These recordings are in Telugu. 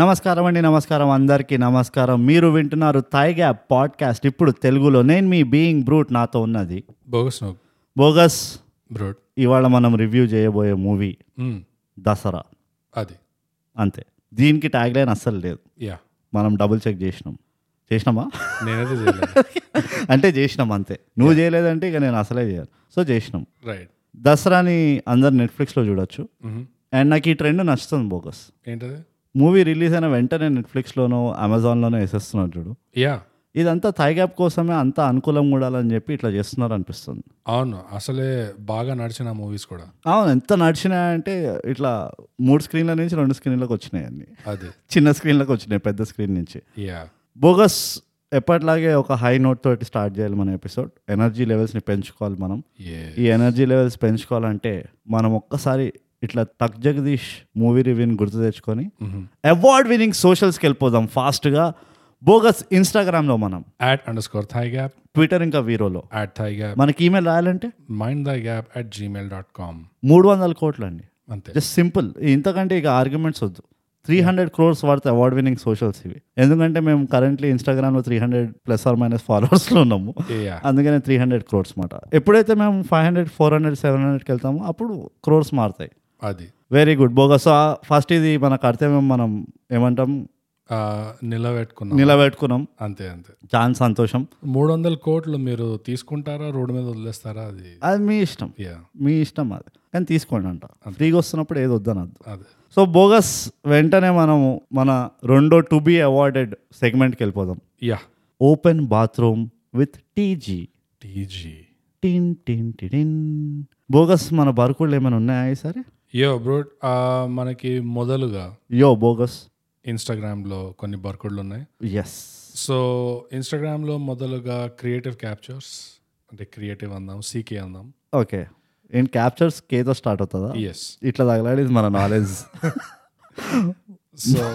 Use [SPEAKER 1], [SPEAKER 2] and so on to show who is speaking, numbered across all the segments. [SPEAKER 1] నమస్కారం అండి నమస్కారం అందరికీ నమస్కారం మీరు వింటున్నారు తాయిగా పాడ్కాస్ట్ ఇప్పుడు తెలుగులో నేను మీ బీయింగ్ బ్రూట్ నాతో ఉన్నది
[SPEAKER 2] బోగస్ నువ్వు
[SPEAKER 1] బోగస్
[SPEAKER 2] బ్రోడ్
[SPEAKER 1] ఇవాళ మనం రివ్యూ చేయబోయే మూవీ
[SPEAKER 2] మ్మ్.
[SPEAKER 1] దసరా
[SPEAKER 2] Hmm, అది
[SPEAKER 1] అంతే దీనికి ట్యాగ్ లైన్ అస్సలు లేదు
[SPEAKER 2] యా
[SPEAKER 1] మనం డబుల్ చెక్ చేసినాం చేసినామా
[SPEAKER 2] నేనైతే చేయలేదు
[SPEAKER 1] అంటే చేసినాం అంతే నువ్వు చేయలేదంటే ఇక నేను అసలే చేయను సో చేసినాం
[SPEAKER 2] రైట్
[SPEAKER 1] దసరాని అందరు నెట్ఫ్లిక్స్లో చూడొచ్చు
[SPEAKER 2] Mm-hmm.
[SPEAKER 1] అండ్ నాకు ఈ ట్రెండ్ నచ్చుతుంది బోగస్
[SPEAKER 2] ఏంటది
[SPEAKER 1] మూవీ రిలీజ్ అయిన వెంటనే నెట్ఫ్లిక్స్లోనో అమెజాన్లోనో వేసేస్తున్నాడు చూడు
[SPEAKER 2] యా
[SPEAKER 1] ఇదంతా థైగ్యాప్ కోసమే అంత అనుకూలంగా ఉండాలని చెప్పి ఇట్లా చేస్తున్నారు అనిపిస్తుంది
[SPEAKER 2] అవును అసలే బాగా నడిచిన మూవీస్ కూడా
[SPEAKER 1] అవును ఎంత నడిచినా అంటే ఇట్లా మూడు స్క్రీన్ల నుంచి రెండు స్క్రీన్లకు వచ్చినాయి అన్ని
[SPEAKER 2] అది
[SPEAKER 1] చిన్న స్క్రీన్లకు వచ్చినాయి పెద్ద స్క్రీన్ నుంచి
[SPEAKER 2] యా
[SPEAKER 1] బోగస్ ఎప్పట్లాగే ఒక హై నోట్ తోటి స్టార్ట్ చేయాలి మన ఎపిసోడ్ ఎనర్జీ లెవెల్స్ని పెంచుకోవాలి మనం
[SPEAKER 2] ఏ
[SPEAKER 1] ఈ ఎనర్జీ లెవెల్స్ పెంచుకోవాలంటే మనం ఒక్కసారి ఇట్లా తక్ జగదీష్ మూవీ రివ్యూని గుర్తు తెచ్చుకొని
[SPEAKER 2] Mm-hmm.
[SPEAKER 1] అవార్డ్ వినింగ్ సోషల్స్కి వెళ్ళిపోదాం ఫాస్ట్గా బోగస్ ఇన్స్టాగ్రామ్లో మనం
[SPEAKER 2] at under score thy gap
[SPEAKER 1] Twitter ఇంకా వీరోలో
[SPEAKER 2] యాట్ థాయ్ గ్యాప్
[SPEAKER 1] మనకి ఈమెయిల్ రాయాలంటే
[SPEAKER 2] mind thy gap at Gmail dot com
[SPEAKER 1] మూడు వందల కోట్లు అండి
[SPEAKER 2] అంతే
[SPEAKER 1] జస్ట్ సింపుల్ ఇంతకంటే ఇక ఆర్గ్యుమెంట్స్ వద్దు three hundred crores worth award winning socials ఇవి ఎందుకంటే మేము కరెంట్లీ ఇన్స్టాగ్రామ్లో three hundred plus or minus ఫాలోవర్స్లో ఉన్నాము
[SPEAKER 2] యా
[SPEAKER 1] అందుకనే త్రీ హండ్రెడ్ క్రోర్స్ మాట ఎప్పుడైతే మేము five hundred four hundred seven హండ్రెడ్కి వెళ్తామో అప్పుడు క్రోర్స్ మారుతాయి
[SPEAKER 2] అది
[SPEAKER 1] వెరీ గుడ్ బోగస్ ఫస్ట్ ఇది మన కర్తవ్యం మనం ఏమంటాం
[SPEAKER 2] ఆ, Uh, నిలబెట్టుకున్నాం
[SPEAKER 1] నిలబెట్టుకున్నాం
[SPEAKER 2] అంతే అంతే
[SPEAKER 1] చాలా సంతోషం
[SPEAKER 2] మూడు వందల కోట్లు మీరు తీసుకుంటారా రోడ్డు మీద వదిలేస్తారా అది
[SPEAKER 1] అది మీ ఇష్టం
[SPEAKER 2] యా
[SPEAKER 1] మీ ఇష్టం అది కానీ తీసుకోండి అంట ఫ్రీగా వస్తున్నప్పుడు ఏది వద్దనద్దు
[SPEAKER 2] అదే
[SPEAKER 1] సో బోగస్ వెంటనే మనము మన రెండో టు బీ అవార్డెడ్ సెగ్మెంట్కి వెళ్ళిపోదాం
[SPEAKER 2] yeah
[SPEAKER 1] open bathroom with TG
[SPEAKER 2] TG
[SPEAKER 1] టిన్ టిన్ టిడిన్ బోగస్ మన బరుకుళ్ళు ఏమైనా ఉన్నాయా ఈసారి
[SPEAKER 2] యో బ్రోడ్ Uh, మనకి మొదలుగా
[SPEAKER 1] యో బోగస్
[SPEAKER 2] ఇన్స్టాగ్రామ్లో కొన్ని బర్కుడ్లు ఉన్నాయి
[SPEAKER 1] ఎస్
[SPEAKER 2] సో ఇన్స్టాగ్రామ్లో మొదలుగా క్రియేటివ్ క్యాప్చర్స్ అంటే క్రియేటివ్ అందాం సీకే అందాం
[SPEAKER 1] ఓకే ఇన్ క్యాప్చర్స్ కేతో స్టార్ట్ అవుతుందా
[SPEAKER 2] ఎస్
[SPEAKER 1] ఇట్లా తగలాడేది మన నాలెడ్జ్
[SPEAKER 2] సో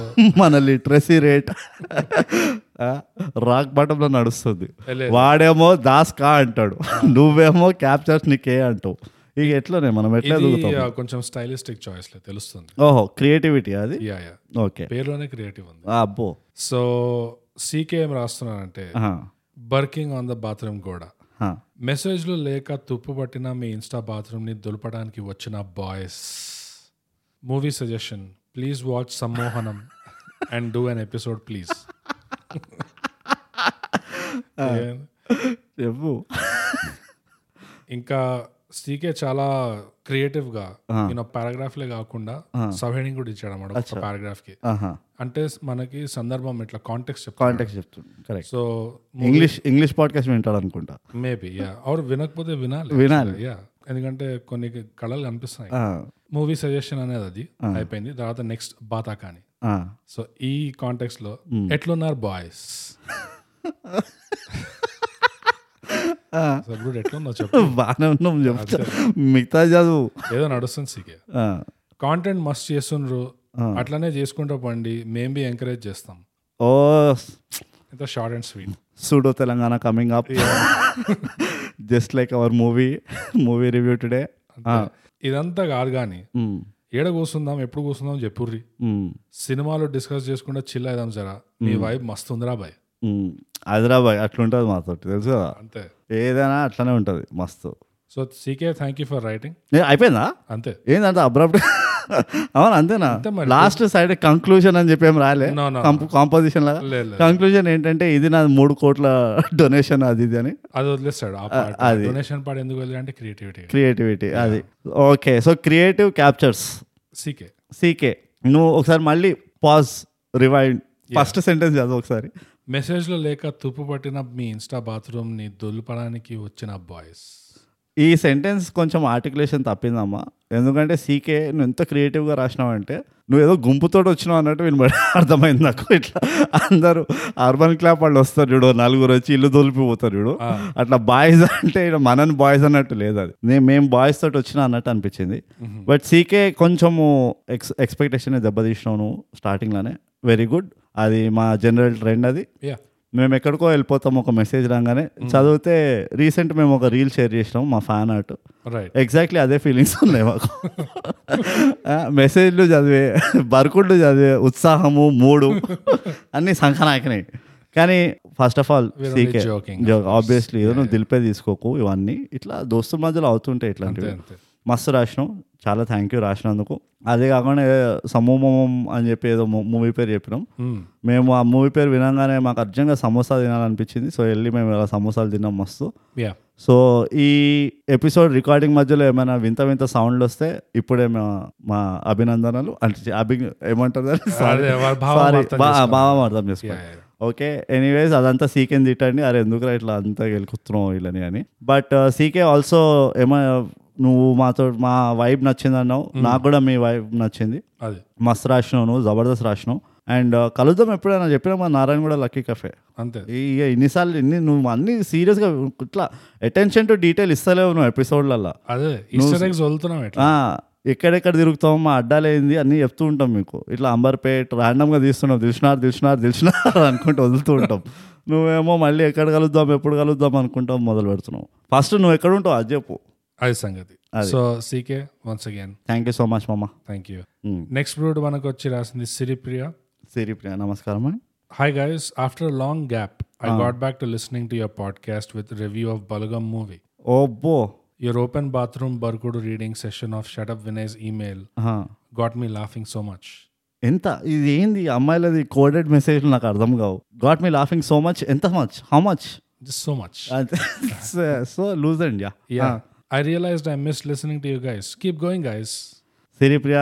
[SPEAKER 1] మన లిటరసీ రేట్ రాక్ బటంలో నడుస్తుంది
[SPEAKER 2] లేదు.
[SPEAKER 1] వాడేమో దాస్ కా అంటాడు నువ్వేమో క్యాప్చర్స్ నీకే అంటావు ఇక ఎట్లనే మనం ఎట్లా
[SPEAKER 2] ఇది
[SPEAKER 1] ఎదుగుతాం
[SPEAKER 2] ఆ, కొంచెం స్టైలిస్టిక్ చాయిస్ లే తెలుస్తుంది
[SPEAKER 1] ఓహో క్రియేటివిటీ అది
[SPEAKER 2] యా యా
[SPEAKER 1] ఓకే
[SPEAKER 2] పేరులోనే క్రియేటివ్ ఉంది
[SPEAKER 1] ఆ, అబ్బో
[SPEAKER 2] సో సీకే ఏం రాస్తున్నానంటే
[SPEAKER 1] ఆహా.
[SPEAKER 2] బర్కింగ్ ఆన్ ద బాత్రూమ్ గోడ
[SPEAKER 1] హా.
[SPEAKER 2] మెసేజ్లు లేక తుప్పు పట్టిన మీ ఇన్స్టా బాత్రూమ్ని దులపడానికి వచ్చిన boys movie suggestion please watch Sammohanam and do an episode please
[SPEAKER 1] చెప్పు
[SPEAKER 2] ఇంకా సీకే చాలా క్రియేటివ్ గా నేను పారాగ్రాఫ్లే కాకుండా సబ్ హెడింగ్ కూడా ఇచ్చాడు అన్నమాట పారాగ్రాఫ్ కి
[SPEAKER 1] ఆహా
[SPEAKER 2] అంటే మనకి సందర్భం ఇట్లా కాంటెక్స్ చెప్తాను
[SPEAKER 1] కాంటాక్ట్ చెప్తున్నాను correct
[SPEAKER 2] so
[SPEAKER 1] English English podcast వింటాడు అనుకుంటా
[SPEAKER 2] మేబీ యా ఆర్ వినకపోతే వినాలి
[SPEAKER 1] వినాలి
[SPEAKER 2] యా ఎందుకంటే కొన్ని కళలు కనిపిస్తున్నాయి
[SPEAKER 1] ఆ,
[SPEAKER 2] మూవీ సజెషన్ అనేది అది అయిపోయింది తర్వాత నెక్స్ట్ బాతా కానీ
[SPEAKER 1] ఆ.
[SPEAKER 2] సో ఈ కాంటెక్స్ లో ఎట్లున్నారు బాయ్స్ సో ఇప్పుడు ఎట్లున్నావు చెప్పు
[SPEAKER 1] బాగానే ఉన్నాం చెప్తా మిగతా చదువు
[SPEAKER 2] ఏదో నడుస్తుంది సీకే
[SPEAKER 1] ఆ,
[SPEAKER 2] కాంటెంట్ మస్ట్ చేస్తుండ్రు అట్లనే చేసుకుంటూ పండి మేము బి ఎంకరేజ్ చేస్తాం
[SPEAKER 1] ఓ
[SPEAKER 2] ఇంత short and sweet
[SPEAKER 1] pseudo Telangana coming up just like our movie movie review today
[SPEAKER 2] ఇదంతా కాదు కానీ ఏడ కూర్చుందాం ఎప్పుడు కూర్చుందాం చెప్పుర్రి సినిమాలు డిస్కస్ చేసుకుంటే చిల్ అయిదాం జరా మీ వైబ్ మస్తు ఉందిరా బాయ్
[SPEAKER 1] హైదరాబాద్ అట్లుంటుంది మాతో తెలుసు కదా
[SPEAKER 2] అంతే
[SPEAKER 1] ఏదైనా అట్లనే ఉంటుంది మస్తు
[SPEAKER 2] so CK thank you for writing
[SPEAKER 1] ఏ, అయిపోయిందా
[SPEAKER 2] అంతే
[SPEAKER 1] ఏందంటే అబ్రాప్ట్ అవును అంతేనా
[SPEAKER 2] అంతే మరి.
[SPEAKER 1] లాస్ట్ సైడ్ కంక్లూజన్ అని చెప్పి ఏం రాలే
[SPEAKER 2] No, no,
[SPEAKER 1] కాంపోజిషన్ లాగా
[SPEAKER 2] లేదు లేదు.
[SPEAKER 1] కంక్లూజన్ ఏంటంటే ఇది నా మూడు కోట్ల డొనేషన్ అది ఇది అని
[SPEAKER 2] అది వదిలేస్తాడు ఆ పార్ట్ డొనేషన్ పార్ట్ ఎందుకు వదిలే అంటే క్రియేటివిటీ
[SPEAKER 1] క్రియేటివిటీ అది okay so creative captures
[SPEAKER 2] CK
[SPEAKER 1] CK నువ్వు ఒకసారి మళ్ళీ పాజ్ రివైండ్ ఫస్ట్ సెంటెన్స్ చదువు ఒకసారి
[SPEAKER 2] మెసేజ్లో లేక తుప్పు పట్టిన మీ ఇన్స్టా బాత్రూమ్ని దొల్పడానికి వచ్చిన బాయ్స్
[SPEAKER 1] ఈ సెంటెన్స్ కొంచెం ఆర్టికులేషన్ తప్పిందమ్మా ఎందుకంటే సీకే నువ్వు ఎంత క్రియేటివ్గా రాసినావంటే నువ్వు ఏదో గుంపుతో వచ్చినావు అన్నట్టు విని అర్థమైంది నాకు ఇట్లా అందరూ అర్బన్ క్లాప్ వాళ్ళు వస్తారు చూడు నలుగురు వచ్చి ఇల్లు దొలిపిపోతారు చూడు అట్లా బాయ్స్ అంటే ఇక్కడ మనని బాయ్స్ అన్నట్టు లేదు అది నేను మేము బాయ్స్ తోటి వచ్చినా అన్నట్టు అనిపించింది బట్ సీకే కొంచెము ఎక్స్ ఎక్స్పెక్టేషన్ దెబ్బతీసినావు నువ్వు స్టార్టింగ్లోనే వెరీ గుడ్ అది మా జనరల్ ట్రెండ్ అది
[SPEAKER 2] యా
[SPEAKER 1] మేము ఎక్కడికో వెళ్ళిపోతాం ఒక మెసేజ్ రాగానే చదివితే రీసెంట్ మేము ఒక రీల్ షేర్ చేసినాం మా ఫ్యాన్ ఆర్ట్
[SPEAKER 2] రైట్
[SPEAKER 1] ఎగ్జాక్ట్లీ అదే ఫీలింగ్స్ ఉన్నాయి మాకు ఆ, మెసేజ్లు చదివే బర్కుళ్ళు చదివే ఉత్సాహము మూడు అన్నీ సంఖనాకినాయి కానీ first of all
[SPEAKER 2] We're only
[SPEAKER 1] CK
[SPEAKER 2] joking,
[SPEAKER 1] obviously ఏదో నువ్వు దిలిపే తీసుకోకు ఇవన్నీ ఇట్లా దోస్తుల మధ్యలో అవుతుంటాయి ఇట్లాంటివి
[SPEAKER 2] అంతే.
[SPEAKER 1] మస్తు రాసినాం చాలా థ్యాంక్ యూ రాసినందుకు అదే కాకుండా ఏ- సమూహం అని చెప్పి ఏదో మూవీ పేరు చెప్పినాం
[SPEAKER 2] మ్మ్.
[SPEAKER 1] మేము ఆ మూవీ పేరు వినంగానే మాకు అర్జెంట్గా సమోసా తినాలనిపించింది సో వెళ్ళి మేము ఇలా సమోసాలు తిన్నాం మస్తు
[SPEAKER 2] యా
[SPEAKER 1] సో ఈ ఎపిసోడ్ రికార్డింగ్ మధ్యలో ఏమైనా వింత వింత సౌండ్లు వస్తే ఇప్పుడే మా మా అభినందనలు అంటే అభి ఏమంటారు దాన్ని? Sorry.
[SPEAKER 2] అదే, వాళ్ళ భావం
[SPEAKER 1] Sorry.
[SPEAKER 2] అర్థం
[SPEAKER 1] బా-
[SPEAKER 2] చేసుకోండి.
[SPEAKER 1] భావం అర్థం చేసుకోండి
[SPEAKER 2] Yeah, yeah.
[SPEAKER 1] ఓకే ఎనీవేస్ అదంతా సీకేని తిట్టండి అరే ఎందుకురా ఇట్లా అంతా గెలుకుతున్నావు వీళ్ళని అని బట్ సీకే ఆల్సో ఏమో నువ్వు మాతో మా వైబ్ నచ్చింది అన్నావు
[SPEAKER 2] Hmm.
[SPEAKER 1] నాకు కూడా మీ వైబ్ నచ్చింది
[SPEAKER 2] అది
[SPEAKER 1] మస్తు రాసినావు నువ్వు జబర్దస్త్ రాసినావు అండ్ uh, కలుద్దాం ఎప్పుడైనా చెప్పినా మా నారాయణ కూడా లక్కీ కఫే
[SPEAKER 2] అంతే
[SPEAKER 1] ఇక ఇన్నిసార్లు ఇన్ని నువ్వు అన్ని సీరియస్గా ఇట్లా అటెన్షన్ టు డీటెయిల్ ఇస్తలేవు నువ్వు ఎపిసోడ్లలో
[SPEAKER 2] అదే ఈస్టర్ ఎగ్స్ వదులుతున్నాం ఎట్లా
[SPEAKER 1] ఆ, ఎక్కడెక్కడ తిరుగుతాం మా అడ్డాలు ఏంది అన్నీ చెప్తూ ఉంటాం మీకు ఇట్లా అంబర్పేట్ ర్యాండమ్గా తీస్తున్నాం తెలిసినారు తెలిసినారు తెలిసినారు అనుకుంటూ వదులుతూ ఉంటాం నువ్వేమో మళ్ళీ ఎక్కడ కలుద్దాం ఎప్పుడు కలుద్దాం అనుకుంటాం మొదలు పెడుతున్నావు ఫస్ట్ నువ్వు ఎక్కడ ఉంటావు అది చెప్పు
[SPEAKER 2] అది సంగతి so CK once again
[SPEAKER 1] thank you so much మామ
[SPEAKER 2] thank you
[SPEAKER 1] Mm.
[SPEAKER 2] Next brood మనకు వచ్చి రాసింది సిరిప్రియ
[SPEAKER 1] సిరిప్రియ నమస్కారం అని
[SPEAKER 2] Hi guys, after a long gap, I got back to listening to your podcast with review of Balagam movie.
[SPEAKER 1] ఓబ్బో
[SPEAKER 2] Your open bathroom Barkudu reading session of Shut Up Vinay's email
[SPEAKER 1] ఆహా.
[SPEAKER 2] got me laughing so much.
[SPEAKER 1] ఎంత ఇది ఏంది అమ్మాయిలది కోడెడ్ మెసేజ్ నాకు అర్థం కావు got me laughing so much ఎంత much how much
[SPEAKER 2] Just so
[SPEAKER 1] Uh,
[SPEAKER 2] much.
[SPEAKER 1] So loose and yeah
[SPEAKER 2] yeah. I realized I missed listening to you guys. Keep going, guys.
[SPEAKER 1] Siripriya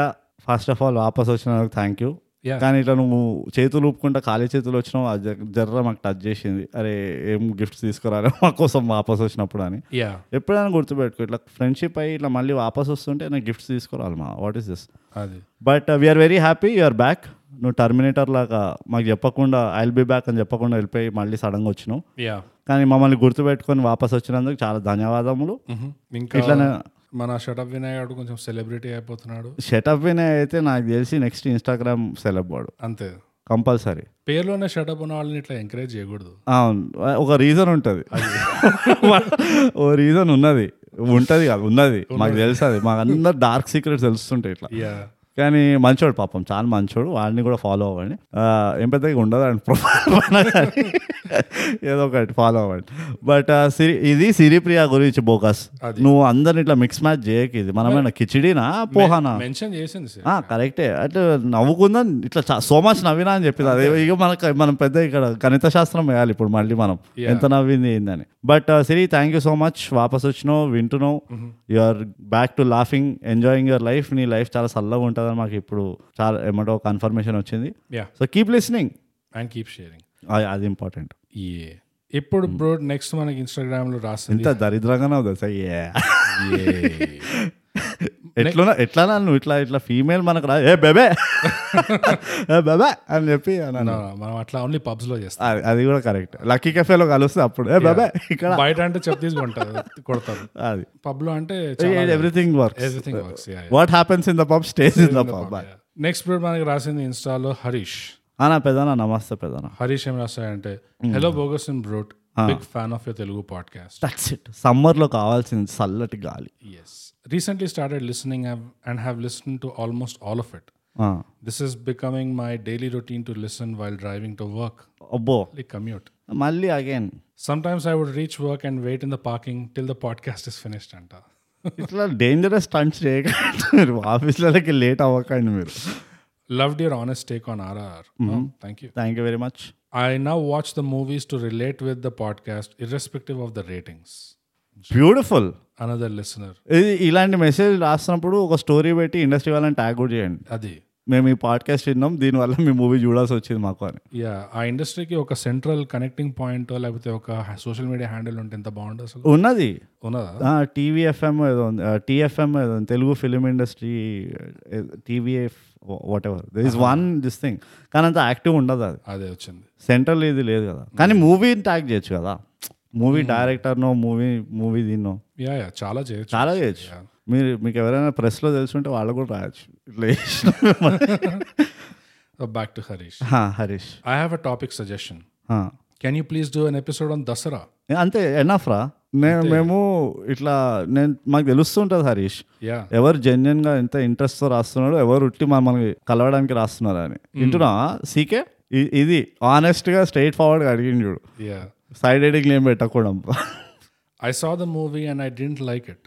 [SPEAKER 1] first of all వాపస్ వచ్చినందుకు థ్యాంక్ యూ
[SPEAKER 2] Yeah.
[SPEAKER 1] కానీ ఇట్లా నువ్వు చేతులు ఊపుకుంటా ఖాళీ చేతులు వచ్చినావు అది జర- జర్ర మాకు టచ్ చేసింది అరే ఏం గిఫ్ట్స్ తీసుకురాలే మా కోసం వాపస్ వచ్చినప్పుడు అని
[SPEAKER 2] Yeah.
[SPEAKER 1] ఎప్పుడైనా గుర్తుపెట్టుకో ఇట్లా ఫ్రెండ్షిప్ అయ్యి ఇట్లా మళ్ళీ వాపస్ వస్తుంటే నాకు గిఫ్ట్స్ తీసుకురాలి మా what is this
[SPEAKER 2] Adi.
[SPEAKER 1] But we are very happy you are back నువ్వు టర్మినేటర్ లాగా మాకు చెప్పకుండా ఐల్ బీ బ్యాక్ అని చెప్పకుండా వెళ్ళిపోయి మళ్ళీ సడన్గా వచ్చినావు
[SPEAKER 2] Yeah.
[SPEAKER 1] కానీ మమ్మల్ని గుర్తుపెట్టుకొని వాపస్ వచ్చినందుకు చాలా ధన్యవాదములు
[SPEAKER 2] Mhm. ఇంకా మన షటప్ వినయ్ గారు కొంచెం సెలబ్రిటీ అయిపోతున్నాడు
[SPEAKER 1] షటప్ వినయ్ అయితే నాకు తెలిసి నెక్స్ట్ ఇన్స్టాగ్రామ్ సెలబ్ వాడు
[SPEAKER 2] అంతే
[SPEAKER 1] కంపల్సరీ
[SPEAKER 2] పేరులోనే షటప్ ఉన్న వాళ్ళని ఇట్లా ఎంకరేజ్ చేయకూడదు
[SPEAKER 1] అవును ఒక రీజన్ ఉంటుంది ఓ రీజన్ ఉన్నది ఉంటుంది కాదు ఉన్నది మాకు తెలుసు అది మాకు అందరు డార్క్ సీక్రెట్స్ తెలుస్తుంటాయి ఇట్లా
[SPEAKER 2] యా
[SPEAKER 1] కానీ మంచోడు పాపం చాలా మంచోడు వాడిని కూడా ఫాలో అవ్వండి ఆ, ఏం పెద్దగా ఉండదు అండ్ ప్రొఫైల్ పైన కానీ ఏదో ఒకటి ఫాలో అవ్వండి బట్ ఆ, సిరి ఇది సిరిప్రియ గురించి బోకస్
[SPEAKER 2] అది.
[SPEAKER 1] నువ్వు అందరిని ఇట్లా మిక్స్ మ్యాచ్ చేయకు ఇది మనమేనా కిచిడీనా పోహానా
[SPEAKER 2] మెన్షన్ చేసింది sir.
[SPEAKER 1] ఆ, కరెక్టే అంటే నవ్వుకుందా ఇట్లా చా- సో మచ్ నవ్వినా అని చెప్పింది అదే ఇక మనకు మనం పెద్ద ఇక్కడ గణిత శాస్త్రం వేయాలి ఇప్పుడు మళ్ళీ మనం
[SPEAKER 2] Yeah.
[SPEAKER 1] ఎంత నవ్వింది ఏందని but Siri thank you so much వాపస్ వచ్చినావు వింటున్నావు you are back to laughing enjoying your life నీ లైఫ్ చాలా చల్లగా ఉంటుందని మాకు ఇప్పుడు చాలా ఏమంటో కన్ఫర్మేషన్ వచ్చింది
[SPEAKER 2] Yeah.
[SPEAKER 1] So keep listening
[SPEAKER 2] And keep sharing.
[SPEAKER 1] అది ఇంపార్టెంట్
[SPEAKER 2] ఏ ఇప్పుడు బ్రో నెక్స్ట్ మనకి ఇన్స్టాగ్రామ్ లో రాసింది
[SPEAKER 1] ఇంత దరిద్రంగానే అవుతుంది సార్ ఏ ఎట్లా ఎట్లా నువ్వు ఇట్లా ఇట్లా ఫీమేల్ మనకు రా ఏ బెబే ఏ బెబే అని చెప్పి అని
[SPEAKER 2] No, no, మనం అట్లా ఓన్లీ పబ్స్ లో చేస్తాం
[SPEAKER 1] అది అది కూడా కరెక్ట్ లక్కీ కెఫేలో కలుస్తే అప్పుడు ఏ బాబాయ్ ఇక్కడ
[SPEAKER 2] బయట అంటే చెప్ తీసుకుంటారు కొడతారు
[SPEAKER 1] అది
[SPEAKER 2] పబ్ లో అంటే
[SPEAKER 1] everything work
[SPEAKER 2] everything works
[SPEAKER 1] what happens in the pub stage in the pub
[SPEAKER 2] next bro మనకి రాసింది ఇన్స్టాలో హరీష్
[SPEAKER 1] అనా పెదనా నమస్తే పెదనా
[SPEAKER 2] హరీష్ ఏం రాశాడంటే hello Bogus and brought big fan of your Telugu podcast
[SPEAKER 1] that's it సమ్మర్లో కావాల్సింది చల్లటి గాలి
[SPEAKER 2] yes recently started listening and have listen to almost all of it
[SPEAKER 1] ah,
[SPEAKER 2] this is becoming my daily routine to listen while driving to work
[SPEAKER 1] అబ్బో
[SPEAKER 2] లైక్ కమ్యూట్
[SPEAKER 1] మళ్ళీ again
[SPEAKER 2] Sometimes I would reach work and wait in the parking till the podcast is finished. Anta.
[SPEAKER 1] ఇట్లా డేంజరస్ స్టంట్స్ చేయకండి మీరు ఆఫీస్లకి లేట్ అవ్వకండి మీరు
[SPEAKER 2] Loved your honest take on RRR. Oh, thank you.
[SPEAKER 1] Thank you very much
[SPEAKER 2] I now watch the movies to relate with the podcast, irrespective of the ratings.
[SPEAKER 1] Beautiful
[SPEAKER 2] Another listener.
[SPEAKER 1] ఇది ఇలాంటి మెసేజ్ రాసినప్పుడు ఒక స్టోరీ పెట్టి ఇండస్ట్రీ వాళ్ళని ట్యాగ్ కూడా చేయండి
[SPEAKER 2] Adi.
[SPEAKER 1] మేము ఈ పాడ్కాస్ట్ విన్నాం దీనివల్ల మీ మూవీ చూడాల్సి వచ్చింది మాకు అని
[SPEAKER 2] యా ఆ ఇండస్ట్రీకి ఒక సెంట్రల్ కనెక్టింగ్ పాయింట్ లేకపోతే ఒక సోషల్ మీడియా హ్యాండిల్ ఉంటే ఎంత బాగుంటుంది అసలు
[SPEAKER 1] ఉన్నది
[SPEAKER 2] ఉన్నదా
[SPEAKER 1] టీవీఎఫ్ఎం ఏదో ఉంది టీఎఫ్ఎం ఏదో ఉంది Telugu film industry TVF whatever this is one this thing కానీ అంత యాక్టివ్ ఉండదు అది
[SPEAKER 2] అదే వచ్చింది
[SPEAKER 1] సెంట్రల్ ఇది లేదు కదా కానీ మూవీని ట్యాగ్ చేయొచ్చు కదా మూవీ డైరెక్టర్నో మూవీ మూవీ దీన్నో
[SPEAKER 2] యా యా చాలా చేయొచ్చు
[SPEAKER 1] చాలా చేయొచ్చు మీరు మీకు ఎవరైనా ప్రెస్లో తెలుసుంటే వాళ్ళు కూడా రాయొచ్చు ఇట్లా చేసిన మిమ్మల్ని.
[SPEAKER 2] బ్యాక్ టు హరీష్
[SPEAKER 1] హా, Harish
[SPEAKER 2] I have a topic suggestion
[SPEAKER 1] హా,
[SPEAKER 2] can you please do an episode on Dasara
[SPEAKER 1] అంతే ఎనఫ్ రా నేను మేము ఇట్లా నేను మాకు తెలుస్తుంటుంది హరీష్
[SPEAKER 2] యా
[SPEAKER 1] ఎవరు జెన్యున్ గా ఎంత ఇంట్రెస్ట్ తో రాస్తున్నాడు ఎవరు ఉట్టి మనల్ని కలవడానికి రాస్తున్నారు అని వింటున్నా సీకే ఇ- ఇది ఆనెస్ట్ గా స్ట్రైట్ ఫార్వర్డ్ గా అడిగింది చూడు
[SPEAKER 2] యా
[SPEAKER 1] సైడ్ ఎడింగ్ ఏం పెట్టకూడదు
[SPEAKER 2] I saw the movie and I didn't like it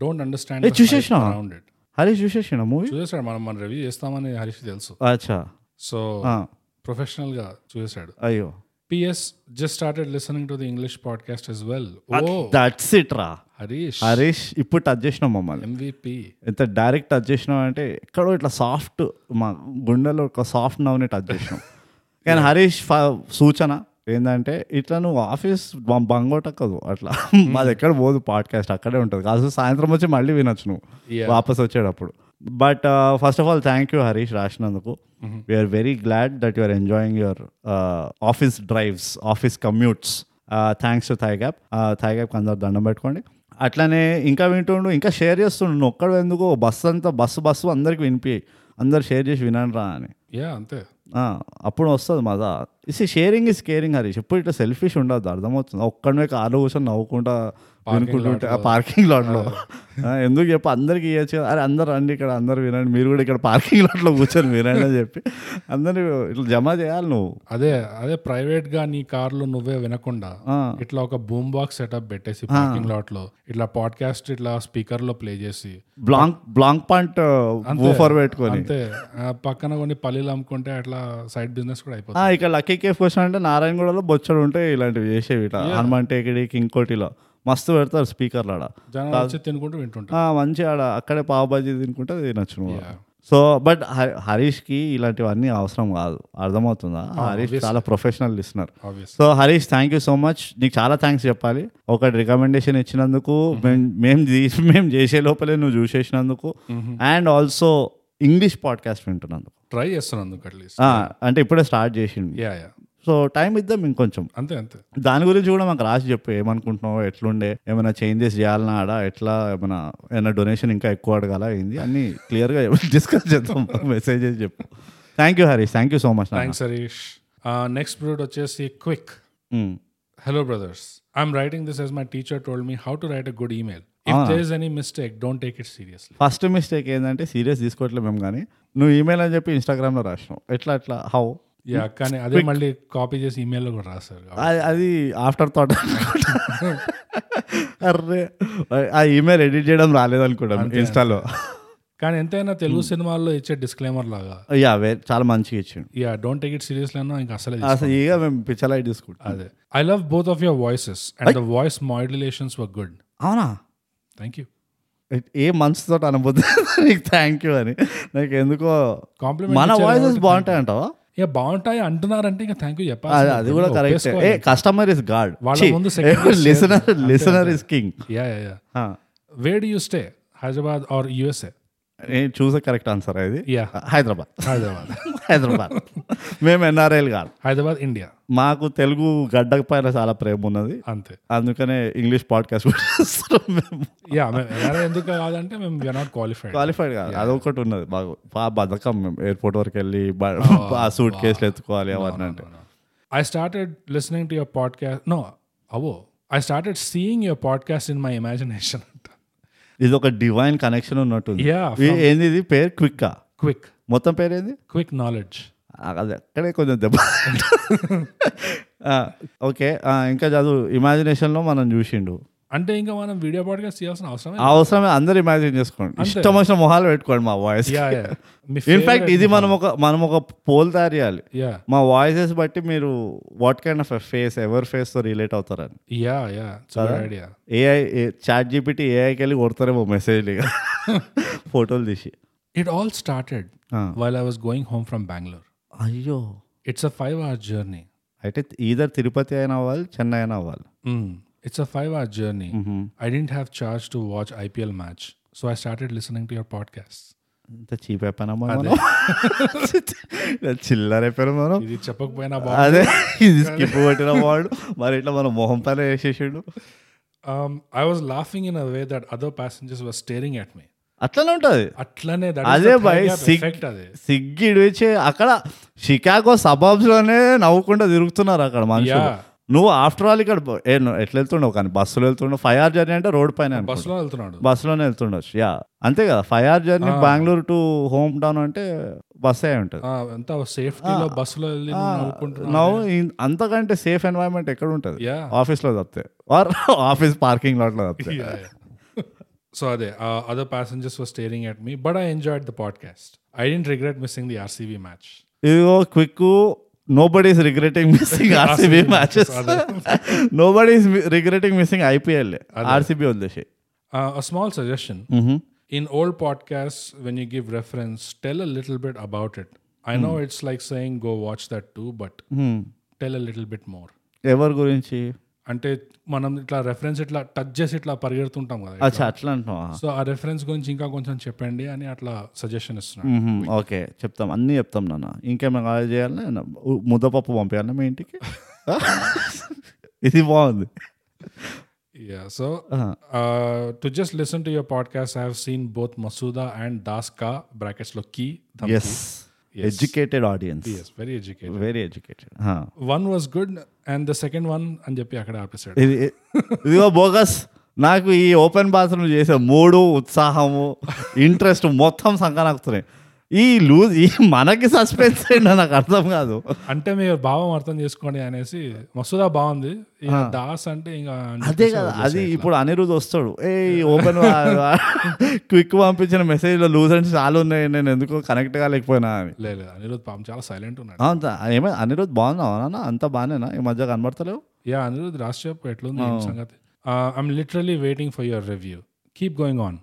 [SPEAKER 2] don't
[SPEAKER 1] ఏ,
[SPEAKER 2] అండర్స్టాండ్
[SPEAKER 1] చూసేసినావా?
[SPEAKER 2] అరౌండ్ ఇట్
[SPEAKER 1] హరీష్ చూసేసిన మూవీ
[SPEAKER 2] చూసేసాడు మనం మనం రివ్యూ చేస్తామని హరీష్ తెలుసు
[SPEAKER 1] అచ్చా
[SPEAKER 2] సో
[SPEAKER 1] ఆ,
[SPEAKER 2] ప్రొఫెషనల్ గా చూసేసాడు
[SPEAKER 1] అయ్యో
[SPEAKER 2] PS just started listening to the English podcast as Oh, well oh
[SPEAKER 1] that's it రా
[SPEAKER 2] హరీష్
[SPEAKER 1] హరీష్ ఇప్పుడు టచ్ చేసినాం మమ్మల్ని
[SPEAKER 2] ఎంవిపి
[SPEAKER 1] ఎంత డైరెక్ట్ టచ్ చేసినాం అంటే ఎక్కడో ఇట్లా సాఫ్ట్ మా గుండెలో ఒక సాఫ్ట్ నవ్వుని టచ్ చేసినాం కానీ హరీష్ ఫ- సూచన ఏంటంటే ఇట్లా నువ్వు ఆఫీస్ బంగొట్టకదు అట్లా మాది ఎక్కడ పోదు పాడ్కాస్ట్ అక్కడే ఉంటుంది కాదు సాయంత్రం వచ్చి మళ్ళీ వినొచ్చు నువ్వు
[SPEAKER 2] Yeah.
[SPEAKER 1] వాపస్ వచ్చేటప్పుడు uh, but first of all thank you Harish రాసినందుకు we're very glad that you're enjoying your uh, office drives office commutes thanks to thigh gap thigh gap Uh, అందరు దండం పెట్టుకోండి అట్లానే ఇంకా వింటుండు ఇంకా షేర్ చేస్తుండు నువ్వు ఒక్కడ ఎందుకు బస్సు అంతా బస్సు బస్సు అందరికి వినిపి అందరు షేర్ చేసి వినండి రా అని
[SPEAKER 2] యా అంతే
[SPEAKER 1] ఆ, అప్పుడు వస్తుంది మజా is sharing is caring Harish ఎప్పుడు ఇట్లా సెల్ఫిష్ ఉండదు అర్థమవుతుంది ఒక్కడమే కాలు కూర్చొని నవ్వుకుంటా వినుకుంటుంటే పార్కింగ్ లాట్లో ఎందుకు చెప్పి అందరికి ఇవ్వచ్చు అరే అందరు రండి ఇక్కడ అందరు వినండి మీరు కూడా ఇక్కడ పార్కింగ్ లాట్లో కూర్చొని వినండి అని చెప్పి అందరిని ఇట్లా జమ చేయాలి నువ్వు
[SPEAKER 2] అదే అదే ప్రైవేట్ గా నీ కార్లో నువ్వే వినకుండా
[SPEAKER 1] ఆ.
[SPEAKER 2] ఇట్లా ఒక బూమ్ బాక్స్ సెటప్ పెట్టేసి పార్కింగ్ లాట్ లో ఇట్లా పాడ్కాస్ట్ ఇట్లా స్పీకర్ లో ప్లే చేసి
[SPEAKER 1] బ్లాంక్ బ్లాంక్ పాయింట్ ఊఫర్ పెట్టుకొని
[SPEAKER 2] అంతే ఆ పక్కన కొన్ని పల్లీలు అమ్ముకుంటే అట్లా సైడ్ బిజినెస్ కూడా
[SPEAKER 1] ఆ,
[SPEAKER 2] అయిపోతుంది
[SPEAKER 1] ఇక లక్కీ కేఫ్ క్వశ్చన్ అంటే నారాయణగూడలో బొచ్చడు ఉంటాయి ఇలాంటివి చేసేవి ఇట్లా హనుమాన్ టేకిడి ఇంకోటిలో మస్తు పెడతారు స్పీకర్లు ఆడ
[SPEAKER 2] జనం వచ్చి తినుకుంటూ వింటుంటారు
[SPEAKER 1] ఆ, మంచి ఆడ అక్కడే పావుబాజీ తినుకుంటే తినొచ్చు నువ్వు సో బట్ హరీష్కి ఇలాంటివన్నీ అవసరం కాదు అర్థమవుతుందా హరీష్ చాలా professional listener
[SPEAKER 2] obvious
[SPEAKER 1] so Harish thank you so much నీకు చాలా థ్యాంక్స్ చెప్పాలి ఒకటి రికమెండేషన్ ఇచ్చినందుకు మేం మేము తీ- మేము చేసే లోపలే నువ్వు చూసేసినందుకు అండ్ ఆల్సో ఇంగ్లీష్ పాడ్కాస్ట్ వింటున్నందుకు
[SPEAKER 2] ట్రై చేస్తున్నందుకు అట్లీస్ట్
[SPEAKER 1] ఆ, అంటే ఇప్పుడే స్టార్ట్ చేసిండు
[SPEAKER 2] యా యా
[SPEAKER 1] సో టైం ఇద్దాం ఇంకొంచెం
[SPEAKER 2] అంతే అంతే
[SPEAKER 1] దాని గురించి కూడా మాకు రాసి చెప్పు ఏమనుకుంటున్నావు ఎట్లుండే ఏమైనా చేంజెస్ చేయాలన్నా ఆడ ఎట్లా ఏమైనా ఏమైనా డొనేషన్ ఇంకా ఎక్కువ అడగాల ఏంది అన్ని క్లియర్గా డిస్కస్ చేద్దాం మెసేజెస్ చెప్పు thank you Harish thank you so much
[SPEAKER 2] thanks Harish next బ్రూడ్ వచ్చేసి quick hello brothers I'm writing this as my teacher told me how to write a good email if there is any mistake don't take it seriously
[SPEAKER 1] first mistake ఏంటంటే సీరియస్ తీసుకోవట్లే మేము కానీ నువ్వు ఈమెయిల్ అని చెప్పి ఇన్స్టాగ్రామ్లో రాసినావు ఎట్లా ఎట్లా హౌ
[SPEAKER 2] యా కానీ అదే మళ్ళీ కాపీ చేసి ఈమెయిల్లో కూడా రాస్తారు
[SPEAKER 1] అది అది ఆఫ్టర్ థాట్ అర్రే ఆ ఈమెయిల్ ఎడిట్ చేయడం రాలేదనుకోవడం ఇన్స్టాలో
[SPEAKER 2] కానీ ఎంతైనా తెలుగు
[SPEAKER 1] Hmm.
[SPEAKER 2] సినిమాల్లో ఇచ్చే డిస్క్లైమర్ లాగా
[SPEAKER 1] యా చాలా మంచిగా ఇచ్చిండు
[SPEAKER 2] yeah don't take it seriously అన్న ఇంకా అసలే
[SPEAKER 1] అసలు ఇక మేము పిచ్చలైట్ తీసుకుంటాం
[SPEAKER 2] అదే I love both of your voices and the voice modulations were good
[SPEAKER 1] అవునా
[SPEAKER 2] థ్యాంక్ యూ
[SPEAKER 1] ఏ- ఏ మనసుతో అనబోద్దు నీకు థ్యాంక్ యూ అని నాకు ఎందుకో మన
[SPEAKER 2] కాంప్లిమెంట్
[SPEAKER 1] వాయిసెస్ బాగుంటాయి అంటావా
[SPEAKER 2] ఇక బాగుంటాయి అంటున్నారంటే ఇంకా థ్యాంక్ యూ
[SPEAKER 1] అది
[SPEAKER 2] చెప్పాలి
[SPEAKER 1] అది కూడా correct a customer is God
[SPEAKER 2] వాళ్ళ ముందు second guess
[SPEAKER 1] listener listener is king
[SPEAKER 2] yeah yeah yeah where do you stay Hyderabad or USA
[SPEAKER 1] నేను చూసే కరెక్ట్ ఆన్సర్ ఇది
[SPEAKER 2] యా
[SPEAKER 1] హైదరాబాద్
[SPEAKER 2] హైదరాబాద్
[SPEAKER 1] హైదరాబాద్ మేము ఎన్ఆర్ఐలు కాదు
[SPEAKER 2] హైదరాబాద్ ఇండియా
[SPEAKER 1] మాకు తెలుగు గడ్డ పైన చాలా ప్రేమ ఉన్నది
[SPEAKER 2] అంతే
[SPEAKER 1] అందుకనే ఇంగ్లీష్ పాడ్కాస్ట్ కూడా చేస్తున్నాం మేము
[SPEAKER 2] యా మేము ఎలా ఎందుకు కాదంటే మేము వి నాట్ క్వాలిఫైడ్
[SPEAKER 1] క్వాలిఫైడ్ కాదు అదొకటి ఉన్నది బాగా బాగా బతకం మేము ఎయిర్పోర్ట్ వరకు వెళ్ళి బ-
[SPEAKER 2] Oh.
[SPEAKER 1] ఆ సూట్ కేసులు ఎత్తుకోవాలి అవన్నీ అంటే
[SPEAKER 2] I started listening to your podcast no అవో I started seeing your podcast in my imagination అంట
[SPEAKER 1] ఇది ఒక డివైన్ కనెక్షన్ ఉన్నట్టుంది
[SPEAKER 2] Yeah,
[SPEAKER 1] ఈ- ఏంది ఇది పేరు క్విక్కా
[SPEAKER 2] క్విక్
[SPEAKER 1] మొత్తం పేరు ఏంది
[SPEAKER 2] క్విక్ నాలెడ్జ్
[SPEAKER 1] ఆ, అది అక్కడే కొంచెం దెబ్బ ఆ, ఓకే ఆ, ఇంకా చదువు ఇమాజినేషన్లో మనం చూసిండు
[SPEAKER 2] అంటే ఇంకా మనం వీడియో పాడ్కాస్ట్ చేయాల్సిన అవసరమే
[SPEAKER 1] అవసరమే అందరు ఇమాజిన్ చేసుకోండి ఇష్టం వచ్చిన మొహాలు పెట్టుకోండి మా వాయిస్
[SPEAKER 2] యా యా మీ
[SPEAKER 1] ఇన్ఫాక్ట్ ఇది మనం ఒక మనం ఒక పోల్ తయారు చేయాలి
[SPEAKER 2] యా
[SPEAKER 1] మా వాయిసెస్ బట్టి మీరు వాట్ కైండ్ ఆఫ్ ఫేస్ ఎవరి ఫేస్తో రిలేట్ అవుతారని
[SPEAKER 2] యా యా చాలా ఐడియా
[SPEAKER 1] ఏఐ చాట్ జీపీటీ ఏఐకి వెళ్ళి కొడతారేమో మెసేజ్లు ఇక ఫోటోలు తీసి
[SPEAKER 2] it all started
[SPEAKER 1] Ah.
[SPEAKER 2] While I was going home from Bengaluru
[SPEAKER 1] అయ్యో
[SPEAKER 2] it's a five hour journey
[SPEAKER 1] అయితే ఈధర్ తిరుపతి అయినా అవ్వాలి చెన్నై అయినా అవ్వాలి
[SPEAKER 2] Mm. It's a five hour journey I didn't have charge to watch IPL match so I started listening to your podcast
[SPEAKER 1] ఇంత చీప్ అయిపోయినామా మనం చిల్లర అయిపోయినాం మనం
[SPEAKER 2] ఇది చెప్పకపోయినా బా
[SPEAKER 1] అదే ఇది స్కిప్ కొట్టిన వాడు మరి ఇట్లా మన మొహం పైన వేసేసాడు
[SPEAKER 2] I was laughing in a way that other passengers were staring at me
[SPEAKER 1] అట్లనే ఉంటుంది
[SPEAKER 2] అట్లనే
[SPEAKER 1] అదే భయ్ సిగ్
[SPEAKER 2] ఎఫెక్ట్ అదే
[SPEAKER 1] సిగ్గి విడిచి అక్కడ షికాగో సబాబ్స్ లోనే నవ్వుకుంటూ తిరుగుతున్నారు అక్కడ మనుషులు
[SPEAKER 2] Yeah.
[SPEAKER 1] నువ్వు ఆఫ్టర్ ఆల్ ఇక్కడ బ- ఏ నువ్వు ఎట్లా వెళ్తుండవు కానీ బస్సులో వెళ్తుండవు ఫైవ్ అవర్ జర్నీ అంటే రోడ్ పైన అనుకుంటా.
[SPEAKER 2] బస్సులో వెళ్తున్నాడు
[SPEAKER 1] బస్సులోనే వెళ్తుండొచ్చు యా అంతే కదా ఫైవ్ అవర్ జర్నీ
[SPEAKER 2] ఆ.
[SPEAKER 1] బెంగళూరు టు హోమ్ టౌన్ అంటే బస్ అయి ఉంటుంది
[SPEAKER 2] ఆ, ఎంత సేఫ్టీలో బస్సులో వెళ్ళి నువ్వు నవ్వుకుంటున్నావు
[SPEAKER 1] నవ్వు ఇన్- అంతకంటే సేఫ్ ఎన్వైరన్మెంట్ ఎక్కడ ఉంటుంది
[SPEAKER 2] యా
[SPEAKER 1] ఆఫీస్లో తప్పితే ఆర్ ఆఫీస్ పార్కింగ్ లాట్లో తప్పితే
[SPEAKER 2] సో అదే other passengers were staring at me but I enjoyed the podcast I didn't regret missing the RCB match
[SPEAKER 1] ఇదిగో quick nobody is regretting missing RCB matches no body is regretting missing IPL RCB వదిలేసి
[SPEAKER 2] a small suggestion in old podcasts when you give reference tell a little bit about it i know
[SPEAKER 1] Hmm.
[SPEAKER 2] it's like saying go watch that too but tell a little bit more
[SPEAKER 1] ఎవరి గురించి
[SPEAKER 2] అంటే మనం ఇట్లా రెఫరెన్స్ ఇట్లా టచ్ చేసి ఇట్లా పరిగెడుతుంటాం కదా
[SPEAKER 1] అచ్చా అట్లా అంటున్నావా
[SPEAKER 2] సో ఆ రెఫరెన్స్ గురించి ఇంకా కొంచెం చెప్పండి అని అట్లా సజెషన్ ఇస్తున్నాను
[SPEAKER 1] మ్మ్. ఓకే చెప్తాం అన్నీ చెప్తాం నాన్న ఇంకేమైనా కాల్ చేయాలి ముద్దపప్పు పంపేయాలి మీ ఇంటికి ఇది బాగుంది
[SPEAKER 2] yeah so to just listen to your podcast I have seen both Masooda and Das Ka brackets లో key
[SPEAKER 1] yes educated audience
[SPEAKER 2] very educated
[SPEAKER 1] very educated
[SPEAKER 2] one was good and the second one అని చెప్పి అక్కడ ఆపేసాడు
[SPEAKER 1] ఇది ఇదిగో బోగస్ నాకు ఈ ఓపెన్ బాత్రూమ్ చేసే మూడు ఉత్సాహము ఇంట్రెస్ట్ మొత్తం సంకనాకుతున్నాయి ఈ లూజ్ ఈ మనకి సస్పెన్స్ ఏంటో నాకు అర్థం కాదు
[SPEAKER 2] అంటే మీరు భావం అర్థం చేసుకోండి అనేసి మసూదా బాగుంది ఇక దాస్ అంటే ఇంకా
[SPEAKER 1] అదే కదా అది ఇప్పుడు అనిరుద్ వస్తాడు ఏ ఓపెన్ క్విక్ పంపించిన మెసేజ్లో లూజ్ అంటే చాలా ఉన్నాయి నేను ఎందుకో కనెక్ట్ కాలేకపోయినా అని
[SPEAKER 2] లేదు లేదు, అనిరుద్ పాపం చాలా సైలెంట్ ఉన్నాడు
[SPEAKER 1] అంత ఏమే అనిరుద్ బాగున్నావు నాన్న అంత బాగానేనా ఈ మధ్య కనబడతలేవు
[SPEAKER 2] యా అనిరుద్ రాసేపు ఎట్లుంది
[SPEAKER 1] Oh.
[SPEAKER 2] ఏం సంగతి Uh, I'm literally waiting for your review keep going on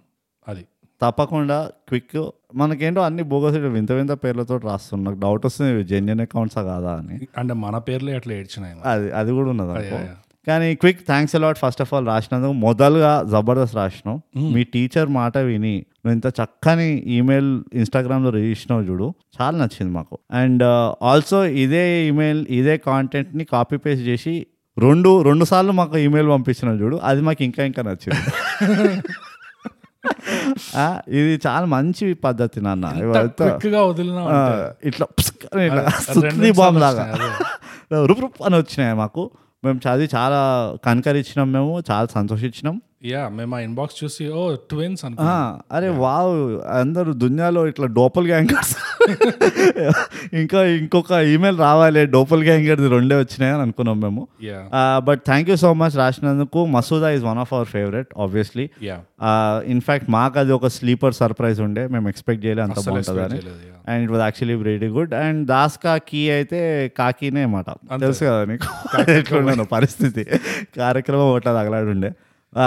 [SPEAKER 2] అది
[SPEAKER 1] తప్పకుండా క్విక్ మనకేంటో అన్ని బోగస్ ఇట్లా వింత వింత పేర్లతో రాస్తున్నాం నాకు డౌట్ వస్తుంది జెన్యున్ అకౌంట్సా కాదా అని
[SPEAKER 2] అంటే మన పేర్లే అట్లా ఏడ్చిన ఆయన.
[SPEAKER 1] అది అది కూడా ఉన్నది అనుకో
[SPEAKER 2] అయ్యయ్య.
[SPEAKER 1] కానీ quick thanks a lot first of all రాసినందుకు మొదలుగా జబర్దస్త్ రాసినావు మీ టీచర్ మాట విని నువ్వు ఇంత చక్కని ఈమెయిల్ ఇన్స్టాగ్రామ్లో రీసినావు చూడు చాలా నచ్చింది మాకు అండ్ ఆల్సో ఇదే ఈమెయిల్ ఇదే కాంటెంట్ని కాపీ పేస్ట్ చేసి రెండు రెండు సార్లు మాకు ఈమెయిల్ పంపించినావు చూడు అది మాకు ఇంకా ఇంకా నచ్చింది ఆ, ఇది చాలా మంచి పద్ధతి నాన్న ఇవంతా,
[SPEAKER 2] Quick గా వదిలిన
[SPEAKER 1] ఆ, ఇట్లా పుస్క్ అని ఇట్లా
[SPEAKER 2] అది రెండు
[SPEAKER 1] సుత్తి బాంబు
[SPEAKER 2] నిమిషాలు
[SPEAKER 1] లాగా
[SPEAKER 2] వచ్చినాయి,
[SPEAKER 1] రూప్ రూప్ అని వచ్చినాయి మాకు మేము చదివి చాలా కనకరించినాం మేము చాలా సంతోషించినాం
[SPEAKER 2] యా మేము ఆ ఇన్బాక్స్ చూసి ఓ ట్విన్స్
[SPEAKER 1] ఆ,
[SPEAKER 2] అనుకో
[SPEAKER 1] అరే వావ్ అందరూ దునియాలో ఇట్లా డోపల్ గ్యాంగర్స్ ఇంకా ఇంకొక ఈమెయిల్ రావాలి డోపల్ గ్యాంగర్ది రెండే వచ్చినాయి అని అనుకున్నాం మేము
[SPEAKER 2] yeah
[SPEAKER 1] but thank you so much రాసినందుకు Masooda is one of our favourite obviously
[SPEAKER 2] yeah
[SPEAKER 1] in fact మాకు అది ఒక స్లీపర్ సర్ప్రైజ్ ఉండే మేము ఎక్స్పెక్ట్ చేయలే అంత బాగుంటుందని and it was actually very good and Das Ka కీ అయితే కాకీనే మాట తెలుసు కదా నీకు ఎట్లున్నాను పరిస్థితి కార్యక్రమం ఒకటి తగలాడుండే ఆ,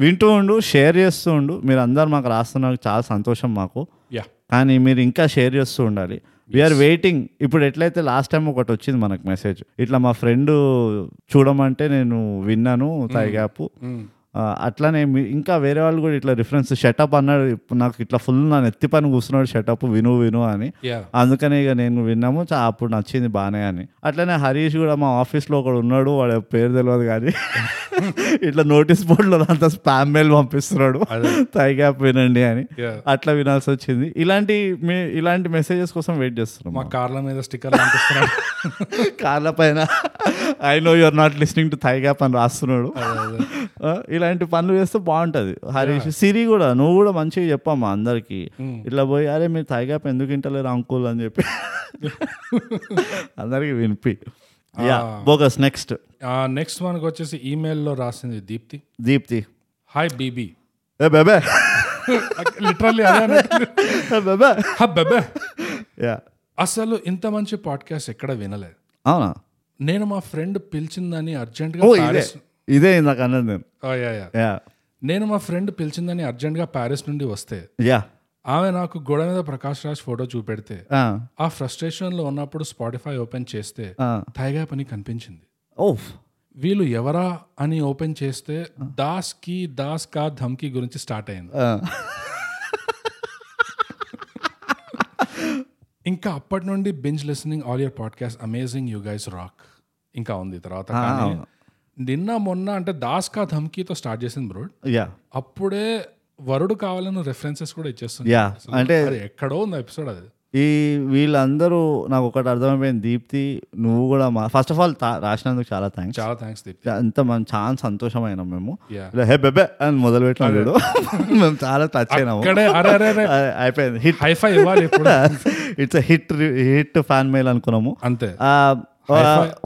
[SPEAKER 1] వింటూ ఉండు షేర్ చేస్తూ ఉండు మీరు అందరు మాకు రాస్తున్నారు చాలా సంతోషం మాకు
[SPEAKER 2] యా
[SPEAKER 1] కానీ మీరు ఇంకా షేర్ చేస్తూ ఉండాలి వీఆర్ వెయిటింగ్ ఇప్పుడు ఎట్లయితే లాస్ట్ టైం ఒకటి వచ్చింది మనకు మెసేజ్ ఇట్లా మా ఫ్రెండ్ చూడమంటే నేను విన్నాను తాయిగాపు ఆ, అట్లానే మీ- ఇంకా వేరే వాళ్ళు కూడా ఇట్లా రిఫరెన్స్ షటప్ అన్నాడు ఇప్పుడు నాకు ఇట్లా ఫుల్ నా నెత్తి పని కూర్చున్నాడు షటప్ విను విను అని
[SPEAKER 2] యా
[SPEAKER 1] అందుకనే ఇక నేను విన్నాము చా అప్పుడు నచ్చింది బాగానే అని అట్లనే హరీష్ కూడా మా ఆఫీస్లో ఒకడు ఉన్నాడు వాడి పేరు తెలియదు కానీ ఇట్లా నోటీస్ బోర్డులో అంతా స్పామ్ మెయిల్ పంపిస్తున్నాడు తైగ్యాప్ వినండి అని
[SPEAKER 2] Yeah.
[SPEAKER 1] అట్లా వినాల్సి వచ్చింది ఇలాంటి మీ ఇలాంటి మెసేజెస్ కోసం వెయిట్ చేస్తున్నాం
[SPEAKER 2] మా కార్ల మీద స్టిక్కర్ అనిపిస్తున్నాడు
[SPEAKER 1] కార్ల పైన I know you're not listening to thigh gap అని రాస్తున్నాడు ఆ, ఇలాంటి పనులు చేస్తే బాగుంటది హరీష్ సిరి కూడా నువ్వు కూడా మంచిగా చెప్పమ్మా అందరికి ఇట్లా పోయి అరే మీరు థైగ్యాప్ ఎందుకు ఇంటలేరు అంకుల్ అని చెప్పి అందరికి వినిపి యా బోగస్ నెక్స్ట్
[SPEAKER 2] నెక్స్ట్ మనకు వచ్చేసి ఈమెయిల్లో రాసింది దీప్తి
[SPEAKER 1] దీప్తి
[SPEAKER 2] హాయ్ బీబీ
[SPEAKER 1] ఏ బెబే
[SPEAKER 2] literally
[SPEAKER 1] a baby
[SPEAKER 2] baby
[SPEAKER 1] yeah
[SPEAKER 2] అసలు ఇంత మంచి పాడ్కాస్ట్ ఎక్కడ వినలేదు
[SPEAKER 1] అవునా
[SPEAKER 2] నేను మా ఫ్రెండ్ పిలిచిందని అర్జెంట్
[SPEAKER 1] ఓ
[SPEAKER 2] గా
[SPEAKER 1] ఇదే
[SPEAKER 2] ప్యారిస్
[SPEAKER 1] ఇదే ఇందాక అన్నది నేను
[SPEAKER 2] ఆ, యా, యా.
[SPEAKER 1] యా
[SPEAKER 2] Oh, నేను మా ఫ్రెండ్ పిలిచిందని అర్జెంట్ గా ప్యారిస్ నుండి వస్తే
[SPEAKER 1] యా
[SPEAKER 2] ఆమె నాకు గోడ మీద ప్రకాష్ రాజ్ ఫోటో చూపెడితే
[SPEAKER 1] ఆ,
[SPEAKER 2] ఆ ఫ్రస్ట్రేషన్ లో ఉన్నప్పుడు స్పాటిఫై ఓపెన్ చేస్తే
[SPEAKER 1] ఆ.
[SPEAKER 2] థైగా పని కనిపించింది
[SPEAKER 1] ఓఫ్
[SPEAKER 2] వీళ్ళు ఎవరా అని ఓపెన్ చేస్తే దాస్ కి దాస్ కా ధమ్కి గురించి స్టార్ట్ అయింది
[SPEAKER 1] ఆ.
[SPEAKER 2] ఇంకా అప్పటి నుండి binge listening all your podcast amazing you guys rock ఇంకా ఉంది తర్వాత కానీ నిన్న మొన్న అంటే దాస్ కా ధమ్కీతో స్టార్ట్ చేసింది బ్రోడ్
[SPEAKER 1] యా
[SPEAKER 2] అప్పుడే వరుడు కావాలని రెఫరెన్సెస్ కూడా ఇచ్చేస్తుంది
[SPEAKER 1] యా అంటే
[SPEAKER 2] అది ఎక్కడో ఉంది ఎపిసోడ్ అది
[SPEAKER 1] ఈ వీళ్ళందరూ నాకు ఒకటి అర్థమైపోయింది దీప్తి నువ్వు కూడా మా ఫస్ట్ ఆఫ్ ఆల్ రాసినందుకు చాలా థ్యాంక్స్
[SPEAKER 2] చాలా థ్యాంక్స్ దీప్తి
[SPEAKER 1] అంత మనం చాలా సంతోషమైనాం మేము
[SPEAKER 2] Yeah.
[SPEAKER 1] ఇలా హే బెబే అని మొదలు పెట్టినా చూడు మేము చాలా టచ్ అయినాము
[SPEAKER 2] అక్కడే అరే అరే అరే
[SPEAKER 1] అ- అయిపోయింది హిట్
[SPEAKER 2] హైఫై ఇవ్వాలి ఇప్పుడు
[SPEAKER 1] it's hit hit fan mail అనుకున్నాము
[SPEAKER 2] అంతే
[SPEAKER 1] ఆ, ఆ,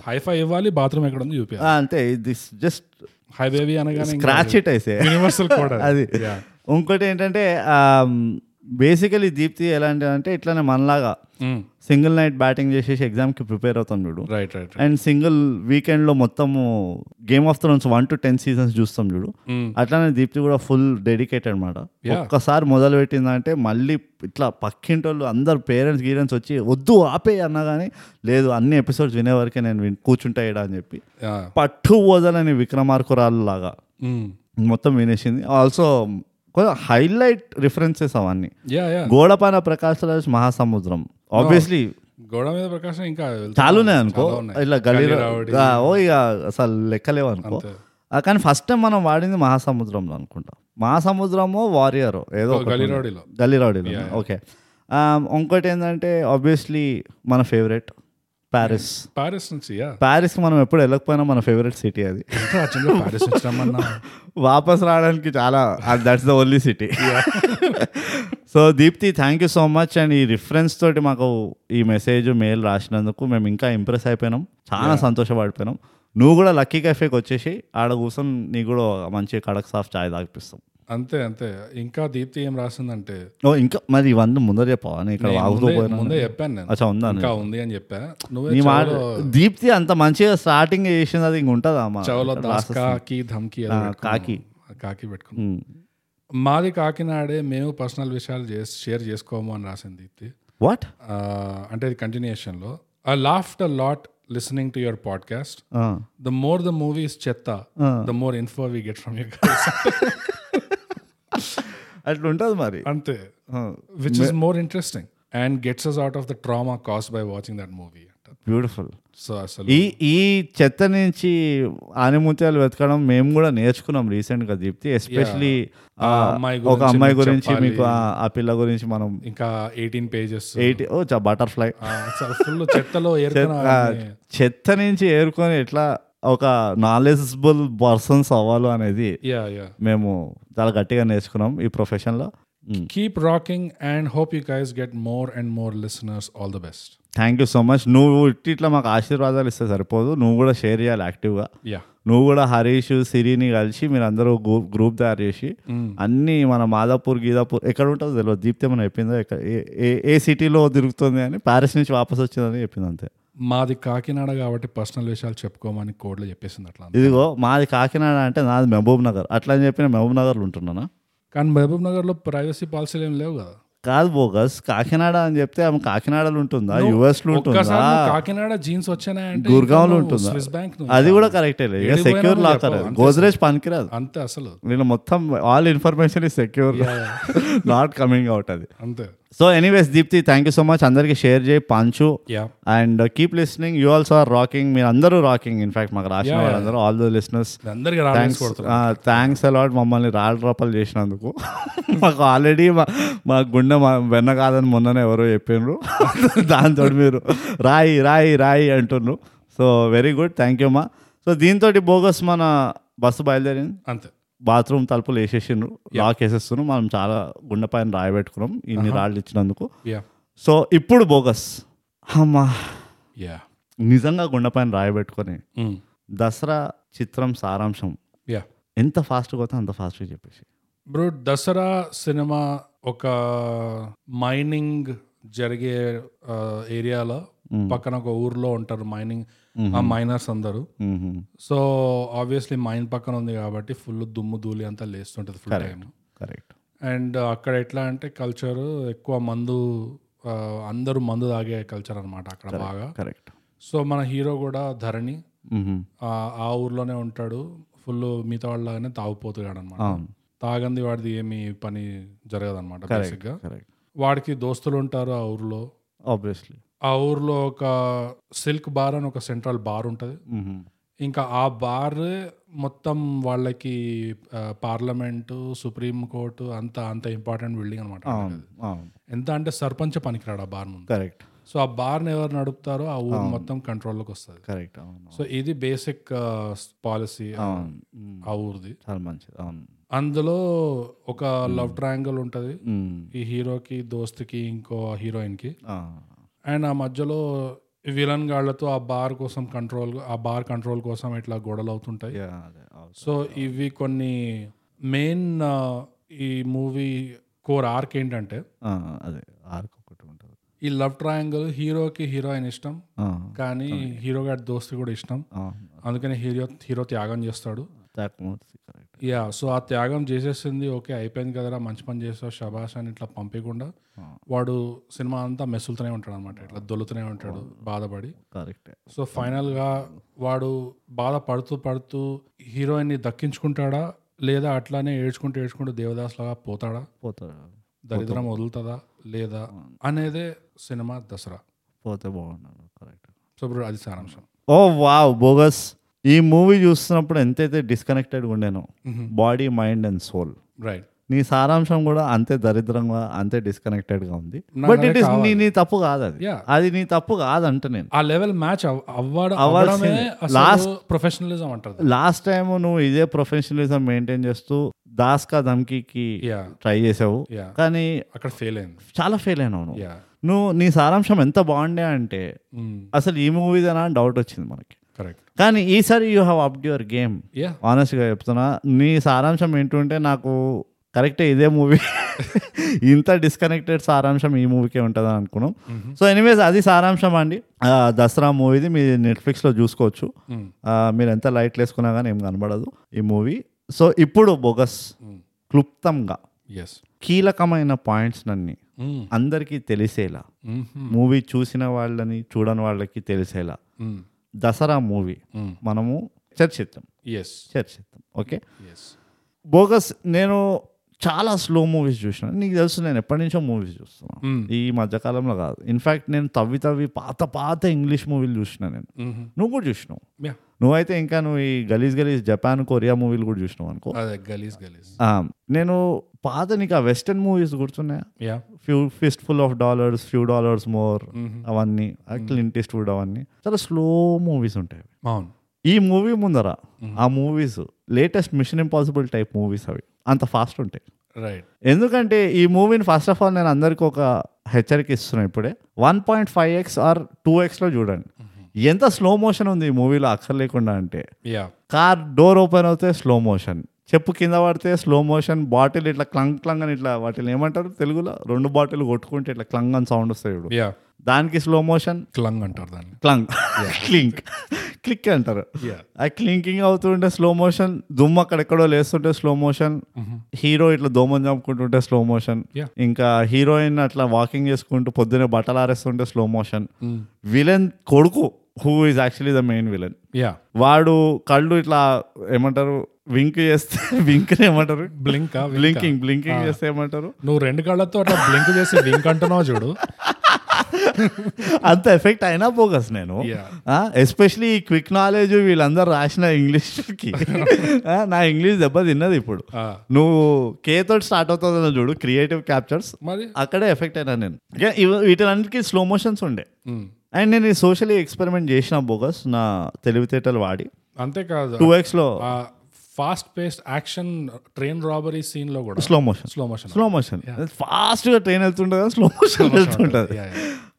[SPEAKER 2] హైఫై ఇవ్వాలి బాత్రూమ్ ఎక్కడ ఉంది చూపించాలి
[SPEAKER 1] ఆ, అంతే దిస్ జస్ట్
[SPEAKER 2] హై బేబీ అనగానే
[SPEAKER 1] స్క్రాచ్ ఇట్ అయితే
[SPEAKER 2] యూనివర్సల్ కోడ్
[SPEAKER 1] అది
[SPEAKER 2] Yeah.
[SPEAKER 1] ఇంకోటి ఏంటంటే బేసికలీ దీప్తి ఎలాంటి అంటే ఇట్లానే మనలాగా
[SPEAKER 2] Mm.
[SPEAKER 1] సింగిల్ నైట్ బ్యాటింగ్ చేసేసి ఎగ్జామ్కి ప్రిపేర్ అవుతాం చూడు
[SPEAKER 2] రైట్ రైట్
[SPEAKER 1] అండ్ సింగిల్ వీకెండ్లో మొత్తము game of Thrones one to ten seasons చూస్తాం చూడు అట్లానే దీప్తి కూడా ఫుల్ డెడికేటెడ్ అనమాట
[SPEAKER 2] Yeah.
[SPEAKER 1] ఒక్కసారి మొదలు పెట్టిందంటే మళ్ళీ ఇట్లా పక్కింటోళ్ళు అందరు పేరెంట్స్ గీరెంట్స్ వచ్చి వద్దు ఆపే అన్నా కానీ లేదు అన్ని ఎపిసోడ్స్ వినే వరకే నేను విన్- కూర్చుంటా ఈడ అని చెప్పి పట్టు వదలని విక్రమార్కురాలు లాగా
[SPEAKER 2] Mm.
[SPEAKER 1] మొత్తం వినేసింది ఆల్సో కొంచెం హైలైట్ రిఫరెన్సెస్ అవన్నీ
[SPEAKER 2] యా యా
[SPEAKER 1] గోడ పైన ప్రకాశ్ రాజ్ మహాసముద్రం ఆబ్వియస్లీ
[SPEAKER 2] గోడ మీద ప్రకాశం ఇంకా వెళ్తా.
[SPEAKER 1] చాలా ఉన్నాయి అనుకో
[SPEAKER 2] చాలా ఉన్నాయి.
[SPEAKER 1] ఇట్లా గలీ
[SPEAKER 2] గలీ రావడి.
[SPEAKER 1] ఆ, ఓ ఇక అసలు లెక్కలేవు అనుకో
[SPEAKER 2] అంతే.
[SPEAKER 1] ఆ, కానీ ఫస్ట్ టైం మనం వాడింది మహాసముద్రంలో అనుకుంటా మహాసముద్రమో వారియర్ ఏదో
[SPEAKER 2] ఓ, గలీ రోడ్లో
[SPEAKER 1] గలిరాడిలో ఓకే ఆ, ఇంకోటి ఏంటంటే ఆబ్వియస్లీ మన ఫేవరెట్ ప్యారిస్
[SPEAKER 2] పారిస్ నుంచి యా
[SPEAKER 1] ప్యారిస్కి మనం ఎప్పుడు వెళ్ళకపోయినా మన ఫేవరెట్ సిటీ అది
[SPEAKER 2] పారిస్ నుంచి రమ్మన్నా
[SPEAKER 1] వాపస్ రావడానికి చాలా that's the only city so Deepti thank you so much and ఈ రిఫరెన్స్ తోటి మాకు ఈ మెసేజ్ మెయిల్ రాసినందుకు మేము ఇంకా ఇంప్రెస్ అయిపోయినాం చాలా సంతోషపడిపోయినాం నువ్వు కూడా లక్కీ కెఫేకి వచ్చేసి ఆడ కూర్చొని నీకు కూడా ఒక మంచి కడక్ సాఫ్ చాయ్ తాగిపిస్తాం
[SPEAKER 2] అంతే అంతే ఇంకా దీప్తి ఏం రాసిందంటే
[SPEAKER 1] ఓ ఇంకా మరి ఇవన్నీ ముందర చెప్పావా నేను ఇక్కడ వాగుతూ
[SPEAKER 2] ముందే-
[SPEAKER 1] పోయినా
[SPEAKER 2] ముందే చెప్పాను నేను
[SPEAKER 1] అచ్చా ఉందా
[SPEAKER 2] ఇంకా ఉంది అని చెప్పా నువ్వే
[SPEAKER 1] నీ మాట దీప్తి అంత మంచిగా స్టార్టింగ్ చేసింది అది ఇంక ఉంటుందా అమ్మా
[SPEAKER 2] చవలో దాస్ కాకి ధమ్కి ఏదో పెట్టుకున్నాం.
[SPEAKER 1] కాకి. Hmm.
[SPEAKER 2] కాకి పెట్టుకున్నాం మాది కాకినాడే మేము పర్సనల్ విషయాలు చేసి షేర్ చేసుకోము అని రాసింది దీప్తి
[SPEAKER 1] వాట్
[SPEAKER 2] ఆ, అంటే ఇది కంటిన్యూషన్లో I laughed a lot listening to your podcast the more the movies చెత్త the more info we get from your
[SPEAKER 1] అట్లా ఉంటుంది మరి
[SPEAKER 2] అంతే
[SPEAKER 1] ఆ.
[SPEAKER 2] Which is more interesting and gets us out of the trauma cause by watching that movie అంట
[SPEAKER 1] బ్యూటిఫుల్
[SPEAKER 2] సో అసలు
[SPEAKER 1] ఈ ఈ చెత్త నుంచి ఆనిముత్యాలు వెతకడం మేము కూడా నేర్చుకున్నాం రీసెంట్ గా దీప్తి ఎస్పెషలీ
[SPEAKER 2] ఆ అమ్మాయి
[SPEAKER 1] ఒక
[SPEAKER 2] గురించి
[SPEAKER 1] అమ్మాయి
[SPEAKER 2] మీకు
[SPEAKER 1] గురించి
[SPEAKER 2] చెప్పాలి.
[SPEAKER 1] మీకు ఆ- ఆ పిల్ల గురించి మనం
[SPEAKER 2] ఇంకా ఎయిటీన్ పేజెస్
[SPEAKER 1] ఎయిటీ ఓ బటర్ఫ్లై
[SPEAKER 2] ఫుల్ చెత్తలో ఏర్పడిన
[SPEAKER 1] చెత్త నుంచి ఏరుకొని ఎట్లా ఒక నాలెడ్జబుల్ పర్సన్స్ అవ్వాలో అనేది
[SPEAKER 2] యా యా
[SPEAKER 1] మేము చాలా గట్టిగా నేర్చుకున్నాం ఈ ప్రొఫెషన్ లో
[SPEAKER 2] keep rocking and hope you guys get more and more listeners all the best
[SPEAKER 1] thank you so much నువ్వు ఇట్టి ఇట్లా మాకు ఆశీర్వాదాలు ఇస్తే సరిపోదు నువ్వు కూడా షేర్ చేయాలి యాక్టివ్గా
[SPEAKER 2] యా
[SPEAKER 1] నువ్వు కూడా హరీష్ సిరిని కలిసి మీరు అందరూ గ్రూప్ తయారు చేసి అన్ని మన మాదాపూర్ గీదాపూర్ ఎక్కడ ఉంటుందో తెలియదు దీప్తి ఏమైనా చెప్పిందో ఎక్కడ- ఏ- ఏ- ఏ సిటీలో తిరుగుతుంది అని ప్యారిస్ నుంచి వాపస్ వచ్చిందని చెప్పింది అంతే
[SPEAKER 2] మాది కాకినాడ కాబట్టి పర్సనల్ విషయాలు చెప్పుకోమని కోడ్లో చెప్పేసింది అట్లా
[SPEAKER 1] ఇదిగో మాది కాకినాడ అంటే నాది మహబూబ్ నగర్ అట్లా అని చెప్పిన మహబూబ్ నగర్లో ఉంటున్నానా
[SPEAKER 2] కానీ మహబూబ్ నగర్లో ప్రైవసీ పాలసీలు ఏం లేవు కదా
[SPEAKER 1] కాదు బోగస్ కాకినాడ అని చెప్తే ఆమె కాకినాడలో ఉంటుందా US లో ఉంటుందా
[SPEAKER 2] ఒక్కసారి నువ్వు కాకినాడ జీన్స్ వచ్చాయంటే
[SPEAKER 1] గుర్గావ్లో ఉంటుందా
[SPEAKER 2] స్విస్ బ్యాంక్
[SPEAKER 1] అది కూడా కరెక్టే ఇక
[SPEAKER 2] ఏడికి పోయినా
[SPEAKER 1] సెక్యూర్
[SPEAKER 2] నువ్వు
[SPEAKER 1] లాకర్
[SPEAKER 2] చెప్పవు, అంతే.
[SPEAKER 1] గోద్రేజ్ పనికిరాదు
[SPEAKER 2] అంతే అసలు
[SPEAKER 1] నేను మొత్తం ఆల్ ఇన్ఫర్మేషన్ ఈ సెక్యూర్ నాట్ కమింగ్ అవుట్ అది
[SPEAKER 2] అంతే
[SPEAKER 1] so anyways Deepti thank you so much అందరికీ షేర్ చేయి uh, పంచు
[SPEAKER 2] yeah
[SPEAKER 1] and keep listening you also are rocking మీరు అందరూ రాకింగ్ ఇన్ఫాక్ట్ మాకు రాసిన వాళ్ళందరూ ఆల్ ద లిస్నర్స్
[SPEAKER 2] అందరికి
[SPEAKER 1] థ్యాంక్స్
[SPEAKER 2] రాసుకోవడతారు
[SPEAKER 1] థ్యాంక్స్ అలాట్ మమ్మల్ని రాళ్ళు రపలు చేసినందుకు మాకు ఆల్రెడీ మా మా గుండె మా వెన్న కాదని మొన్ననే ఎవరో చెప్పిండ్రు దాంతో మీరు రాయి రాయి రాయి అంటుండ్రు so very good thank you మా సో దీంతో బోగస్ మన బస్సు బయలుదేరింది
[SPEAKER 2] అంతే
[SPEAKER 1] బాత్రూమ్ తలుపులు వేసేసిండ్రు లాక్ వేసేస్తున్నాం మనం చాలా గుండె పైన రాయి పెట్టుకున్నాం ఇన్ని రాళ్ళు ఇచ్చినందుకు
[SPEAKER 2] యా
[SPEAKER 1] సో ఇప్పుడు బోగస్ అమ్మా
[SPEAKER 2] యా
[SPEAKER 1] నిజంగా గుండె పైన రాయి పెట్టుకొని దసరా చిత్రం సారాంశం
[SPEAKER 2] యా
[SPEAKER 1] ఎంత ఫాస్ట్గా పోతే అంత ఫాస్ట్గా చెప్పేసి
[SPEAKER 2] బ్రో దసరా సినిమా ఒక మైనింగ్ జరిగే ఆ, ఏరియాలో పక్కన ఒక ఊర్లో ఉంటారు మైనింగ్ ఆ మైనర్స్ అందరూ సో ఆబ్వియస్లీ మైన్ పక్కన ఉంది కాబట్టి ఫుల్ దుమ్ము ధూళి అంతా లేస్తుంటుంది ఫుల్ టైం
[SPEAKER 1] కరెక్ట్
[SPEAKER 2] అండ్ అక్కడ ఎట్లా అంటే కల్చర్ ఎక్కువ మందు ఆ, అందరూ మందు తాగే కల్చర్ అనమాట అక్కడ బాగా
[SPEAKER 1] కరెక్ట్
[SPEAKER 2] సో మన హీరో కూడా ధరణి ఆ ఆ ఊర్లోనే ఉంటాడు ఫుల్ మిగతా వాళ్ళగానే తాగుపోతున్నాడు అనమాట తాగంది వాడిది ఏమి పని జరగదు అనమాట బేసిక్గా
[SPEAKER 1] కరెక్ట్
[SPEAKER 2] వాడికి దోస్తులు ఉంటారు ఆ ఊర్లో
[SPEAKER 1] ఆబ్వియస్లీ
[SPEAKER 2] ఆ ఊర్లో ఒక సిల్క్ బార్ అని ఒక సెంట్రల్ బార్ ఉంటుంది ఇంకా ఆ బార్ మొత్తం వాళ్ళకి పార్లమెంటు సుప్రీం కోర్టు అంత అంత ఇంపార్టెంట్ బిల్డింగ్ అనమాట
[SPEAKER 1] అవును అవును
[SPEAKER 2] ఎంత అంటే సర్పంచ్ పనికిరాడు ఆ బార్ ముందు
[SPEAKER 1] కరెక్ట్
[SPEAKER 2] సో ఆ బార్ని ఎవరు నడుపుతారో ఆ ఊరు మొత్తం కంట్రోల్లోకి వస్తుంది
[SPEAKER 1] కరెక్ట్ అవును
[SPEAKER 2] సో ఇది బేసిక్ పాలసీ
[SPEAKER 1] అవును మ్మ్.
[SPEAKER 2] ఆ ఊరిది
[SPEAKER 1] చాలా మంచిది అవును
[SPEAKER 2] అందులో ఒక లవ్ ట్రయాంగిల్ ఉంటుంది
[SPEAKER 1] మ్మ్.
[SPEAKER 2] ఈ హీరోకి దోస్త్కి ఇంకో హీరోయిన్కి
[SPEAKER 1] ఆ.
[SPEAKER 2] అండ్ ఆ మధ్యలో విలన్ గాళ్లతో ఆ బార్ కోసం కంట్రోల్ ఆ బార్ కంట్రోల్ కోసం ఇట్లా గొడవలు అవుతుంటాయి
[SPEAKER 1] యా, అదే, అవును.
[SPEAKER 2] సో ఇవి కొన్ని మెయిన్ ఈ మూవీ కోర్ ఆర్క్ ఏంటంటే
[SPEAKER 1] ఆ, అదే ఆర్క్ ఒకటి ఉంటుంది
[SPEAKER 2] ఈ లవ్ ట్రయాంగిల్ హీరోకి హీరోయిన్ ఇష్టం
[SPEAKER 1] ఆ,
[SPEAKER 2] కానీ హీరో గారి దోస్తు కూడా ఇష్టం
[SPEAKER 1] అవును
[SPEAKER 2] అందుకని హీరో హీరో త్యాగం చేస్తాడు
[SPEAKER 1] తాకమూర్తి కరెక్ట్
[SPEAKER 2] యా సో ఆ త్యాగం చేసేసింది ఓకే అయిపోయింది కదరా మంచి పని చేస్తావు శబాష్ అని ఇట్లా పంపించకుండా వాడు సినిమా అంతా మెసులుతూనే ఉంటాడు అనమాట ఇట్లా దొల్లుతూనే ఉంటాడు బాధపడి
[SPEAKER 1] కరెక్టే
[SPEAKER 2] సో ఫైనల్ గా వాడు బాధ పడుతూ పడుతూ హీరోయిన్ ని దక్కించుకుంటాడా లేదా అట్లానే ఏడ్చుకుంటూ ఏడ్చుకుంటూ దేవదాస్ లాగా పోతాడా
[SPEAKER 1] పోతాడు
[SPEAKER 2] దరిద్రం వదులుతుందా లేదా అనేదే సినిమా దసరా
[SPEAKER 1] పోతే బాగున్నాడు కరెక్ట్
[SPEAKER 2] సో ఇప్పుడు అది సారాంశం
[SPEAKER 1] ఓ వావ్ బోగస్ ఈ మూవీ చూస్తున్నప్పుడు ఎంతైతే డిస్కనెక్టెడ్గా ఉండేనో body mind and soul
[SPEAKER 2] right
[SPEAKER 1] నీ సారాంశం కూడా అంతే దరిద్రంగా అంతే డిస్కనెక్టెడ్గా ఉంది
[SPEAKER 2] నాకు
[SPEAKER 1] బట్ ఇట్
[SPEAKER 2] అదే
[SPEAKER 1] ఇస్ నీ నీ తప్పు కాదు అది
[SPEAKER 2] Yeah.
[SPEAKER 1] అది నీ తప్పు కాదంట నేను
[SPEAKER 2] ఆ లెవెల్ మ్యాచ్ అవ్వడం
[SPEAKER 1] అవ్వాల్సిందే.
[SPEAKER 2] లాస్ట్ ప్రొఫెషనలిజం అంటారు
[SPEAKER 1] లాస్ట్ టైం నువ్వు ఇదే ప్రొఫెషనలిజం మెయింటైన్ చేస్తూ దాస్కా ధమ్కీకి
[SPEAKER 2] యా
[SPEAKER 1] ట్రై చేసావు
[SPEAKER 2] Yeah.
[SPEAKER 1] కానీ
[SPEAKER 2] అక్కడ ఫెయిల్ అయింది
[SPEAKER 1] చాలా ఫెయిల్ అయినావు నువ్వు.
[SPEAKER 2] యా
[SPEAKER 1] నువ్వు నీ సారాంశం ఎంత బాగుండే అంటే
[SPEAKER 2] Mm,
[SPEAKER 1] అసలు ఈ మూవీదేనా అని డౌట్ వచ్చింది మనకి
[SPEAKER 2] కరెక్ట్
[SPEAKER 1] కానీ ఈసారి you have upped your game
[SPEAKER 2] yeah
[SPEAKER 1] ఆనెస్ట్గా చెప్తున్నా నీ సారాంశం ఏంటుంటే నాకు కరెక్టే ఇదే మూవీ ఇంత డిస్కనెక్టెడ్ సారాంశం ఈ మూవీకే ఉంటుందని అనుకున్నాం సో ఎనీవేస్ అది సారాంశం అండి ఆ, దసరా మూవీది మీరు నెట్ఫ్లిక్స్లో చూసుకోవచ్చు
[SPEAKER 2] Mm,
[SPEAKER 1] ఆ, మీరు ఎంత లైట్లు వేసుకున్నా కానీ ఏం కనబడదు ఈ మూవీ సో ఇప్పుడు బొగస్ క్లుప్తంగా
[SPEAKER 2] ఎస్
[SPEAKER 1] కీలకమైన పాయింట్స్ నన్ని
[SPEAKER 2] Mm,
[SPEAKER 1] అందరికీ తెలిసేలా
[SPEAKER 2] mm-hmm,
[SPEAKER 1] మూవీ చూసిన వాళ్ళని చూడని వాళ్ళకి తెలిసేలా
[SPEAKER 2] mm.
[SPEAKER 1] దసరా మూవీ మనము చర్చిద్దాం
[SPEAKER 2] ఎస్
[SPEAKER 1] చర్చిద్దాం ఓకే
[SPEAKER 2] ఎస్
[SPEAKER 1] బోగస్ నేను చాలా స్లో మూవీస్ చూసిన నీకు తెలుసు నేను ఎప్పటి నుంచో మూవీస్ చూస్తున్నాను ఈ మధ్యకాలంలో కాదు ఇన్ఫ్యాక్ట్ నేను తవ్వి తవ్వి పాత పాత ఇంగ్లీష్ మూవీలు చూసిన నేను
[SPEAKER 2] Mm-hmm.
[SPEAKER 1] నువ్వు కూడా చూసినావు
[SPEAKER 2] యా
[SPEAKER 1] నువ్వైతే ఇంకా నువ్వు ఈ గలీజ్ గలీజ్ జపాన్ కొరియా మూవీలు కూడా చూసినావు అనుకో
[SPEAKER 2] అదే గలీస్ గలీస్
[SPEAKER 1] ఆ, నేను పాత నీకు ఆ వెస్టర్న్ మూవీస్ గుర్తున్నాయా
[SPEAKER 2] yeah
[SPEAKER 1] few fist full of dollars few dollars more అవన్నీ క్లీన్ టెస్ట్ ఫుడ్ అవన్నీ చాలా స్లో మూవీస్ ఉంటాయి అవి.
[SPEAKER 2] అవును
[SPEAKER 1] ఈ మూవీ ముందర ఆ movies latest machine impossible type movies అవి అంత ఫాస్ట్ ఉంటాయి
[SPEAKER 2] రైట్
[SPEAKER 1] ఎందుకంటే ఈ మూవీని ఫస్ట్ ఆఫ్ ఆల్ నేను అందరికీ ఒక హెచ్చరిక ఇస్తున్నాను ఇప్పుడే one point five X or two ఎక్స్లో చూడండి ఎంత స్లో మోషన్ ఉంది ఈ మూవీలో అక్కర్లేకుండా అంటే
[SPEAKER 2] యా
[SPEAKER 1] కార్ డోర్ ఓపెన్ అవుతే స్లో మోషన్ చెప్పు కింద పడితే స్లో మోషన్ బాటిల్ ఇట్లా క్లంగ్ క్లంగ్ అని ఇట్లా వాటిని ఏమంటారు తెలుగులో రెండు బాటిల్ కొట్టుకుంటే ఇట్లా క్లంగ్ అని సౌండ్ వస్తాయి ఇప్పుడు
[SPEAKER 2] యా
[SPEAKER 1] దానికి స్లో మోషన్
[SPEAKER 2] క్లంగ్ అంటారు దాన్ని
[SPEAKER 1] క్లంగ్ క్లింక్ క్లిక్ అంటారు
[SPEAKER 2] యా
[SPEAKER 1] ఆ క్లింకింగ్ అవుతుంటే స్లో మోషన్ దుమ్ము అక్కడెక్కడో లేస్తుంటే స్లో మోషన్ హీరో ఇట్లా దోమం చంపుకుంటుంటే స్లో మోషన్
[SPEAKER 2] Yeah.
[SPEAKER 1] ఇంకా హీరోయిన్ అట్లా వాకింగ్ చేసుకుంటూ పొద్దునే బట్టలు ఆరేస్తుంటే స్లో మోషన్ విలన్ కొడుకు who is actually the main villain
[SPEAKER 2] yeah
[SPEAKER 1] వాడు కళ్ళు ఇట్లా ఏమంటారు వింక్ చేస్తే వింక్ ఏమంటారు
[SPEAKER 2] బ్లింక్
[SPEAKER 1] బ్లింకింగ్ బ్లింకింగ్ చేస్తే ఏమంటారు
[SPEAKER 2] నువ్వు రెండు కళ్ళతో అట్లా బ్లింక్ చేసి వింక్ అంటున్నావు చూడు
[SPEAKER 1] అంత ఎఫెక్ట్ అయినా పోగస్ నేను
[SPEAKER 2] Yeah.
[SPEAKER 1] ఎస్పెషలీ ఈ క్విక్ నాలెడ్జ్ వీళ్ళందరూ రాసిన ఇంగ్లీష్కి ఆ, నా ఇంగ్లీష్ దెబ్బ తిన్నది ఇప్పుడు
[SPEAKER 2] ఆ,
[SPEAKER 1] నువ్వు కే తోటి స్టార్ట్ అవుతుందని చూడు క్రియేటివ్ క్యాప్చర్స్
[SPEAKER 2] మరి
[SPEAKER 1] అక్కడే ఎఫెక్ట్ అయినా నేను ఇంకా ఇవి- వీటిలన్నిటికీ స్లో మోషన్స్ ఉండే
[SPEAKER 2] ఉమ్.
[SPEAKER 1] అండ్ నేను సోషలీ ఎక్స్పెరిమెంట్ చేసిన బోగస్ నా తెలివితేటలు వాడి
[SPEAKER 2] అంతేకాదు
[SPEAKER 1] టూ ఎక్స్లో
[SPEAKER 2] ఆ fast paced action train robbery scene లో కూడా
[SPEAKER 1] slow motion
[SPEAKER 2] slow motion
[SPEAKER 1] slow motion ఫాస్ట్గా ట్రైన్ వెళ్తుంటుంది స్లో మోషన్ వెళ్తుంటుంది
[SPEAKER 2] యా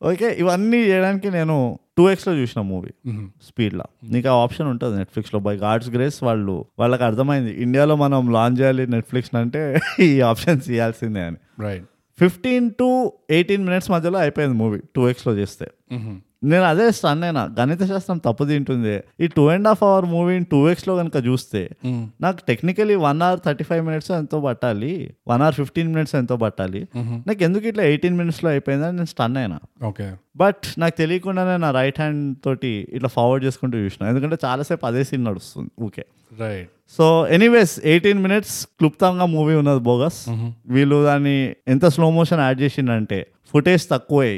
[SPEAKER 1] ఓకే ఇవన్నీ చేయడానికి నేను టూ ఎక్స్లో చూసిన మూవీ స్పీడ్లో నీకు ఆ ఆప్షన్ ఉంటుంది నెట్ఫ్లిక్స్లో బై గాడ్స్ గ్రేస్ వాళ్ళు వాళ్ళకి అర్థమైంది ఇండియాలో మనం లాంచ్ చేయాలి నెట్ఫ్లిక్స్ అంటే ఈ ఆప్షన్స్ ఇవ్వాల్సిందే అని
[SPEAKER 2] right
[SPEAKER 1] fifteen to eighteen minutes మధ్యలో అయిపోయింది మూవీ టూ ఎక్స్లో చేస్తే నేను అదే స్టన్ అయినా గణిత శాస్త్రం తప్పు తింటుంది ఈ టూ అండ్ హాఫ్ అవర్ మూవీని టూ ఎక్స్లో కనుక చూస్తే నాకు technically one hour thirty five minutes ఎంతో పట్టాలి వన్ అవర్ ఫిఫ్టీన్ మినిట్స్ ఎంతో పట్టాలి నాకు ఎందుకు ఇట్లా ఎయిటీన్ మినిట్స్లో అయిపోయిందని నేను స్టన్ అయినా
[SPEAKER 2] ఓకే
[SPEAKER 1] బట్ నాకు తెలియకుండానే నా రైట్ హ్యాండ్ తోటి ఇట్లా ఫార్వర్డ్ చేసుకుంటూ చూసిన ఎందుకంటే చాలాసేపు అదే సీన్ నడుస్తుంది okay
[SPEAKER 2] right
[SPEAKER 1] so anyways eighteen minutes క్లుప్తంగా మూవీ ఉన్నది బోగస్ వీళ్ళు దాన్ని ఎంత స్లో మోషన్ యాడ్ చేసిండంటే ఫుటేజ్ తక్కువే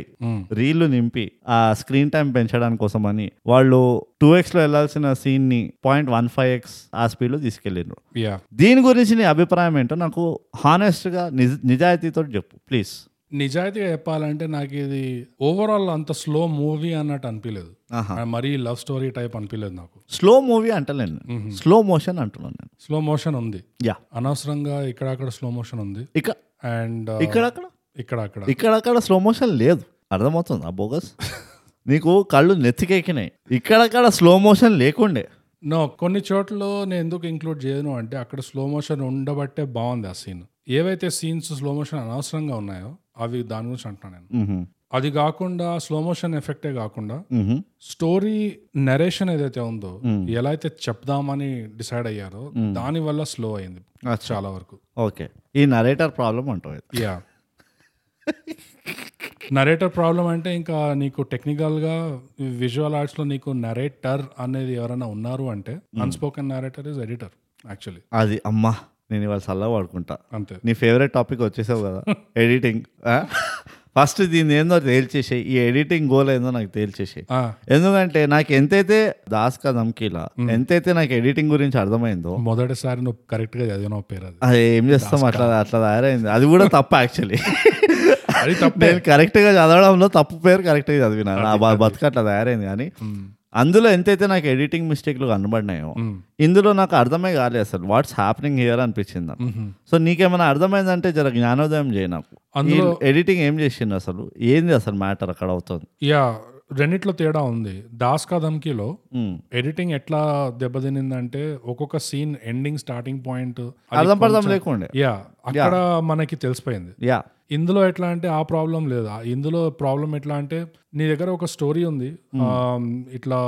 [SPEAKER 1] రీళ్లు నింపి ఆ స్క్రీన్ టైం పెంచడానికి కోసం అని వాళ్ళు టూ ఎక్స్ లో వెళ్లాల్సిన సీన్ ని పాయింట్ వన్ ఫైవ్ ఎక్స్ ఆ స్పీడ్ లో తీసుకెళ్ళిండ్రు
[SPEAKER 2] యా
[SPEAKER 1] దీని గురించి నీ అభిప్రాయం ఏంటో నాకు హానెస్ట్ గా నిజ నిజాయితీతో చెప్పు ప్లీజ్
[SPEAKER 2] నిజాయితీగా చెప్పాలంటే నాకు ఇది ఓవరాల్ అంత స్లో మూవీ అన్నట్టు అనిపించలేదు
[SPEAKER 1] ఆహా.
[SPEAKER 2] మరీ లవ్ స్టోరీ టైప్ అనిపించలేదు నాకు
[SPEAKER 1] స్లో మూవీ అంటలేను నేను స్లో మోషన్ అంటున్నాను నేను
[SPEAKER 2] స్లో మోషన్ ఉంది
[SPEAKER 1] యా
[SPEAKER 2] అనవసరంగా ఇక్కడ అక్కడ స్లో మోషన్ ఉంది
[SPEAKER 1] ఇక
[SPEAKER 2] అండ్
[SPEAKER 1] ఇక్కడక్కడ
[SPEAKER 2] ఇక్కడ అక్కడ
[SPEAKER 1] ఇక్కడక్కడ స్లో మోషన్ లేదు అర్థమవుతుంది ఆ బోగస్ నీకు కళ్ళు నెత్తికెక్కినాయి ఇక్కడక్కడ స్లో మోషన్ లేకుండే
[SPEAKER 2] నో కొన్ని చోట్ల నేను ఎందుకు ఇంక్లూడ్ చేయను అంటే అక్కడ స్లో మోషన్ ఉండబట్టే బాగుంది ఆ సీన్ ఏవైతే సీన్స్ స్లో మోషన్ అనవసరంగా ఉన్నాయో అవి దాని గురించి అంటున్నాను నేను
[SPEAKER 1] మ్హూ.
[SPEAKER 2] అది కాకుండా స్లో మోషన్ ఎఫెక్టే కాకుండా
[SPEAKER 1] మ్హూ.
[SPEAKER 2] స్టోరీ నరేషన్ ఏదైతే ఉందో ఎలా అయితే చెప్దామని డిసైడ్ అయ్యారో దాని వల్ల స్లో అయింది
[SPEAKER 1] అచ్చా
[SPEAKER 2] చాలా వరకు
[SPEAKER 1] ఓకే ఈ నరేటర్ ప్రాబ్లం అంటావు ఇది.
[SPEAKER 2] యా నరేటర్ ప్రాబ్లం అంటే ఇంకా నీకు టెక్నికల్ గా విజువల్ ఆర్ట్స్ లో నీకు నరేటర్ అనేది ఎవరైనా ఉన్నారు అంటే unspoken narrator is editor actually
[SPEAKER 1] అది అమ్మా నేను ఇవాళ సల్లా వాడుకుంటా
[SPEAKER 2] అంతే
[SPEAKER 1] నీ ఫేవరెట్ టాపిక్ వచ్చేసావు కదా ఎడిటింగ్ ఫస్ట్ దీన్ని ఏందో తేల్చేసాయి ఈ ఎడిటింగ్ గోల్ ఏందో నాకు తేల్చేసాయి
[SPEAKER 2] ఆ,
[SPEAKER 1] ఎందుకంటే నాకు ఎంతైతే దాస్ కా ధమ్కీలా ఎంతైతే నాకు ఎడిటింగ్ గురించి అర్థమైందో
[SPEAKER 2] మొదటిసారి నువ్వు కరెక్ట్ గా చదివినావు పేరు అది
[SPEAKER 1] అది ఏం చేస్తాం అట్లా అట్లా తయారైంది అది కూడా తప్ప యాక్చువల్లీ
[SPEAKER 2] అది తప్పే
[SPEAKER 1] నేను కరెక్ట్గా చదవడంలో తప్పు పేరు కరెక్ట్గా చదివినా నా బ- బతుకు అట్లా తయారైంది కానీ అందులో ఎంతైతే నాకు ఎడిటింగ్ మిస్టేక్లు కనబడినాయో ఇందులో నాకు అర్థమే కాలేదు అసలు వాట్స్ హ్యాపెనింగ్ హియర్ అనిపించింది నాకు. సో నీకేమైనా అర్థమైందంటే జర జ్ఞానోదయం చేయి నాకు
[SPEAKER 2] అందులో
[SPEAKER 1] ఎడిటింగ్ ఏం చేసింది అసలు ఏంది అసలు మ్యాటర్ అక్కడ అవుతుంది
[SPEAKER 2] యా రెండిట్లో తేడా ఉంది దాస్ కా ధమ్కీలో
[SPEAKER 1] మ్మ్.
[SPEAKER 2] ఎడిటింగ్ ఎట్లా దెబ్బతినిందంటే ఒక్కొక్క సీన్ ఎండింగ్ స్టార్టింగ్ పాయింట్
[SPEAKER 1] అర్థం పర్థం లేకుండే
[SPEAKER 2] యా అక్కడ మనకి తెలిసిపోయింది
[SPEAKER 1] యా
[SPEAKER 2] ఇందులో ఎట్లా అంటే ఆ ప్రాబ్లం లేదు ఆ- ఇందులో ప్రాబ్లం ఎట్లా అంటే నీ దగ్గర ఒక స్టోరీ ఉంది ఆ, ఇట్లా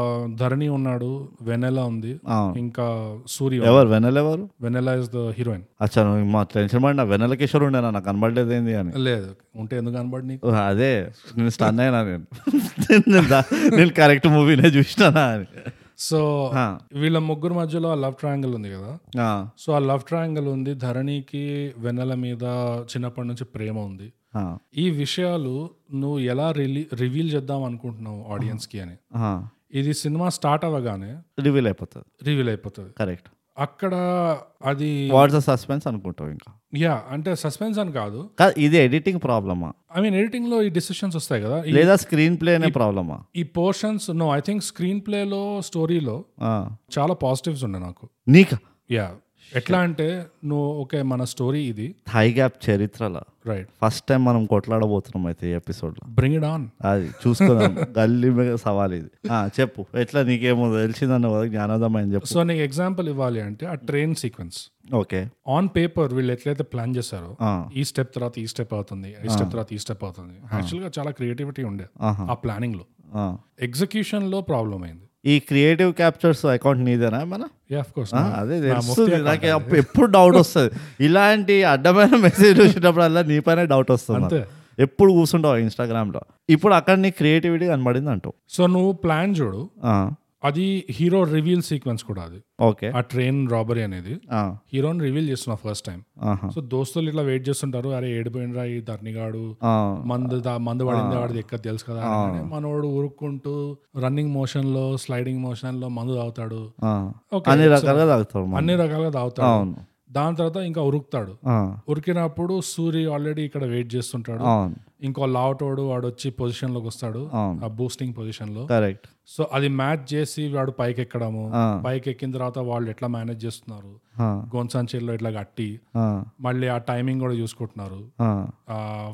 [SPEAKER 2] ధరణి ఉన్నాడు వెనెల ఉంది
[SPEAKER 1] అవును.
[SPEAKER 2] ఇంకా సూర్య ఉన్నాడు.
[SPEAKER 1] ఎవరు వెనెల ఎవరు
[SPEAKER 2] వెనెల ఇస్ ద హీరోయిన్
[SPEAKER 1] అచ్చా నువ్వు మా టెన్షన్ పడినా వెనెల కిషోర్ ఉండేనా నాకు కనబడలేదు ఏంది అని
[SPEAKER 2] లేదు ఉంటే ఎందుకు కనబడి నీకు
[SPEAKER 1] ఓ, అదే నేను స్టన్ అయినా నేను నేను దా- నేను కరెక్ట్ మూవీనే చూసినానా అని
[SPEAKER 2] సో
[SPEAKER 1] ఆ.
[SPEAKER 2] వీళ్ళ ముగ్గురు మధ్యలో ఆ లవ్ ట్రయాంగిల్ ఉంది కదా
[SPEAKER 1] ఆ,
[SPEAKER 2] సో ఆ లవ్ ట్రయాంగిల్ ఉంది ధరణికి వెన్నెల మీద చిన్నప్పటి నుంచి ప్రేమ ఉంది
[SPEAKER 1] ఆ,
[SPEAKER 2] ఈ విషయాలు నువ్వు ఎలా రిలీ రివీల్ చేద్దాం అనుకుంటున్నావు ఆడియన్స్కి అని
[SPEAKER 1] ఆ.
[SPEAKER 2] ఇది సినిమా స్టార్ట్ అవ్వగానే
[SPEAKER 1] రివీల్ అయిపోతుంది
[SPEAKER 2] రివీల్ అయిపోతుంది
[SPEAKER 1] కరెక్ట్
[SPEAKER 2] అక్కడ అది
[SPEAKER 1] వాట్స్ సస్పెన్స్ అనుకుంటావు ఇంకా
[SPEAKER 2] యా అంటే సస్పెన్స్ అని కాదు
[SPEAKER 1] కాదు ఇది ఎడిటింగ్ ప్రాబ్లమా
[SPEAKER 2] ఐ మీన్ ఎడిటింగ్ లో ఈ డిసిషన్స్ వస్తాయి కదా ఈ-
[SPEAKER 1] లేదా స్క్రీన్ ప్లే అనే ప్రాబ్లమా
[SPEAKER 2] ఈ portions no I think screen ప్లేలో స్టోరీలో చాలా పాజిటివ్స్ ఉన్నాయి నాకు
[SPEAKER 1] నీకా
[SPEAKER 2] యా ఎట్లా అంటే నువ్వు ఓకే మన స్టోరీ ఇది
[SPEAKER 1] హై గ్యాప్ చరిత్రలో
[SPEAKER 2] రైట్
[SPEAKER 1] ఫస్ట్ టైం మనం కొట్లాడబోతున్నాం అయితే ఈ ఎపిసోడ్లో
[SPEAKER 2] బ్రింగ్ ఇట్ ఆన్
[SPEAKER 1] అది చూసుకుందాం గల్లీ మీద సవాల్ ఇది ఆ, చెప్పు ఎట్లా నీకేమో తెలిసిందన్న కదా జ్ఞానోదయం అని చెప్పు
[SPEAKER 2] సో నీకు ఎగ్జాంపుల్ ఇవ్వాలి అంటే ఆ train sequence
[SPEAKER 1] okay
[SPEAKER 2] on paper వీళ్ళు ఎట్లయితే ప్లాన్ చేశారో
[SPEAKER 1] ఆ,
[SPEAKER 2] ఈ స్టెప్ తర్వాత ఈ స్టెప్ అవుతుంది ఈ స్టెప్ తర్వాత ఈ స్టెప్ అవుతుంది యాక్చువల్ గా చాలా క్రియేటివిటీ ఉండే
[SPEAKER 1] ఆహా.
[SPEAKER 2] ఆ ప్లానింగ్ లో
[SPEAKER 1] ఆ.
[SPEAKER 2] ఎగ్జిక్యూషన్ లో ప్రాబ్లం అయింది
[SPEAKER 1] ఈ క్రియేటివ్ క్యాప్చర్స్ అకౌంట్ నీదేనా మన
[SPEAKER 2] యా ఆఫ్ కోర్స్
[SPEAKER 1] ఆ, అదే తెలుస్తుంది నాకు అప్పు- ఎప్పుడు డౌట్ వస్తుంది ఇలాంటి అడ్డమైన మెసేజ్ వచ్చినప్పుడల్లా నీ పైన డౌట్ వస్తుంది నాకు.
[SPEAKER 2] అంతే
[SPEAKER 1] ఎప్పుడు కూర్చుంటావు ఇన్స్టాగ్రామ్ లో ఇప్పుడు అక్కడ నీ క్రియేటివిటీ కనబడింది అంటావు
[SPEAKER 2] సో నువ్వు ప్లాన్ చూడు
[SPEAKER 1] ఆ,
[SPEAKER 2] అది హీరో రివీల్ సీక్వెన్స్ కూడా అది
[SPEAKER 1] ఓకే
[SPEAKER 2] ఆ ట్రైన్ రాబరీ అనేది
[SPEAKER 1] ఆ,
[SPEAKER 2] హీరోని రివీల్ చేస్తున్నా ఫస్ట్ టైం
[SPEAKER 1] ఆహా.
[SPEAKER 2] సో దోస్తులు ఇట్లా వెయిట్ చేస్తుంటారు అరే ఏడిపోయినరా ఈ ధర్నిగాడు
[SPEAKER 1] ఆ,
[SPEAKER 2] మందు దా- మందు పడింది వాడిది ఎక్క తెలుసు కదా అని మనోడు ఊరుక్కుంటూ రన్నింగ్ మోషన్ లో స్లైడింగ్ మోషన్ లో మందు తాగుతాడు
[SPEAKER 1] ఆ.
[SPEAKER 2] Okay,
[SPEAKER 1] అన్ని రకాలుగా తాగుతారు మనం.
[SPEAKER 2] అన్ని రకాలుగా తాగుతాడు
[SPEAKER 1] అవును
[SPEAKER 2] దాని తర్వాత ఇంకా ఉరుకుతాడు
[SPEAKER 1] ఆ,
[SPEAKER 2] ఉరికినప్పుడు సూరి ఆల్రెడీ ఇక్కడ వెయిట్ చేస్తుంటాడు
[SPEAKER 1] అవును
[SPEAKER 2] ఇంకో లావటోడు వాడు వచ్చి పొజిషన్ లోకి వస్తాడు ఆ బూస్టింగ్ పొజిషన్ లో
[SPEAKER 1] కరెక్ట్
[SPEAKER 2] సో అది మ్యాచ్ చేసి వాడు పైకి ఎక్కడము పైకి ఎక్కిన తర్వాత వాళ్ళు ఎట్లా మేనేజ్ చేస్తున్నారు గోన్సాంచేలో ఇట్లా కట్టి మళ్ళీ ఆ టైమింగ్ కూడా చూసుకుంటున్నారు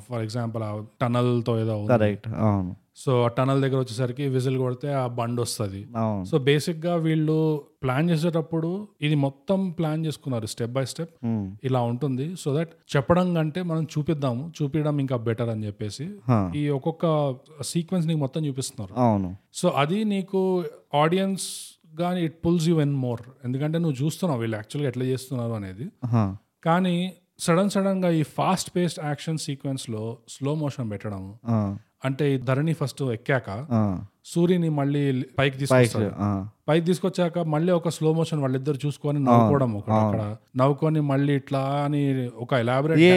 [SPEAKER 2] ఫర్ ఎగ్జాంపుల్ ఆ టనల్ తో ఏదో ఉంది.
[SPEAKER 1] కరెక్ట్ అవును
[SPEAKER 2] సో ఆ టనల్ దగ్గర వచ్చేసరికి విజిల్ కొడితే ఆ బండ్ వస్తుంది
[SPEAKER 1] అవును
[SPEAKER 2] సో బేసిక్ గా వీళ్ళు ప్లాన్ చేసేటప్పుడు ఇది మొత్తం ప్లాన్ చేసుకున్నారు స్టెప్ బై స్టెప్
[SPEAKER 1] Hmm.
[SPEAKER 2] ఇలా ఉంటుంది సో దట్ చెప్పడం కంటే మనం చూపిద్దాము చూపించడం ఇంకా బెటర్ అని చెప్పేసి
[SPEAKER 1] Huh.
[SPEAKER 2] ఈ ఒక్కొక్క సీక్వెన్స్ నీకు మొత్తం చూపిస్తున్నారు
[SPEAKER 1] అవును
[SPEAKER 2] సో అది నీకు ఆడియన్స్ కానీ it pulls you in more ఎందుకంటే నువ్వు చూస్తున్నావు వీళ్ళు యాక్చువల్గా ఎట్లా చేస్తున్నారు అనేది
[SPEAKER 1] ఆ,
[SPEAKER 2] కానీ సడన్ సడన్ గా ఈ ఫాస్ట్ పేస్డ్ యాక్షన్ సీక్వెన్స్ లో స్లో మోషన్ పెట్టడం
[SPEAKER 1] ఆ,
[SPEAKER 2] అంటే ఈ ధరణి ఫస్ట్ ఎక్కాక
[SPEAKER 1] ఆ.
[SPEAKER 2] సూర్యని మళ్ళీ పైకి తీసుకొస్తాడు
[SPEAKER 1] ఆ,
[SPEAKER 2] పైకి తీసుకొచ్చాక మళ్ళీ ఒక స్లో మోషన్ వాళ్ళిద్దరు చూసుకొని నవ్వుకోవడం ఒకటి అక్కడ నవ్వుకొని మళ్ళీ ఇట్లా అని ఒక ఎలాబరేట్
[SPEAKER 1] ఏ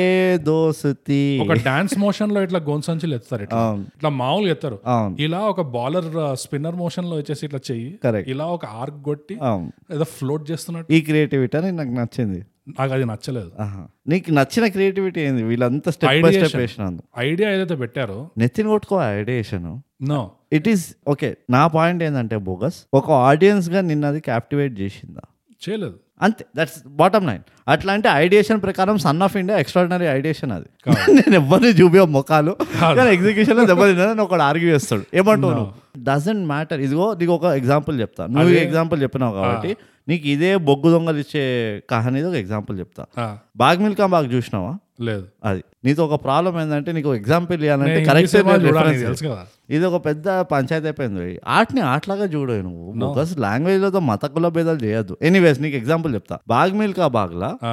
[SPEAKER 1] దోస్తి
[SPEAKER 2] ఒక డాన్స్ మోషన్ లో ఇట్లా గోన్సంచులు ఎత్తారు ఇట్లా
[SPEAKER 1] అవును.
[SPEAKER 2] ఇట్లా మామూలు ఎత్తారు
[SPEAKER 1] అవును
[SPEAKER 2] ఇలా ఒక బౌలర్ స్పిన్నర్ మోషన్ లో వచ్చేసి ఇట్లా చెయ్యి
[SPEAKER 1] Correct.
[SPEAKER 2] ఇలా ఒక ఆర్క్ కొట్టి
[SPEAKER 1] అవును
[SPEAKER 2] ఏదో ఫ్లోట్ చేస్తున్నట్టు
[SPEAKER 1] ఈ క్రియేటివిటీ అనేది నాకు నచ్చింది
[SPEAKER 2] నాకు అది నచ్చలేదు
[SPEAKER 1] ఆహా. నీకు నచ్చిన క్రియేటివిటీ ఏంది వీళ్ళంతా స్టెప్ బై స్టెప్
[SPEAKER 2] Ideation.
[SPEAKER 1] వేసినందు
[SPEAKER 2] ఐడియా ఏదైతే పెట్టారో
[SPEAKER 1] నెత్తిని కొట్టుకో ideation
[SPEAKER 2] no
[SPEAKER 1] it is okay నా పాయింట్ ఏంటంటే బోగస్ ఒక audience గా నిన్నది క్యాప్టివేట్ చేసిందా
[SPEAKER 2] చేయలేదు
[SPEAKER 1] అంతే దట్స్ బాటమ్ లైన్ అట్లా అంటే ఐడియేషన్ ప్రకారం son of India extraordinary ideation అది నేను ఎవరిని చూపియో మొఖాలు కానీ ఎగ్జిక్యూషన్ లో దెబ్బతిన్నదని ఒకడు ఆర్గ్యూ చేస్తాడు ఏమంటావు నువ్వు డజంట్ మ్యాటర్ ఇదిగో నీకు ఒక ఎగ్జాంపుల్ చెప్తా నువ్వు ఎగ్జాంపుల్ చెప్పినావు కాబట్టి నీకు ఇదే బొగ్గు దొంగలు ఇచ్చే కహానీది ఒక ఎగ్జాంపుల్ చెప్తా
[SPEAKER 2] ఆ,
[SPEAKER 1] బాగ్ మిల్కా బాగ్ చూసినావా
[SPEAKER 2] లేదు
[SPEAKER 1] అది నీతో ఒక ప్రాబ్లం ఏంటంటే నీకు ఎగ్జాంపుల్ ఇవ్వాలంటే
[SPEAKER 2] నేను
[SPEAKER 1] కరెక్ట్
[SPEAKER 2] ఇంగ్లీష్ సినిమాలు చూడాలి, తెలుసు కదా
[SPEAKER 1] ఇది ఒక పెద్ద పంచాయతీ అయిపోయింది భయ్. ఆటని ఆటలాగా చూడు నువ్వు బికాస్ లాంగ్వేజ్లతో మత కుల భేదాలు చేయొద్దు ఎనీవేస్ నీకు ఎగ్జాంపుల్ చెప్తా బాగ్ మిల్కా బాగ్లా
[SPEAKER 2] ఆ,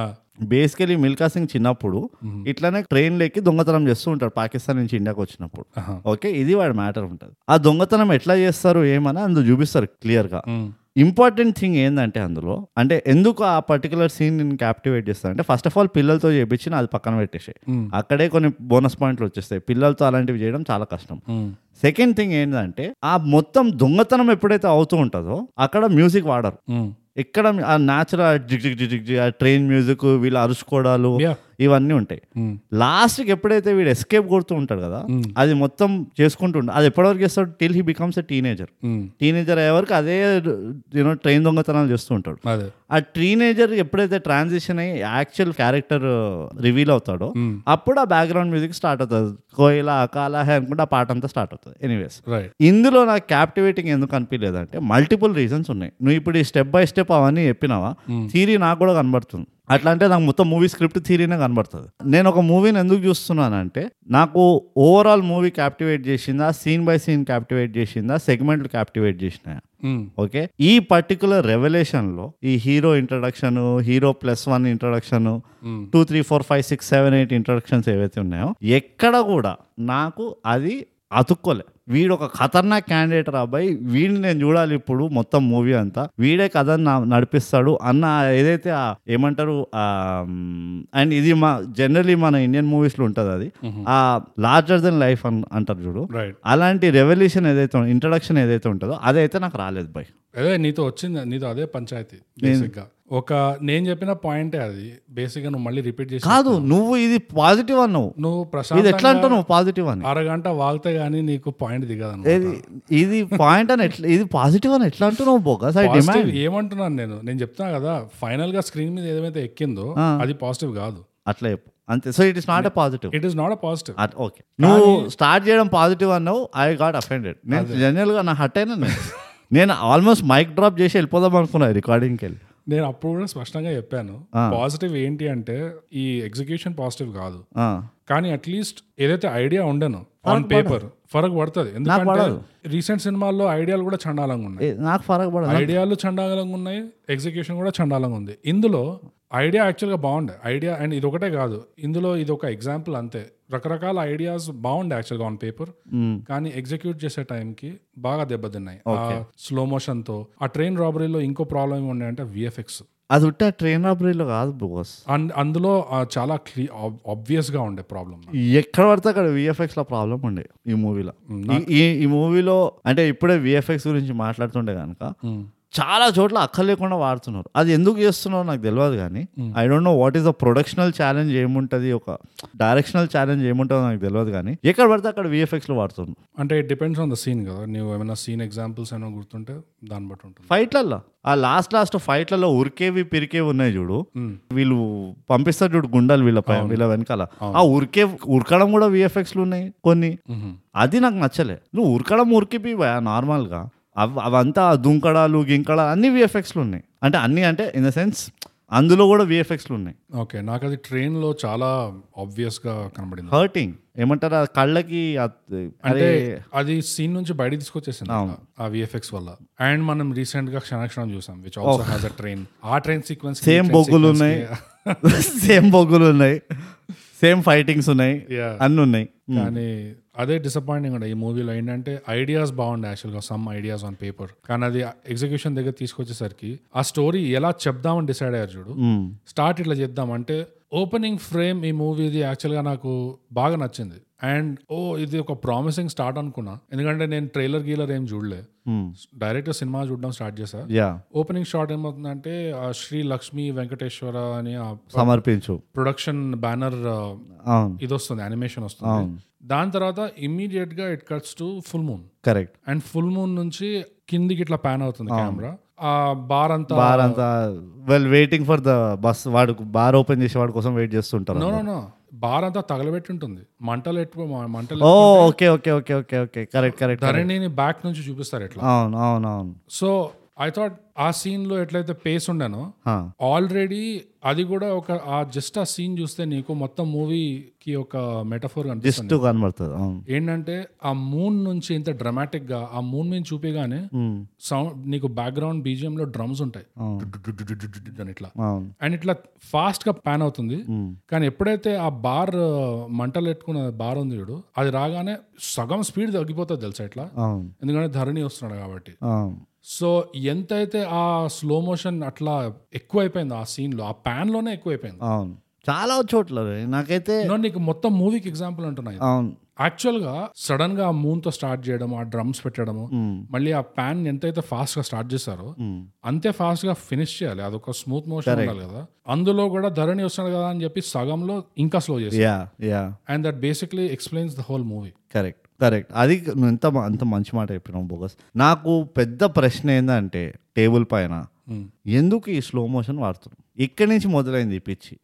[SPEAKER 1] బేసికలీ మిల్కా సింగ్ చిన్నప్పుడు ఇట్లానే ట్రైన్ లేకి దొంగతనం చేస్తూ ఉంటాడు పాకిస్తాన్ నుంచి ఇండియాకి వచ్చినప్పుడు
[SPEAKER 2] ఆహా.
[SPEAKER 1] ఓకే ఇది వాడి మ్యాటర్ ఉంటుంది ఆ దొంగతనం ఎట్లా చేస్తారు ఏమని అందులో చూపిస్తారు క్లియర్గా
[SPEAKER 2] ఉమ్,
[SPEAKER 1] ఇంపార్టెంట్ థింగ్ ఏంటంటే అందులో అంటే ఎందుకు ఆ పర్టికులర్ సీన్ నేను క్యాప్టివేట్ చేస్తాను అంటే ఫస్ట్ ఆఫ్ ఆల్ పిల్లలతో చేయించిన అది పక్కన పెట్టేసాయి
[SPEAKER 2] Hmm.
[SPEAKER 1] అక్కడే కొన్ని బోనస్ పాయింట్లు వచ్చేస్తాయి పిల్లలతో అలాంటివి చేయడం చాలా కష్టం
[SPEAKER 2] ఉమ్,
[SPEAKER 1] సెకండ్ థింగ్ ఏంటంటే ఆ మొత్తం దొంగతనం ఎప్పుడైతే అవుతూ ఉంటుందో అక్కడ మ్యూజిక్ వాడరు
[SPEAKER 2] ఉమ్.
[SPEAKER 1] ఇక్కడ ఆ న్యాచురల్ జిగ్ జిగ్ జిగ్ జిగ్ జిగ్ ఆ ట్రైన్ మ్యూజిక్ వీళ్ళు అరుచుకోవడాలు
[SPEAKER 2] Yeah.
[SPEAKER 1] ఇవన్నీ ఉంటాయి
[SPEAKER 2] ఉమ్,
[SPEAKER 1] లాస్ట్కి ఎప్పుడైతే వీడు ఎస్కేప్ కొడుతూ ఉంటాడు కదా
[SPEAKER 2] Hmm.
[SPEAKER 1] అది మొత్తం చేసుకుంటుండే అది ఎప్పటివరకు చేస్తాడు till he becomes a teenager
[SPEAKER 2] um,
[SPEAKER 1] teenager అయ్యే వరకు అదే యూనో ట్రైన్ దొంగతనాలు చేస్తూ ఉంటాడు
[SPEAKER 2] అదే
[SPEAKER 1] ఆ టీనేజర్ ఎప్పుడైతే ట్రాన్సిషన్ అయ్యి యాక్చువల్ క్యారెక్టర్ రివీల్ అవుతాడో
[SPEAKER 2] Hmm.
[SPEAKER 1] అప్పుడు ఆ బ్యాక్గ్రౌండ్ మ్యూజిక్ స్టార్ట్ అవుతుంది కోయిలా అకాలా హే అనుకుంటే ఆ పాట అంతా స్టార్ట్ అవుతుంది ఎనీవేస్
[SPEAKER 2] రైట్
[SPEAKER 1] ఇందులో నాకు క్యాప్టివేటింగ్ ఎందుకు అనిపించలేదంటే మల్టిపుల్ రీజన్స్ ఉన్నాయి నువ్వు ఇప్పుడు ఈ స్టెప్ బై స్టెప్ అవన్నీ చెప్పినావా థీరీ నాకు కూడా కనబడుతుంది అట్లా అంటే నాకు మొత్తం మూవీ స్క్రిప్ట్ థీరీనే కనబడుతుంది నేను ఒక మూవీని ఎందుకు చూస్తున్నానంటే నాకు ఓవరాల్ మూవీ క్యాప్టివేట్ చేసిందా సీన్ బై సీన్ క్యాప్టివేట్ చేసిందా సెగ్మెంట్లు క్యాప్టివేట్ చేసినాయా
[SPEAKER 2] ఉమ్,
[SPEAKER 1] ఓకే ఈ పర్టికులర్ రెవల్యూషన్లో ఈ hero introduction hero plus one introduction
[SPEAKER 2] Hmm.
[SPEAKER 1] Two three four five six seven eight introductions ఏవైతే ఉన్నాయో ఎక్కడ కూడా నాకు అది అతుక్కోలే వీడు ఒక ఖతర్నాక్ క్యాండిడేట్ రాబాయి వీడిని నేను చూడాలి ఇప్పుడు మొత్తం మూవీ అంతా వీడే కథ నా- నడిపిస్తాడు అన్న ఏదైతే ఆ ఏమంటారు అండ్ ఇది మా జనరలీ మన ఇండియన్ మూవీస్లో ఉంటుంది అది ఆ లార్జర్ దెన్ లైఫ్ అని అంటారు చూడు
[SPEAKER 2] రైట్
[SPEAKER 1] అలాంటి రెవల్యూషన్ ఏదైతే ఇంట్రడక్షన్ ఏదైతే ఉంటుందో అదైతే నాకు రాలేదు బై
[SPEAKER 2] అదే నీతో వచ్చింది నీతో అదే పంచాయతీ బేసిక్ గా ఒక నేను చెప్పిన పాయింటే అది బేసిక్ గా నువ్వు మళ్ళీ రిపీట్ చేసి
[SPEAKER 1] కాదు నువ్వు ఇది పాజిటివ్ అన్నావు
[SPEAKER 2] నువ్వు
[SPEAKER 1] ఇది ఎట్లా
[SPEAKER 2] ప్రశాంత్
[SPEAKER 1] అంటావు నువ్వు పాజిటివ్ అని
[SPEAKER 2] అరగంట వాగితే గానీ నీకు పాయింట్ దిగదను
[SPEAKER 1] ఇది ఇది పాయింట్ అని ఎట్లా ఇది పాజిటివ్ అని ఎట్లా అంటున్నావు బోగస్ ఐ డిమాండ్
[SPEAKER 2] పాజిటివ్ ఏమంటున్నాను నేను నేను చెప్తున్నా కదా ఫైనల్ గా స్క్రీన్ మీద ఏదైతే ఎక్కిందో అది పాజిటివ్ కాదు
[SPEAKER 1] అట్లా చెప్పు అంతే so it is not a positive
[SPEAKER 2] it is not a positive
[SPEAKER 1] okay నువ్వు స్టార్ట్ చేయడం పాజిటివ్ అన్నావు ఐ గాట్ అఫెండెడ్ నేను జనరల్ గా నా హట్ అయినా నేను. నేను ఆల్మోస్ట్ మైక్ డ్రాప్ చేసి వెళ్ళిపోదాం అనుకున్నా రికార్డింగ్కి వెళ్ళి
[SPEAKER 2] నేను అప్పుడు కూడా స్పష్టంగా చెప్పాను పాజిటివ్ ఏంటి అంటే ఈ ఎగ్జిక్యూషన్ పాజిటివ్ కాదు
[SPEAKER 1] ఆ,
[SPEAKER 2] కానీ అట్లీస్ట్ ఏదైతే ఐడియా ఉండను ఆన్ పేపర్ ఫరక్ పడుతుంది ఎందుకంటే రీసెంట్ సినిమాల్లో ఐడియాలు కూడా చండాలంగా ఉన్నాయి
[SPEAKER 1] ఏ, నాకు ఫరక్ పడదు
[SPEAKER 2] ఐడియాలు చండాలంగా ఉన్నాయి ఎగ్జిక్యూషన్ కూడా చండాలంగా ఉంది ఇందులో ఐడియా యాక్చువల్గా బాగుండే ఐడియా అండ్ ఇది ఒకటే కాదు ఇందులో ఇది ఒక ఎగ్జాంపుల్ అంతే రకరకాల ఐడియాస్ బాగుండే యాక్చువల్గా ఆన్ పేపర్ కానీ ఎగ్జిక్యూట్ చేసే టైంకి బాగా దెబ్బతిన్నాయి స్లో మోషన్తో ఆ ట్రైన్ రాబరీలో ఇంకో ప్రాబ్లం ఏమి అంటే విఎఫ్ఎక్స్
[SPEAKER 1] అది ఉంటే ట్రైన్ రాబరీలో కాదు బోగస్
[SPEAKER 2] అండ్ అందులో ఆ చాలా క్లీ ఆబ్వియస్గా ఉండే ప్రాబ్లం
[SPEAKER 1] ఎక్కడ పడితే అక్కడ విఎఫ్ఎక్స్ లో ప్రాబ్లం ఉండే ఈ మూవీలో ఈ ఈ మూవీలో అంటే ఇప్పుడే విఎఫ్ఎక్స్ గురించి మాట్లాడుతుండే కనుక చాలా చోట్ల అక్కర్లేకుండా వాడుతున్నారు అది ఎందుకు చేస్తున్నారో నాకు తెలియదు కానీ I don't know what is the productional challenge ఏముంటుంది ఒక డైరెక్షనల్ ఛాలెంజ్ ఏముంటుందో నాకు తెలియదు కానీ ఎక్కడ పడితే అక్కడ విఎఫ్ఎక్స్ లో వాడుతున్నారు
[SPEAKER 2] అంటే it depends on the scene కదా నువ్వు ఏమైనా సీన్ ఎగ్జాంపుల్స్ ఏమైనా గుర్తుంటే దాన్ని బట్టి ఉంటుంది
[SPEAKER 1] ఫైట్లల్లో ఆ లాస్ట్ లాస్ట్ ఫైట్లలో ఉరికేవి పిరికేవి ఉన్నాయి చూడు
[SPEAKER 2] Hmm.
[SPEAKER 1] వీళ్ళు పంపిస్తారు చూడు గుండాలు వీళ్ళపై వీళ్ళ వెనకాల ఆ ఉరికే ఉరకడం కూడా విఎఫ్ఎక్స్ లు ఉన్నాయి కొన్ని
[SPEAKER 2] Hmm.
[SPEAKER 1] అది నాకు నచ్చలే నువ్వు ఉరకడం ఉరికిపి నార్మల్ గా అవ్- అవంతా దుంకడాలు గింకడాలు అన్ని విఎఫ్ఎక్స్ లు ఉన్నాయి అంటే అన్ని అంటే ఇన్ ద సెన్స్ అందులో కూడా విఎఫ్ఎక్స్ లు ఉన్నాయి
[SPEAKER 2] ఓకే నాకు అది train లో చాలా obvious గా కనబడింది
[SPEAKER 1] హర్టింగ్ ఏమంటారు ఆ కళ్ళకి ఆ- అరే
[SPEAKER 2] అంటే అది సీన్ నుంచి బయట తీసుకొచ్చేసింది ఆ విఎఫ్ఎక్స్ వల్ల అండ్ మనం రీసెంట్ గా క్షణక్షణం చూసాం which also has a train ఆ ట్రైన్ సీక్వెన్స్
[SPEAKER 1] సేమ్ బొగ్గులు ఉన్నాయి సేమ్ బొగ్గులు ఉన్నాయి సేమ్ ఫైటింగ్స్ ఉన్నాయి
[SPEAKER 2] Yeah.
[SPEAKER 1] అన్ని ఉన్నాయి
[SPEAKER 2] కానీ ఆ అదే డిసప్పాయింటింగ్ ఉండే ఈ మూవీలో ఏంటంటే ఐడియాస్ బాగుండే యాక్చువల్గా సమ్ ఐడియాస్ ఆన్ పేపర్ కానీ అది ఎగ్జిక్యూషన్ దగ్గర తీసుకొచ్చేసరికి ఆ స్టోరీ ఎలా చెప్దామని డిసైడ్ అయ్యారు చూడు స్టార్ట్ ఇట్లా చేద్దాం అంటే ఓపెనింగ్ ఫ్రేమ్ ఈ మూవీది యాక్చువల్గా నాకు బాగా నచ్చింది అండ్ ఓ ఇది ఒక ప్రామిసింగ్ స్టార్ట్ అనుకున్నా ఎందుకంటే నేను ట్రైలర్ గీలర్ ఏం చూడలే డైరెక్ట్ సినిమా చూడడం స్టార్ట్ చేశా
[SPEAKER 1] యా
[SPEAKER 2] ఓపెనింగ్ షాట్ ఏమవుతుందంటే ఆ శ్రీ లక్ష్మీ వెంకటేశ్వర అని ఆ
[SPEAKER 1] సమర్పించు
[SPEAKER 2] ప్రొడక్షన్ బ్యానర్
[SPEAKER 1] అవును
[SPEAKER 2] ఇది వస్తుంది యానిమేషన్ వస్తుంది దాని తర్వాత ఇమ్మీడియట్ గా it cuts to full moon
[SPEAKER 1] correct
[SPEAKER 2] and full moon నుంచి కిందికి ఇట్లా ప్యాన్ అవుతుంది కెమెరా ఆ బార్ అంతా
[SPEAKER 1] బార్ అంతా well waiting for the bus వాడు బార్ ఓపెన్ చేసే వాడి కోసం వెయిట్ చేస్తుంటారు
[SPEAKER 2] నో నో నో బార్ అంతా తగలబెట్టి ఉంటుంది మంటలు ఎట్టు మంటలు
[SPEAKER 1] ఓ okay okay okay okay okay correct correct
[SPEAKER 2] ధరణిని బ్యాక్ నుంచి చూపిస్తారు ఇట్లా
[SPEAKER 1] అవును అవును అవును
[SPEAKER 2] సో ఐ థాట్ ఆ సీన్ లో ఎట్లయితే పేస్ ఉండేనో
[SPEAKER 1] హా,
[SPEAKER 2] ఆల్రెడీ అది కూడా ఒక ఆ జస్ట్ ఆ సీన్ చూస్తే నీకు మొత్తం మూవీకి ఒక మెటఫోర్ కనిపిస్తుంది
[SPEAKER 1] జస్ట్ కనబడుతుంది అవును
[SPEAKER 2] ఏంటంటే ఆ మూన్ నుంచి ఇంత డ్రమాటిక్ గా ఆ మూన్ మీద చూపిగానే
[SPEAKER 1] మ్మ్.
[SPEAKER 2] సౌండ్ నీకు బ్యాక్గ్రౌండ్ బీజిఎం లో డ్రమ్స్ ఉంటాయి
[SPEAKER 1] అవును
[SPEAKER 2] డుడుడుడుడుడుడు అని ఇట్లా
[SPEAKER 1] అవును
[SPEAKER 2] అండ్ ఇట్లా ఫాస్ట్ గా ప్యాన్ అవుతుంది
[SPEAKER 1] మ్మ్.
[SPEAKER 2] కానీ ఎప్పుడైతే ఆ బార్ ఆ, మంటలు పెట్టుకున్న బార్ ఉంది చూడు అది రాగానే సగం స్పీడ్ తగ్గిపోతుంది తెలుసా ఇట్లా
[SPEAKER 1] అవును
[SPEAKER 2] ఎందుకంటే ధరణి వస్తున్నాడు కాబట్టి
[SPEAKER 1] అవును
[SPEAKER 2] సో ఎంతైతే ఆ స్లో మోషన్ అట్లా ఎక్కువైపోయిందో ఆ సీన్ లో ఆ ప్యాన్ లోనే ఎక్కువైపోయింది
[SPEAKER 1] అవును చాలా చోట్ల రే. నాకైతే
[SPEAKER 2] నో, నీకు మొత్తం మూవీకి ఎగ్జాంపుల్ అంటున్నాయి
[SPEAKER 1] అవును
[SPEAKER 2] యాక్చువల్ గా సడన్ గా ఆ మూన్ తో స్టార్ట్ చేయడం ఆ డ్రమ్స్ పెట్టడము మళ్ళీ ఆ ప్యాన్ ఎంతైతే ఫాస్ట్ గా స్టార్ట్ చేశారో అంతే ఫాస్ట్ గా ఫినిష్ చేయాలి అదొక స్మూత్ మోషన్ ఉండాలి కదా అందులో కూడా ధరణి వస్తున్నాడు కదా అని చెప్పి సగంలో ఇంకా స్లో చేస్తారు
[SPEAKER 1] yeah yeah
[SPEAKER 2] and that basically explains the whole movie
[SPEAKER 1] correct correct అది నువ్వు ఎంత మా- అంత మంచి మాట చెప్పినావు బోగస్ నాకు పెద్ద ప్రశ్న ఏంటంటే టేబుల్ పైన ఎందుకు ఈ స్లో మోషన్ వాడుతున్నాం ఇక్కడి నుంచి మొదలైంది ఈ పిచ్చి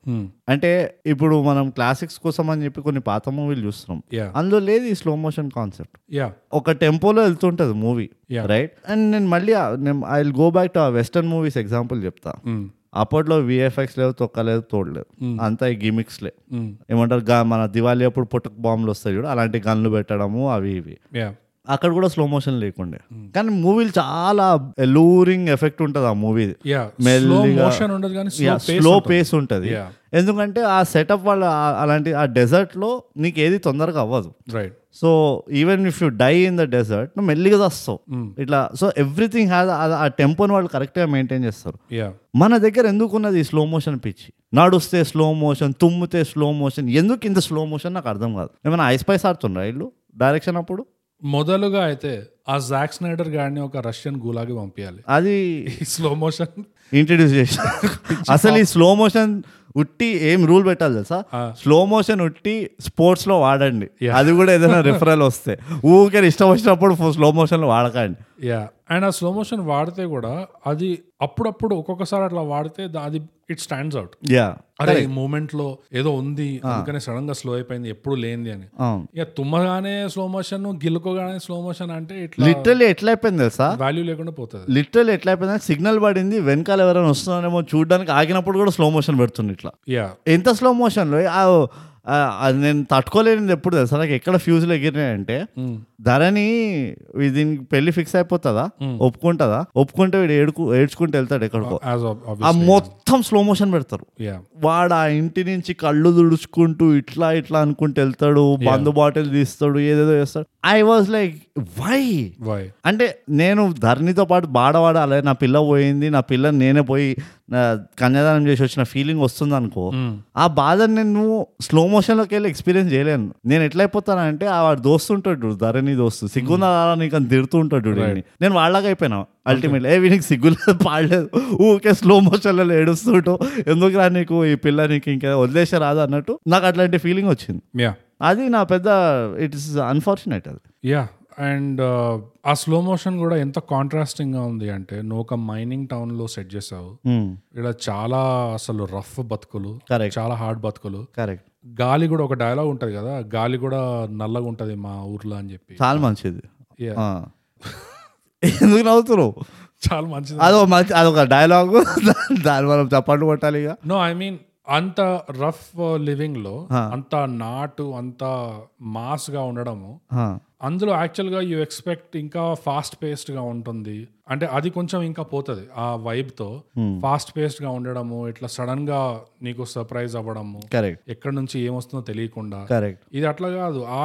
[SPEAKER 1] అంటే ఇప్పుడు మనం క్లాసిక్స్ కోసం అని చెప్పి కొన్ని పాత మూవీలు చూస్తున్నాం
[SPEAKER 2] Yeah.
[SPEAKER 1] అందులో లేదు ఈ స్లో మోషన్ కాన్సెప్ట్
[SPEAKER 2] యా
[SPEAKER 1] ఒక టెంపోలో వెళ్తుంటుంది మూవీ
[SPEAKER 2] Yeah.
[SPEAKER 1] రైట్ అండ్ నేను మళ్ళీ I go back to western movies example చెప్తా అప్పట్లో విఎఫ్ఎక్స్ లేవు తొక్కలేదు తోడలేదు
[SPEAKER 2] Hmm.
[SPEAKER 1] అంతా ఈ గిమిక్స్లే ఏమంటారు గా మన దివాళీ అప్పుడు పుట్టకు బాంబులు వస్తాయి చూడు అలాంటి గన్లు పెట్టడము అవి ఇవి
[SPEAKER 2] యా
[SPEAKER 1] అక్కడ కూడా స్లో మోషన్ లేకుండే
[SPEAKER 2] Hmm.
[SPEAKER 1] కానీ మూవీలు చాలా ఎలూరింగ్ ఎఫెక్ట్ ఉంటుంది ఆ మూవీ
[SPEAKER 2] యా స్లో
[SPEAKER 1] మెల్లిగా-
[SPEAKER 2] మోషన్ ఉండదు కానీ
[SPEAKER 1] స్లో పేస్ ఉంటుంది
[SPEAKER 2] Yeah.
[SPEAKER 1] ఎందుకంటే ఆ సెటప్ వాళ్ళ ఆ- అలాంటి ఆ డెజర్ట్లో నీకు ఏది తొందరగా అవ్వదు
[SPEAKER 2] right
[SPEAKER 1] so even if you die in the desert నువ్వు మెల్లిగా వస్తావు ఇట్లా సో ఎవ్రీథింగ్ హ్యాస్ ఆ టెంపోని వాళ్ళు కరెక్ట్గా మెయింటైన్ చేస్తారు
[SPEAKER 2] యా
[SPEAKER 1] మన దగ్గర ఎందుకున్నది స్లో మోషన్ పిచ్చి నడుస్తే స్లో మోషన్ తుమ్మితే స్లో మోషన్ ఎందుకు ఇంత స్లో మోషన్ నాకు అర్థం కాదు ఏమైనా ఐస్ పైస్ ఆడుతుండ్రా ఇల్లు డైరెక్షన్ అప్పుడు
[SPEAKER 2] మొదలుగా అయితే ఆ జాక్ స్నైడర్ గాడిని ఒక రష్యన్ గులాగి పంపించాలి
[SPEAKER 1] అది
[SPEAKER 2] ఈ స్లో మోషన్
[SPEAKER 1] ఇంట్రడ్యూస్ చేసిన అసలు ఈ స్లో మోషన్ ఉట్టి ఏం రూల్ పెట్టాలి తెలుసా స్లో మోషన్ ఉట్టి స్పోర్ట్స్ లో వాడండి అది కూడా ఏదైనా రిఫరల్ వస్తే ఊరికే ఇష్టం వచ్చినప్పుడు స్లో మోషన్ వాడకండి
[SPEAKER 2] యా అండ్ ఆ స్లో మోషన్ వాడితే కూడా అది అప్పుడప్పుడు ఒక్కొక్కసారి అట్లా వాడితే దా- అది ఇట్ స్టాండ్స్ అవుట్
[SPEAKER 1] యా
[SPEAKER 2] అరే ఈ మూమెంట్ లో ఏదో ఉంది అందుకనే సడన్ గా స్లో అయిపోయింది ఎప్పుడు లేనిది అని
[SPEAKER 1] అవును
[SPEAKER 2] ఇక తుమ్మగానే స్లో మోషన్ గిలుకోగానే స్లో మోషన్ అంటే ఇట్లా
[SPEAKER 1] లిటరల్లీ ఎట్లా అయిపోయింది తెలుసా
[SPEAKER 2] వాల్యూ లేకుండా పోతుంది
[SPEAKER 1] లిటరల్ ఎట్లా అయిపోయింది సిగ్నల్ పడింది వెనకాల ఎవరైనా వస్తున్నారేమో చూడడానికి ఆగినప్పుడు కూడా స్లో మోషన్ పెడుతుంది ఇట్లా
[SPEAKER 2] యా
[SPEAKER 1] ఎంత స్లో మోషన్లో అది నేను తట్టుకోలేనిది ఎప్పుడు తెలుసా నాకు ఎక్కడ ఫ్యూజ్లు ఎగిరినాయంటే ధరని వీ- దీనికి పెళ్లి ఫిక్స్ అయిపోతుందా ఒప్పుకుంటుందా ఒప్పుకుంటే వీడు ఏడుకు ఏడ్చుకుంటూ వెళ్తాడు ఎక్కడికో
[SPEAKER 2] యాజ్
[SPEAKER 1] ఆ మొత్తం స్లో మోషన్ పెడతారు
[SPEAKER 2] యా
[SPEAKER 1] వాడు ఆ ఇంటి నుంచి కళ్ళు దుడుచుకుంటూ ఇట్లా ఇట్లా అనుకుంటూ వెళ్తాడు బందు బాటిల్ తీస్తాడు ఏదేదో చేస్తాడు I was like why
[SPEAKER 2] why
[SPEAKER 1] అంటే నేను ధరణితో పాటు బాడవాడ అలా నా పిల్ల పోయింది నా పిల్ల నేనే పోయి నా కన్యాదానం చేసి వచ్చిన ఫీలింగ్ వస్తుంది అనుకో ఆ బాధను నేను స్లో మోషన్లోకి వెళ్ళి ఎక్స్పీరియన్స్ చేయలేను నేను ఎట్లా అయిపోతానంటే ఆ వాడు దోస్తు ఉంటాడు చూడు ధరణి దోస్తు సిగ్గుందా నీకు అని తిడుతూ ఉంటాడు చూడు వీడిని. నేను వాళ్ళగా అయిపోయినా అల్టిమేట్లీ ఏ వీనికి సిగ్గులేదు పాడలేదు ఊకే స్లో మోషన్లో ఏడుస్తుంటూ ఎందుకు రా నీకు ఈ పిల్ల నీకు ఇంకా వదిలేసే రాదు అన్నట్టు నాకు అట్లాంటి ఫీలింగ్ వచ్చింది
[SPEAKER 2] యా
[SPEAKER 1] అది నా పెద్ద ఇట్ ఇస్ అన్ఫార్చునేట్ అది
[SPEAKER 2] యా అండ్ uh, ఆ స్లో మోషన్ కూడా ఎంత కాంట్రాస్టింగ్ గా ఉంది అంటే నువ్వు ఒక మైనింగ్ టౌన్ లో సెట్ చేసావు ఇక్కడ చాలా అసలు రఫ్ బతుకులు
[SPEAKER 1] Correct.
[SPEAKER 2] చాలా హార్డ్ బతుకులు
[SPEAKER 1] కరెక్ట్
[SPEAKER 2] గాలి కూడా ఒక డైలాగ్ ఉంటది కదా గాలి కూడా నల్లగా ఉంటది మా ఊర్లో అని చెప్పి
[SPEAKER 1] చాలా మంచిది
[SPEAKER 2] Yeah.
[SPEAKER 1] ఆ. ఎందుకు నవ్వుతున్నావు
[SPEAKER 2] చాలా మంచిది
[SPEAKER 1] అదొక మంచి అదొక డైలాగ్ దాన్ని మనం చప్పట్లు కొట్టాలి ఇక
[SPEAKER 2] నో ఐ మీన్ అంత రఫ్ లివింగ్ లో అంత నాటు అంత మాస్ గా ఉండడము
[SPEAKER 1] ఆ,
[SPEAKER 2] అందులో యాక్చువల్గా యూ ఎక్స్పెక్ట్ ఇంకా ఫాస్ట్ పేస్డ్ గా ఉంటుంది అంటే అది కొంచెం ఇంకా పోతుంది ఆ వైబ్ తో ఫాస్ట్ పేస్డ్ గా ఉండడము ఇట్లా సడన్ గా నీకు సర్ప్రైజ్ అవ్వడము
[SPEAKER 1] కరెక్ట్
[SPEAKER 2] ఎక్కడి నుంచి ఏమొస్తుందో తెలియకుండా
[SPEAKER 1] కరెక్ట్
[SPEAKER 2] ఇది అట్లా కాదు ఆ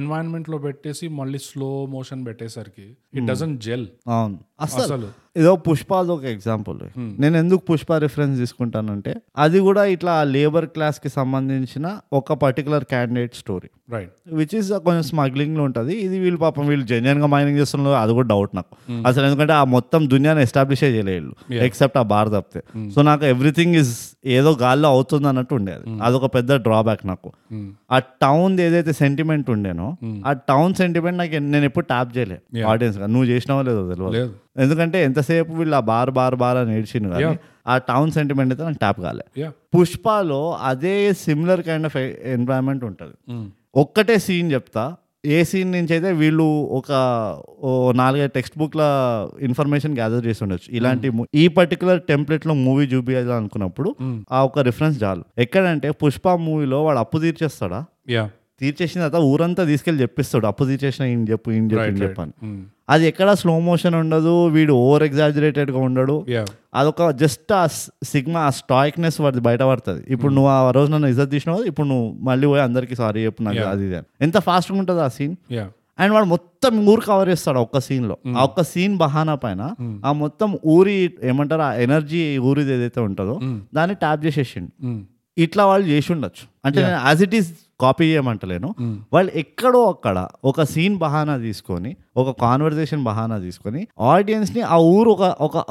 [SPEAKER 2] ఎన్వైరన్మెంట్ లో పెట్టేసి మళ్ళీ స్లో మోషన్ పెట్టేసరికి ఇట్ డజన్ జెల్
[SPEAKER 1] అవును అసలు
[SPEAKER 2] అసలు
[SPEAKER 1] ఏదో పుష్పాది ఒక ఎగ్జాంపుల్ నేను ఎందుకు పుష్ప రిఫరెన్స్ తీసుకుంటానంటే అది కూడా ఇట్లా లేబర్ క్లాస్కి సంబంధించిన ఒక particular candidate story
[SPEAKER 2] right
[SPEAKER 1] which is కొంచెం స్మగ్లింగ్లో ఉంటుంది ఇది వీళ్ళు పాపం వీళ్ళు జెన్యున్గా మైనింగ్ చేస్తున్నారు అది కూడా డౌట్ నాకు అసలు ఎందుకంటే ఆ మొత్తం దునియాని ఎస్టాబ్లిష్ చేయలేదు ఎక్సెప్ట్ ఆ బార్ తప్పితే సో నాకు ఎవ్రీథింగ్ ఇస్ ఏదో గాల్లో అవుతుంది అన్నట్టు ఉండేది అదొక పెద్ద డ్రాబ్యాక్ నాకు ఆ టౌన్ ఏదైతే సెంటిమెంట్ ఉండేనో ఆ టౌన్ సెంటిమెంట్ నాకు ఎన్- నేను ఎప్పుడు ట్యాప్ చేయలేదు ఆడియన్స్ గా నువ్వు చేసినావో లేదో తెలియదు
[SPEAKER 2] లేదు
[SPEAKER 1] ఎందుకంటే ఎంతసేపు వీళ్ళు ఆ బార్ బార్ బార్ అని ఏడ్చిండు కానీ ఆ టౌన్ సెంటిమెంట్ అయితే నాకు ట్యాప్ కాలే
[SPEAKER 2] యా
[SPEAKER 1] పుష్పలో అదే సిమిలర్ కైండ్ ఆఫ్ ఎన్వైరన్మెంట్ ఉంటుంది
[SPEAKER 2] Hmm.
[SPEAKER 1] ఒక్కటే సీన్ చెప్తా ఏ సీన్ నుంచి అయితే వీళ్ళు ఒక ఓ నాలుగైదు టెక్స్ట్ బుక్ల ఇన్ఫర్మేషన్ గ్యాదర్ చేసి ఉండొచ్చు ఇలాంటి mo- ఈ పర్టికులర్ టెంప్లెట్లో మూవీ చూపించాలనుకున్నప్పుడు ఆ ఒక రిఫరెన్స్ చాలు ఎక్కడంటే పుష్ప మూవీలో వాడు అప్పు తీర్చేస్తాడా
[SPEAKER 2] యా
[SPEAKER 1] తీర్చేసిన తర్వాత ఊరంతా తీసుకెళ్ళి చెప్పిస్తాడు అప్పు తీర్చేసిన ఈయన చెప్పు ఈయన చెప్పు ఈయన చెప్పు అని
[SPEAKER 2] మ్.
[SPEAKER 1] అది ఎక్కడ స్లో మోషన్ ఉండదు వీడు ఓవర్ ఎగ్జాజరేటెడ్గా ఉండడు
[SPEAKER 2] యా
[SPEAKER 1] అదొక జస్ట్ ఆ సిగ్మా ఆ స్టాయిక్నెస్ వాడి బయట పడుతుంది ఇప్పుడు నువ్వు ఆ రోజు నన్ను ఇజ్జత్ తీసినావు ఇప్పుడు నువ్వు మళ్ళీ పోయి అందరికీ సారీ చెప్పు నాకు అది ఇది అని ఎంత ఫాస్ట్గా ఉంటుంది ఆ సీన్
[SPEAKER 2] యా
[SPEAKER 1] అండ్ వాడు మొత్తం ఊరు కవర్ చేస్తాడు ఆ ఒక్క సీన్లో ఆ ఒక్క సీన్ బహానా పైన ఆ మొత్తం ఊరి ఏమంటారు ఆ ఎనర్జీ ఊరిది ఏదైతే ఉంటుందో దాన్ని ట్యాప్ చేసేసిండు
[SPEAKER 2] మ్.
[SPEAKER 1] ఇట్లా వాళ్ళు చేసి ఉండొచ్చు అంటే నేను యాజ్ ఇట్ ఈస్ కాపీ చేయమంటలేను వాళ్ళు ఎక్కడో అక్కడ ఒక సీన్ బహానా తీసుకొని ఒక కాన్వర్జేషన్ బహానా తీసుకొని ఆడియన్స్ని ఆ ఊరు ఒక ఒక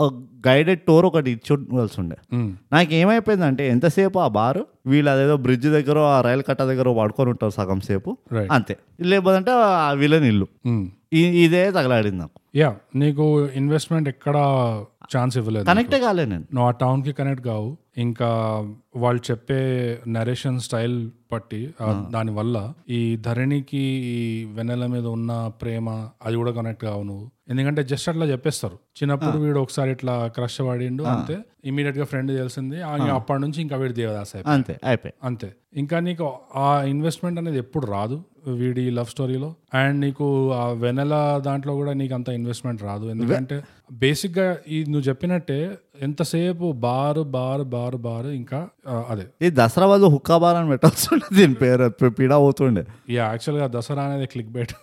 [SPEAKER 1] గైడెడ్ టూర్ ఒకటి ఇచ్చి ఉండవలసి ఉండే
[SPEAKER 2] మ్.
[SPEAKER 1] నాకు ఏమైపోయిందంటే ఎంతసేపు ఆ బారు వీళ్ళు అదేదో బ్రిడ్జ్ దగ్గర ఆ రైలు కట్ట దగ్గర పడుకొని ఉంటారు సగం సేపు
[SPEAKER 2] Right.
[SPEAKER 1] అంతే లేకపోతే ఆ వీళ్ళని ఇల్లు
[SPEAKER 2] మ్.
[SPEAKER 1] ఇ- ఇదే తగలాడింది నాకు
[SPEAKER 2] యా Hmm. నీకు ఇన్వెస్ట్మెంట్ ఎక్కడ ఛాన్స్ ఇవ్వలేదు
[SPEAKER 1] కనెక్టే కాలే నేను
[SPEAKER 2] నువ్వు ఆ టౌన్కి కనెక్ట్ కావు ఇంకా వాళ్ళు చెప్పే నరేషన్ స్టైల్ బట్టి ఆ దానివల్ల ఈ ధరణికి ఈ వెన్నెల మీద ఉన్న ప్రేమ అది కూడా కనెక్ట్ కావు నువ్వు ఎందుకంటే జస్ట్ అట్లా చెప్పేస్తారు చిన్నప్పుడు వీడు ఒకసారి ఇట్లా క్రష్ పడిండు అంతే ఇమీడియట్ గా ఫ్రెండ్ తెలిసింది ఆ ఇంకా అప్పటి నుంచి ఇంకా వీడు దేవదాస్ అయిపోయాడు.
[SPEAKER 1] అంతే అయిపోయి
[SPEAKER 2] అంతే ఇంకా నీకు ఆ ఇన్వెస్ట్మెంట్ అనేది ఎప్పుడు రాదు వీడి లవ్ స్టోరీలో అండ్ నీకు ఆ వెనెల దాంట్లో కూడా నీకు అంత ఇన్వెస్ట్మెంట్ రాదు ఎందుకంటే బేసిక్ గా ఈ నువ్వు చెప్పినట్టే ఎంతసేపు బారు బారు బారు బారు ఇంకా ఆ, అదే
[SPEAKER 1] ఈ దసరా వాళ్ళు హుక్కాబార్ అని పెట్టాల్సి ఉండే దీని పేరు పీడా పోతుండే
[SPEAKER 2] యా యాక్చువల్ గా దసరా అనేది క్లిక్ బెట్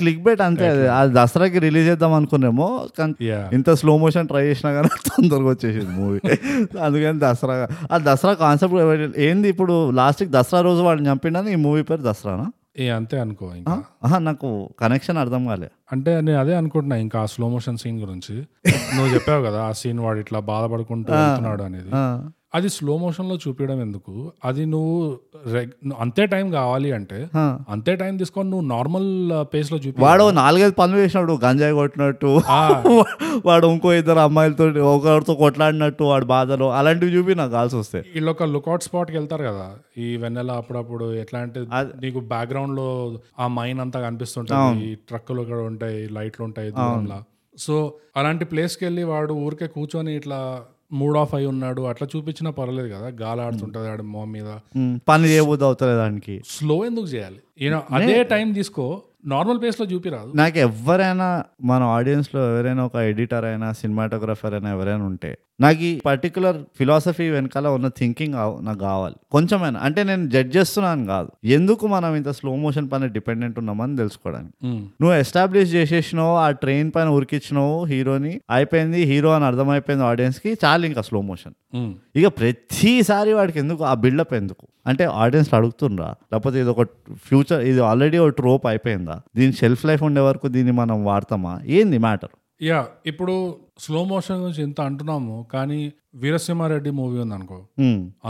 [SPEAKER 1] క్లిక్ బెట్ అంతే అది ఆ దసరాకి రిలీజ్ చేద్దాం అనుకున్నామో కానీ
[SPEAKER 2] యా
[SPEAKER 1] ఇంత స్లో మోషన్ ట్రై చేసినా కానీ తొందరగా వచ్చేసింది మూవీ అందుకని దసరా ఆ దసరా కాన్సెప్ట్ ఏంది ఇప్పుడు లాస్ట్కి దసరా రోజు వాడిని చంపిండని ఈ మూవీ పేరు దసరానా
[SPEAKER 2] ఏ అంతే అనుకో ఇంకా
[SPEAKER 1] ఆహా, నాకు కనెక్షన్ అర్థం కాలే
[SPEAKER 2] అంటే నేను అదే అనుకుంటున్నా ఇంకా ఆ స్లో మోషన్ సీన్ గురించి నువ్వు చెప్పావు కదా ఆ సీన్ వాడు ఇట్లా బాధపడుకుంటూ వెళ్తున్నాడు అనేది
[SPEAKER 1] ఆ,
[SPEAKER 2] అది స్లో మోషన్ లో చూపించడం ఎందుకు అది నువ్వు రెగ్- నువ్వు అంతే టైం కావాలి అంటే
[SPEAKER 1] ఆ.
[SPEAKER 2] అంతే టైం తీసుకొని నువ్వు నార్మల్ పేస్ లో చూపి
[SPEAKER 1] వాడు నాలుగైదు పనులు చేసినాడు గంజాయి కొట్టినట్టు వాడు ఇంకో ఇద్దరు అమ్మాయిలతో ఒకరితో కొట్లాడినట్టు వాడు బాధలు అలాంటివి చూపి నాకు కాల్సి వస్తాయి
[SPEAKER 2] వీళ్ళు ఒక లుకౌట్ స్పాట్ కి వెళ్తారు కదా ఈ వెన్నెల అప్పుడప్పుడు ఎట్లా అంటే నీకు బ్యాక్గ్రౌండ్ లో ఆ మైన్ అంతా కనిపిస్తుంటుంది ఈ ట్రక్కులు ఇక్కడ ఉంటాయి లైట్లు ఉంటాయి దూరంలో సో అలాంటి ప్లేస్ కి వెళ్ళి వాడు ఊరికే కూర్చొని ఇట్లా మూడ్ ఆఫ్ అయి ఉన్నాడు అట్లా చూపించినా పర్లేదు కదా గాలి ఆడుతుంటది ఆడి మొహం మీద
[SPEAKER 1] ఉమ్, పని చేయబోద్దు అవుతలే దానికి
[SPEAKER 2] స్లో ఎందుకు చేయాలి ఈయన అదే టైం తీసుకో నార్మల్ పేస్ లో చూపిరాదు
[SPEAKER 1] నాకు ఎవరైనా మన audience లో ఎవరైనా ఒక ఎడిటర్ అయినా సినిమాటోగ్రఫర్ అయినా ఎవరైనా ఉంటే నాకు ఈ పర్టికులర్ ఫిలాసఫీ వెనకాల ఉన్న థింకింగ్ నాకు కావాలి కొంచెమైనా అంటే నేను జడ్జ్ చేస్తున్నాను కాదు ఎందుకు మనం ఇంత స్లో మోషన్ పైన డిపెండెంట్ ఉన్నామని తెలుసుకోవడానికి నువ్వు ఎస్టాబ్లిష్ చేసేసినావు ఆ ట్రైన్ పైన ఉరికిచ్చినావు హీరోని అయిపోయింది హీరో అని అర్థమైపోయింది audience కి చాలు ఇంకా స్లో మోషన్ ఇక ప్రతిసారి వాడికి ఎందుకు ఆ బిల్డప్ ఎందుకు అంటే ఆడియన్స్ అడుగుతుండ్రా లేకపోతే ఇది ఒక ఫ్యూచర్ ఇది ఆల్రెడీ ఒక ట్రోప్ అయిపోయిందా దీని షెల్ఫ్ లైఫ్ ఉండే వరకు దీన్ని మనం వాడతామా ఏంది మ్యాటర్
[SPEAKER 2] యా ఇప్పుడు స్లో మోషన్ గురించి ఎంత అంటున్నాము కానీ వీరసింహారెడ్డి మూవీ ఉంది అనుకో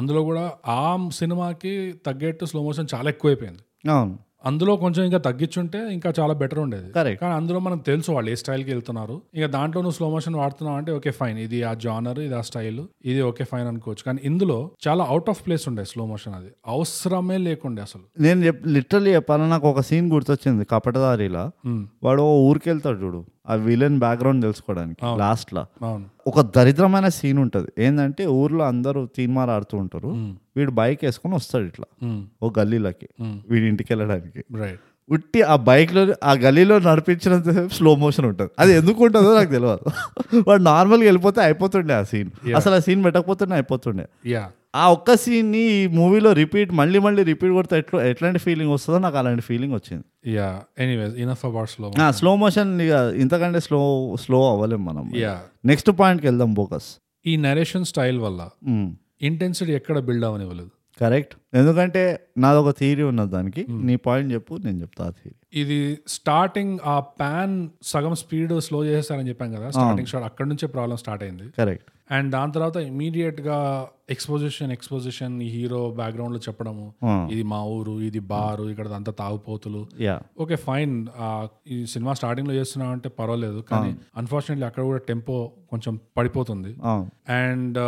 [SPEAKER 2] అందులో కూడా ఆ సినిమాకి తగ్గట్టు స్లో మోషన్ చాలా ఎక్కువైపోయింది
[SPEAKER 1] అవును
[SPEAKER 2] అందులో కొంచెం ఇంకా తగ్గించుంటే ఇంకా చాలా బెటర్ ఉండేది
[SPEAKER 1] Correct.
[SPEAKER 2] కానీ అందులో మనకు తెలుసు వాళ్ళు ఏ స్టైల్కి వెళ్తున్నారు ఇక దాంట్లో నువ్వు స్లో మోషన్ వాడుతున్నావు అంటే ఓకే ఫైన్ ఇది ఆ జానర్ ఇది ఆ స్టైల్ ఇది ఓకే ఫైన్ అనుకోవచ్చు కానీ ఇందులో చాలా అవుట్ ఆఫ్ ప్లేస్ ఉండే స్లో మోషన్ అది అవసరమే లేకుండే అసలు
[SPEAKER 1] నేను చెప్ లిటరలీ చెప్పాలా నాకు ఒక సీన్ గుర్తొచ్చింది కపటదారిలా
[SPEAKER 2] మ్మ్.
[SPEAKER 1] వాడు ఓ ఊరికి వెళ్తాడు చూడు ఆ విలన్ బ్యాక్గ్రౌండ్ తెలుసుకోవడానికి లాస్ట్లో
[SPEAKER 2] అవును
[SPEAKER 1] ఒక దరిద్రమైన సీన్ ఉంటుంది ఏంటంటే ఊర్లో అందరూ తీన్మార్ ఆడుతూ ఉంటారు వీడు బైక్ వేసుకొని వస్తాడు ఇట్లా
[SPEAKER 2] మ్మ్.
[SPEAKER 1] ఓ గల్లీలకి
[SPEAKER 2] Hmm.
[SPEAKER 1] వీడి ఇంటికి వెళ్ళడానికి
[SPEAKER 2] రైట్
[SPEAKER 1] ఉట్టి ఆ బైక్లో ఆ గలీలో నడిపించినంత స్లో మోషన్ ఉంటుంది అది ఎందుకు ఉంటుందో నాకు తెలియదు వాడు నార్మల్గా వెళ్ళిపోతే అయిపోతుండే ఆ సీన్ అసలు ఆ సీన్ పెట్టకపోతుండే అయిపోతుండే
[SPEAKER 2] యా
[SPEAKER 1] ఆ ఒక్క సీన్ని ఈ మూవీలో రిపీట్ మళ్ళీ మళ్ళీ రిపీట్ కొడితే ఎట్లా ఎట్లాంటి ఫీలింగ్ వస్తుందో నాకు అలాంటి ఫీలింగ్ వచ్చింది
[SPEAKER 2] yeah anyways enough about slow
[SPEAKER 1] slow motion ఇక ఇంతకంటే స్లో స్లో అవ్వలేం మనం
[SPEAKER 2] యా
[SPEAKER 1] నెక్స్ట్ పాయింట్కి వెళ్దాం బోకస్
[SPEAKER 2] ఈ నరేషన్ స్టైల్ వల్ల ఇంటెన్సిటీ ఎక్కడ బిల్డ్ అవ్వనివ్వలేదు
[SPEAKER 1] కరెక్ట్ ఎందుకంటే నాదొక థియరీ ఉన్నది దానికి నీ పాయింట్ చెప్పు నేను చెప్తా ఆ థియరీ
[SPEAKER 2] ఇది స్టార్టింగ్ ఆ ప్యాన్ సగం స్పీడ్ స్లో చేసేస్తారని చెప్పాం కదా స్టార్టింగ్ షాట్ అక్కడ నుంచే ప్రాబ్లం స్టార్ట్ అయింది
[SPEAKER 1] కరెక్ట్
[SPEAKER 2] అండ్ దాని తర్వాత ఇమీడియట్ గా ఎక్స్పోజిషన్ ఎక్స్పోజిషన్ ఈ హీరో బ్యాక్గ్రౌండ్ లో చెప్పడము ఇది మా ఊరు ఇది బారు ఇక్కడ అంతా తాగుపోతులు
[SPEAKER 1] యా
[SPEAKER 2] ఓకే ఫైన్ ఈ సినిమా స్టార్టింగ్ లో చేస్తున్నాం అంటే పర్వాలేదు కానీ అన్ఫార్చునేట్లీ అక్కడ కూడా టెంపో కొంచెం పడిపోతుంది
[SPEAKER 1] అవును
[SPEAKER 2] అండ్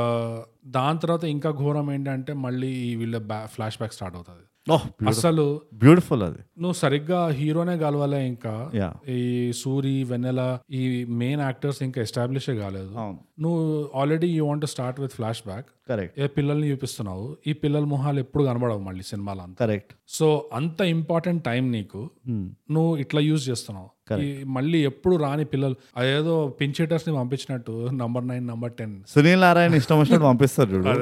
[SPEAKER 2] దాని తర్వాత ఇంకా ఘోరం ఏంటంటే మళ్ళీ ఈ వీళ్ళ ఫ్లాష్ బ్యాక్ స్టార్ట్ అవుతుంది
[SPEAKER 1] ఓహ్
[SPEAKER 2] అసలు
[SPEAKER 1] బ్యూటిఫుల్ Oh, అది
[SPEAKER 2] నువ్వు సరిగ్గా హీరోనే కలవాలే ఇంకా
[SPEAKER 1] యా
[SPEAKER 2] ఈ సూరి వెన్నెల ఈ మెయిన్ యాక్టర్స్ ఇంకా ఎస్టాబ్లిష్ కాలేదు
[SPEAKER 1] అవును
[SPEAKER 2] నువ్వు already you want start with flash back
[SPEAKER 1] correct
[SPEAKER 2] ఏ పిల్లల్ని చూపిస్తున్నావు ఈ పిల్లల మొహాలు ఎప్పుడు కనబడవు మళ్ళీ సినిమాలో అంతా
[SPEAKER 1] కరెక్ట్
[SPEAKER 2] సో అంత ఇంపార్టెంట్ టైం నీకు నువ్వు ఇట్లా యూజ్ చేస్తున్నావు ఈ మళ్ళీ ఎప్పుడు రాని పిల్లలు అదేదో పించేటర్స్ ని పంపించినట్టు number nine number ten
[SPEAKER 1] Sunil Narayana ఇష్టం వచ్చినట్టు పంపిస్తారు చూడు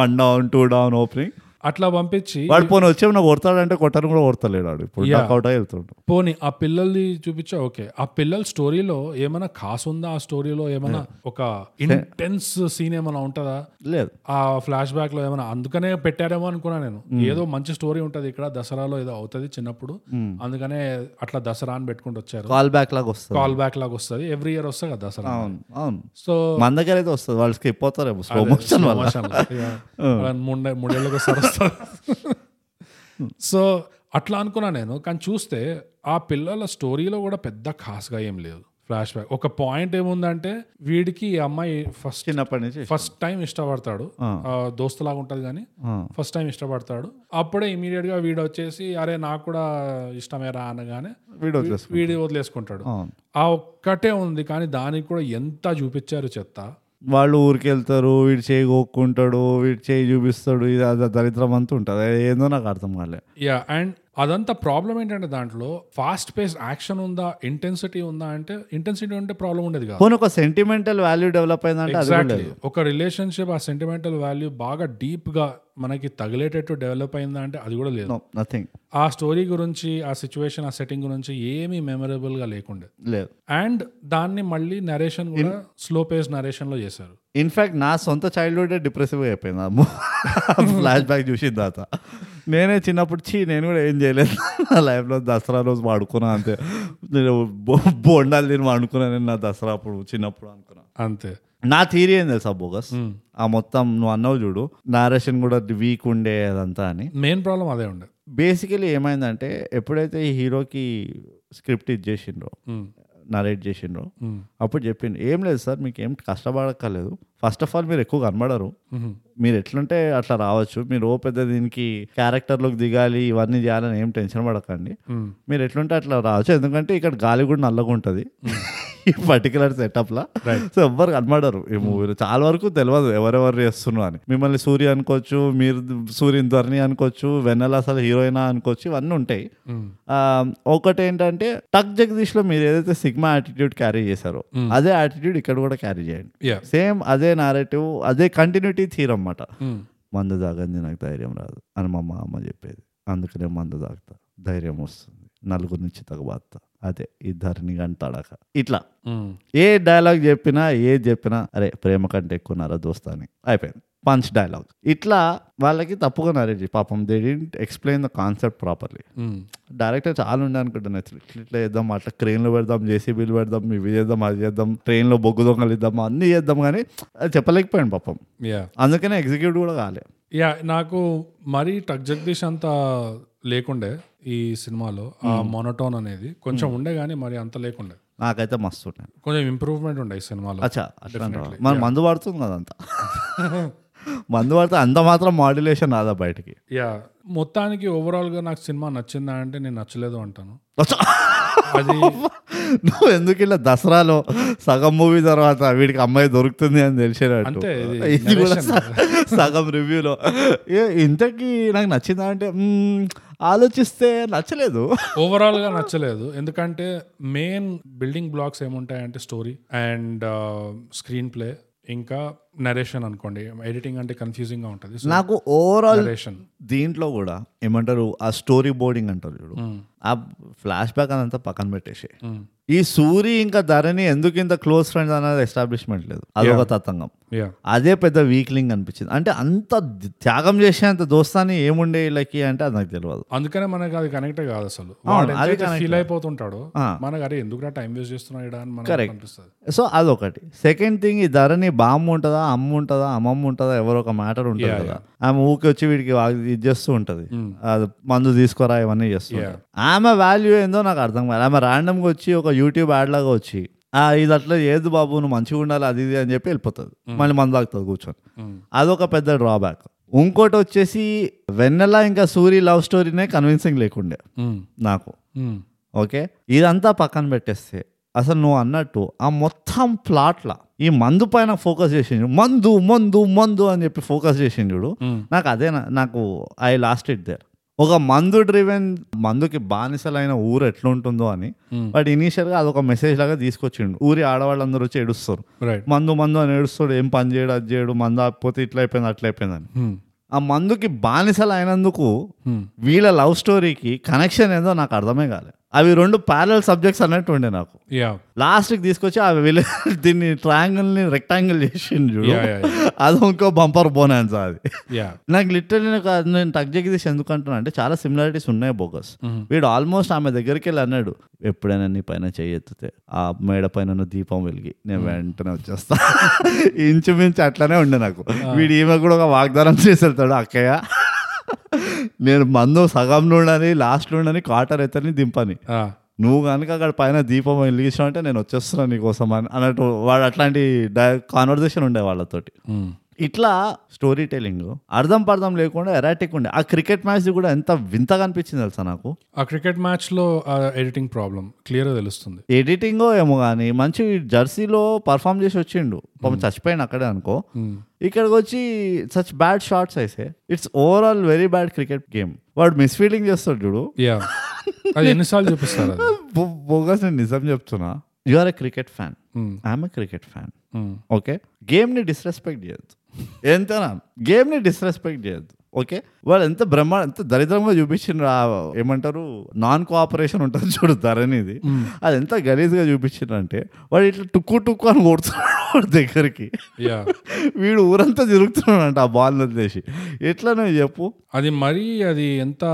[SPEAKER 1] one down two down opening
[SPEAKER 2] అట్లా పంపించి
[SPEAKER 1] వాడు పోనీ వచ్చి నాకు కొడతాడంటే కొట్టడం కూడా కొడతలేడు వాడు ఇప్పుడు అవుట్ అయి వెళ్తుండు
[SPEAKER 2] పోనీ ఆ పిల్లల్ని చూపించా ఓకే ఆ పిల్లల స్టోరీలో ఏమైనా కాసు ఉందా ఆ స్టోరీలో ఏమైనా ఒక ఇంటెన్స్ సీన్ ఏమైనా ఉంటుందా
[SPEAKER 1] లేదు
[SPEAKER 2] ఆ ఫ్లాష్ బ్యాక్ లో ఏమైనా అందుకనే పెట్టారేమో అనుకున్నా నేను ఏదో మంచి స్టోరీ ఉంటది ఇక్కడ దసరాలో ఏదో అవుతది చిన్నప్పుడు అందుకనే అట్లా దసరా అని పెట్టుకుంటూ వచ్చారు
[SPEAKER 1] కాల్ బ్యాక్ లాగా వస్తుంది
[SPEAKER 2] కాల్ బ్యాక్ లాగా వస్తది ఎవ్రీ ఇయర్ వస్తుంది కదా దసరా
[SPEAKER 1] అవును అవును
[SPEAKER 2] సో
[SPEAKER 1] మన దగ్గర అయితే వస్తుంది వాళ్ళు స్కిప్ అవుతారేమో స్లో మోషన్ వల్ల
[SPEAKER 2] మూడే మూడేళ్ళకి ఒకసారి వస్తుంది సో అట్లా అనుకున్నా నేను కానీ చూస్తే ఆ పిల్లల స్టోరీలో కూడా పెద్ద ఖాస్గా ఏం లేదు ఫ్లాష్ బ్యాక్ ఒక పాయింట్ ఏముందంటే వీడికి ఈ అమ్మాయి ఫస్ట్
[SPEAKER 1] చిన్నప్పటి నుంచి
[SPEAKER 2] ఫస్ట్ టైం ఇష్టపడతాడు ఆ, దోస్తులాగా ఉంటది కానీ
[SPEAKER 1] ఆ.
[SPEAKER 2] ఫస్ట్ టైం ఇష్టపడతాడు అప్పుడే ఇమీడియట్ గా వీడు వచ్చేసి అరే నాకు కూడా ఇష్టమేరా అనగానే
[SPEAKER 1] వీడియో వచ్చేస్తుంది
[SPEAKER 2] వీడి వదిలేసుకుంటాడు
[SPEAKER 1] అవును
[SPEAKER 2] ఆ ఒక్కటే ఉంది కానీ దానికి కూడా ఎంత చూపించారు చెత్త
[SPEAKER 1] వాళ్ళు ఊరికి వెళ్తారు వీడు చేయి కోక్కుంటాడు వీడు చేయి చూపిస్తాడు ఇది అది దరిద్రం అంతా ఉంటుంది అది ఏందో నాకు అర్థం కాలే
[SPEAKER 2] యా అండ్ అదంతా ప్రాబ్లం ఏంటంటే దాంట్లో ఫాస్ట్ పేస్ యాక్షన్ ఉందా ఇంటెన్సిటీ ఉందా అంటే ఇంటెన్సిటీ ఉంటే ప్రాబ్లం ఉండేది కాదు
[SPEAKER 1] పోనీ ఒక సెంటిమెంటల్ వాల్యూ డెవలప్ అయిందంటే అది కూడా
[SPEAKER 2] ఎగ్జాక్ట్లీ ఒక రిలేషన్షిప్ ఆ సెంటిమెంటల్ వాల్యూ బాగా డీప్ గా మనకి తగిలేటట్టు డెవలప్ అయిందా అంటే అది కూడా లేదు
[SPEAKER 1] నథింగ్
[SPEAKER 2] ఆ స్టోరీ గురించి ఆ సిచ్యువేషన్ ఆ సెట్టింగ్ గురించి ఏమీ మెమరబుల్ గా లేకుండే
[SPEAKER 1] లేదు
[SPEAKER 2] అండ్ దాన్ని మళ్ళీ నరేషన్ కూడా స్లో పేస్ నరేషన్ లో చేశారు
[SPEAKER 1] ఇన్ఫ్యాక్ట్ నా సొంత చైల్డ్హుడ్ డిప్రెసివ్ అయిపోయింది అమ్మ ఫ్లాష్ బ్యాక్ చూసిన తర్వాత నేనే చిన్నప్పుడు చీ నేను కూడా ఏం చేయలేదు నా లైఫ్లో దసరా రోజు వాడుకున్నా అంతే నేను బో- బోండాలు తిని వాడుకున్నా నేను నా దసరా అప్పుడు చిన్నప్పుడు అనుకున్నా
[SPEAKER 2] అంతే
[SPEAKER 1] నా థీరీ ఏం తెలుసా బోగస్ ఆ మొత్తం నువ్వు అన్నావు చూడు నారేషన్ కూడా వీక్ ఉండే అదంతా అని
[SPEAKER 2] మెయిన్ ప్రాబ్లం అదే ఉండే
[SPEAKER 1] బేసికలీ ఏమైందంటే ఎప్పుడైతే ఈ హీరోకి స్క్రిప్ట్ ఇచ్చేసిండ్రో
[SPEAKER 2] Mm.
[SPEAKER 1] నరేట్ చేసిండ్రో
[SPEAKER 2] Mm.
[SPEAKER 1] అప్పుడు చెప్పిండు ఏం లేదు సార్ మీకు ఏం కష్టపడక్కర్లేదు ఫస్ట్ ఆఫ్ ఆల్ మీరు ఎక్కువ కనబడరు
[SPEAKER 2] Mhm.
[SPEAKER 1] మీరు ఎట్లుంటే అట్లా రావచ్చు మీరు ఓ పెద్ద దీనికి క్యారెక్టర్లోకి దిగాలి ఇవన్నీ చేయాలని ఏం టెన్షన్ పడకండి
[SPEAKER 2] Mm.
[SPEAKER 1] మీరు ఎట్లుంటే అట్లా రావచ్చు ఎందుకంటే ఇక్కడ గాలి కూడా నల్లగా ఉంటుంది ఈ పర్టికులర్ సెటప్లా సో ఎవ్వరు కనబడరు ఈ మూవీలో చాలా వరకు తెలియదు ఎవరెవరు చేస్తున్నారు అని మిమ్మల్ని సూర్య అనుకోవచ్చు మీరు సూర్యుని ధ్వని అనుకోవచ్చు వెన్నెల అసలు హీరోయినా అనుకోవచ్చు ఇవన్నీ ఉంటాయి
[SPEAKER 2] Mm.
[SPEAKER 1] ఆ, ఒకటి ఏంటంటే టక్ జగదీష్లో మీరు ఏదైతే సిగ్మా యాటిట్యూడ్ క్యారీ చేశారో
[SPEAKER 2] Hmm.
[SPEAKER 1] అదే యాటిట్యూడ్ ఇక్కడ కూడా క్యారీ చేయండి
[SPEAKER 2] యా
[SPEAKER 1] సేమ్ అదే నారేటివ్ అదే కంటిన్యూటీ థీర్ అన్నమాట
[SPEAKER 2] Mm.
[SPEAKER 1] మందు తాగంది నాకు ధైర్యం రాదు అని మా మా అమ్మ చెప్పేది అందుకనే మందు తాగుతా ధైర్యం వస్తుంది నలుగురు నుంచి తగబాత్తా అదే ఈ ధరణి కానీ తడక ఇట్లా
[SPEAKER 2] Mm.
[SPEAKER 1] ఏ డైలాగ్ చెప్పినా ఏ చెప్పినా అరే ప్రేమ కంటే ఎక్కువ నారా దోస్తా అని అయిపోయింది పంచ్ డైలాగ్ ఇట్లా వాళ్ళకి తప్పుగా నరేజ్ పాపం they didn't explain the concept properly
[SPEAKER 2] Mm.
[SPEAKER 1] Director చాలా ఉండే అనుకుంటాను ఇట్లా ఇట్లా చేద్దాం అట్లా క్రెయిన్లో పెడదాం జేసీబీలు పెడదాం ఇవి చేద్దాం అది చేద్దాం ట్రైన్లో బొగ్గు దొంగలు ఇద్దాం అన్నీ చేద్దాం కానీ అది చెప్పలేకపోయాను పాపం
[SPEAKER 2] యా
[SPEAKER 1] అందుకనే ఎగ్జిక్యూటివ్ కూడా కాలే
[SPEAKER 2] యా నాకు మరీ టక్ జగదీష్ అంత లేకుండే ఈ సినిమాలో ఆ మొనటోన్ అనేది కొంచెం ఉండే కానీ మరి అంత లేకుండే
[SPEAKER 1] నాకైతే మస్తు ఉన్నాయి
[SPEAKER 2] కొంచెం ఇంప్రూవ్మెంట్ ఉండే ఈ సినిమాలో
[SPEAKER 1] అచ్చా అట్లా అంటావా? మరి మందు పడుతుంది కదా అంత మందు పడితే అంత మాత్రం మాడ్యులేషన్ రాదా బయటికి
[SPEAKER 2] యా మొత్తానికి ఓవరాల్ గా నాకు సినిమా నచ్చిందా అంటే నేను నచ్చలేదు అంటాను
[SPEAKER 1] అచ్చా!
[SPEAKER 2] అది
[SPEAKER 1] నువ్వు ఎందుకు ఇలా దసరాలో సగం మూవీ తర్వాత వీడికి అమ్మాయి దొరుకుతుంది అని తెలిసేటట్టు
[SPEAKER 2] అంతే, ఇది
[SPEAKER 1] ఇది కూడా
[SPEAKER 2] narration.
[SPEAKER 1] స- సగం రివ్యూలో ఏ ఇంతకీ నాకు నచ్చిందా అంటే "మ్మ్, ఆలోచిస్తే నచ్చలేదు
[SPEAKER 2] ఓవరాల్ గా నచ్చలేదు ఎందుకంటే మెయిన్ బిల్డింగ్ బ్లాక్స్ ఏముంటాయంటే స్టోరీ అండ్ స్క్రీన్ ప్లే ఇంకా నరేషన్ అనుకోండి ఎడిటింగ్ అంటే కన్ఫ్యూజింగ్ గా ఉంటుంది సో
[SPEAKER 1] నాకు ఓవరాల్
[SPEAKER 2] నరేషన్
[SPEAKER 1] దీంట్లో కూడా ఏమంటారు ఆ స్టోరీ బోర్డింగ్ అంటారు చూడు
[SPEAKER 2] Hmm.
[SPEAKER 1] ఆ ఫ్లాష్ బ్యాక్ అదంతా పక్కన పెట్టేసి ఈ సూరి ఇంకా ధరణి ఎందుకు ఇంత క్లోజ్ ఫ్రెండ్స్ అన్నది ఎస్టాబ్లిష్మెంట్ లేదు అదొక తతంగం
[SPEAKER 2] యా
[SPEAKER 1] అదే పెద్ద వీక్లింగ్ అనిపించింది అంటే అంత త్యాగం చేసేంత దోస్తాన్ని ఏముండే వీళ్ళకి అంటే అది నాకు తెలియదు
[SPEAKER 2] అందుకనే మనకి అది కనెక్ట్ కాదు అసలు
[SPEAKER 1] అది
[SPEAKER 2] ఫీల్ అయిపోతుంటాడో మనకు అరే ఎందుకు టైం వేస్ట్ చేస్తున్నాడు ఈడ అని మనకు అనిపిస్తుంది
[SPEAKER 1] సో అదొకటి సెకండ్ థింగ్ ఈ ధరణి బామ్మ ఉంటుందా అమ్మ ఉంటుందా అమ్మమ్మ ఉంటుందా ఎవరో ఒక మ్యాటర్ ఉంటుంది కదా ఆమె ఊకి వచ్చి వీడికి వా- ఇది చేస్తూ ఉంటుంది అది మందు తీసుకురా ఇవన్నీ చేస్తుంది ఆమె వాల్యూ ఏందో నాకు అర్థం కాదు ఆమె random గా వచ్చి ఒక యూట్యూబ్ యాడ్ లాగా వచ్చి "ఆ, ఇది అట్లా ఏదు బాబు నువ్వు మంచిగా ఉండాలి అది ఇది అని చెప్పి వెళ్ళిపోతుంది మళ్ళీ మందు తాగుతుంది కూర్చొని అదొక పెద్ద డ్రాబ్యాక్ ఇంకోటి వచ్చేసి వెన్నెల ఇంకా సూరి లవ్ స్టోరీనే కన్విన్సింగ్ లేకుండే నాకు ఓకే ఇదంతా పక్కన పెట్టేస్తే అసలు నువ్వు అన్నట్టు ఆ మొత్తం ప్లాట్ల ఈ మందు పైన ఫోకస్ చేసిండు మందు మందు మందు అని చెప్పి ఫోకస్ చేసిండు చూడు. నాకు అదే నా- నాకు ఐ లాస్ట్ ఇట్ దేర్ ఒక మందు డ్రివెన్ మందుకి బానిసలైన ఊరు ఎట్లుంటుందో అని బట్ ఇనీషియల్గా అదొక మెసేజ్ లాగా తీసుకొచ్చిండు ఊరి ఆడవాళ్ళందరూ వచ్చి ఏడుస్తారు
[SPEAKER 2] రైట్
[SPEAKER 1] మందు మందు అని ఏడుస్తాడు ఏం పని చేయడు అది చేయడు మందు ఆకపోతే ఇట్లా అయిపోయింది అట్లా అయిపోయిందని ఆ మందుకి బానిసలు అయినందుకు వీళ్ళ లవ్ స్టోరీకి కనెక్షన్ ఏందో నాకు అర్థమే కాలే అవి రెండు ప్యారల్ సబ్జెక్ట్స్ అన్నట్టు ఉండే నాకు
[SPEAKER 2] యా
[SPEAKER 1] లాస్ట్కి తీసుకొచ్చి ఆ వీళ్ళ దీన్ని ట్రయాంగిల్ని రెక్టాంగిల్ చేసిండు చూడు
[SPEAKER 2] Yeah, yeah,
[SPEAKER 1] అది ఇంకో బంపర్ బోనాన్స్ అది
[SPEAKER 2] యా
[SPEAKER 1] నాకు లిటరలీ నేను టక్ జగదీష్ ఎందుకంటున్నా అంటే చాలా సిమిలారిటీస్ ఉన్నాయి బోగస్ వీడు ఆల్మోస్ట్ ఆమె దగ్గరికి వెళ్ళి అన్నాడు ఎప్పుడైనా నీ పైన చెయ్యి ఎత్తితే ఆ మేడ పైన ఉన్న దీపం వెలిగి నేను వెంటనే వచ్చేస్తా ఇంచుమించు అట్లానే ఉండే నాకు వీడు ఈమె కూడా ఒక వాగ్దానం చేసి వెళ్తాడు అక్కయ్య నేను మందు సగం నుండని లాస్ట్ నుండని క్వార్టర్ ఎత్తని దింపని నువ్వు కనుక అక్కడ పైన దీపం వెలిగించావు అంటే నేను వచ్చేస్తున్నా నీకోసం అని అన్నట్టు వాడు అట్లాంటి కాన్వర్జేషన్ ఉండే వాళ్ళతోటి ఇట్లా స్టోరీ టెలింగ్ అర్థం పర్థం లేకుండా ఎరాటిక్ ఉండే ఆ క్రికెట్ మ్యాచ్ కూడా ఎంత వింతగా అనిపించింది తెలుసా నాకు
[SPEAKER 2] ఆ క్రికెట్ మ్యాచ్ లో ఎడిటింగ్ ప్రాబ్లం క్లియర్ గా తెలుస్తుంది
[SPEAKER 1] ఎడిటింగో ఏమో కానీ మంచి జెర్సీలో పర్ఫామ్ చేసి వచ్చిండు పాపం చచ్చిపోయిన అక్కడే అనుకో ఇక్కడికి వచ్చి సచ్ బ్యాడ్ షార్ట్స్ అయితే it's overall very bad cricket game వాడు మిస్ఫీల్డింగ్ చేస్తాడు చూడు
[SPEAKER 2] యా అది ఎన్నిసార్లు చూపిస్తారు అది
[SPEAKER 1] బో- బోగస్ నేను నిజం చెప్తున్నా you are a cricket fan I'm a cricket fan
[SPEAKER 2] Hmm.
[SPEAKER 1] Okay గేమ్ని డిస్రెస్పెక్ట్ చేయొద్దు ఎంతనా గేమ్ని డిస్రెస్పెక్ట్ చేయొద్దు ఓకే వాళ్ళు ఎంత బ్రహ్మ ఎంత దరిద్రంగా చూపించిండ్రు ఆ ఏమంటారు నాన్ కోఆపరేషన్ ఉంటుంది చూడు ధరణిది అది ఎంత గలీజ్గా చూపించిండ్రు అంటే వాడు ఇట్లా టుక్కు టుక్కు అని కొడుతున్నాడు వాడి దగ్గరికి
[SPEAKER 2] యా
[SPEAKER 1] వీడు ఊరంతా తిరుగుతున్నాడు అంట ఆ బాల్ వదిలేసి ఎట్లా నువ్వు చెప్పు
[SPEAKER 2] అది మరీ అది ఎంత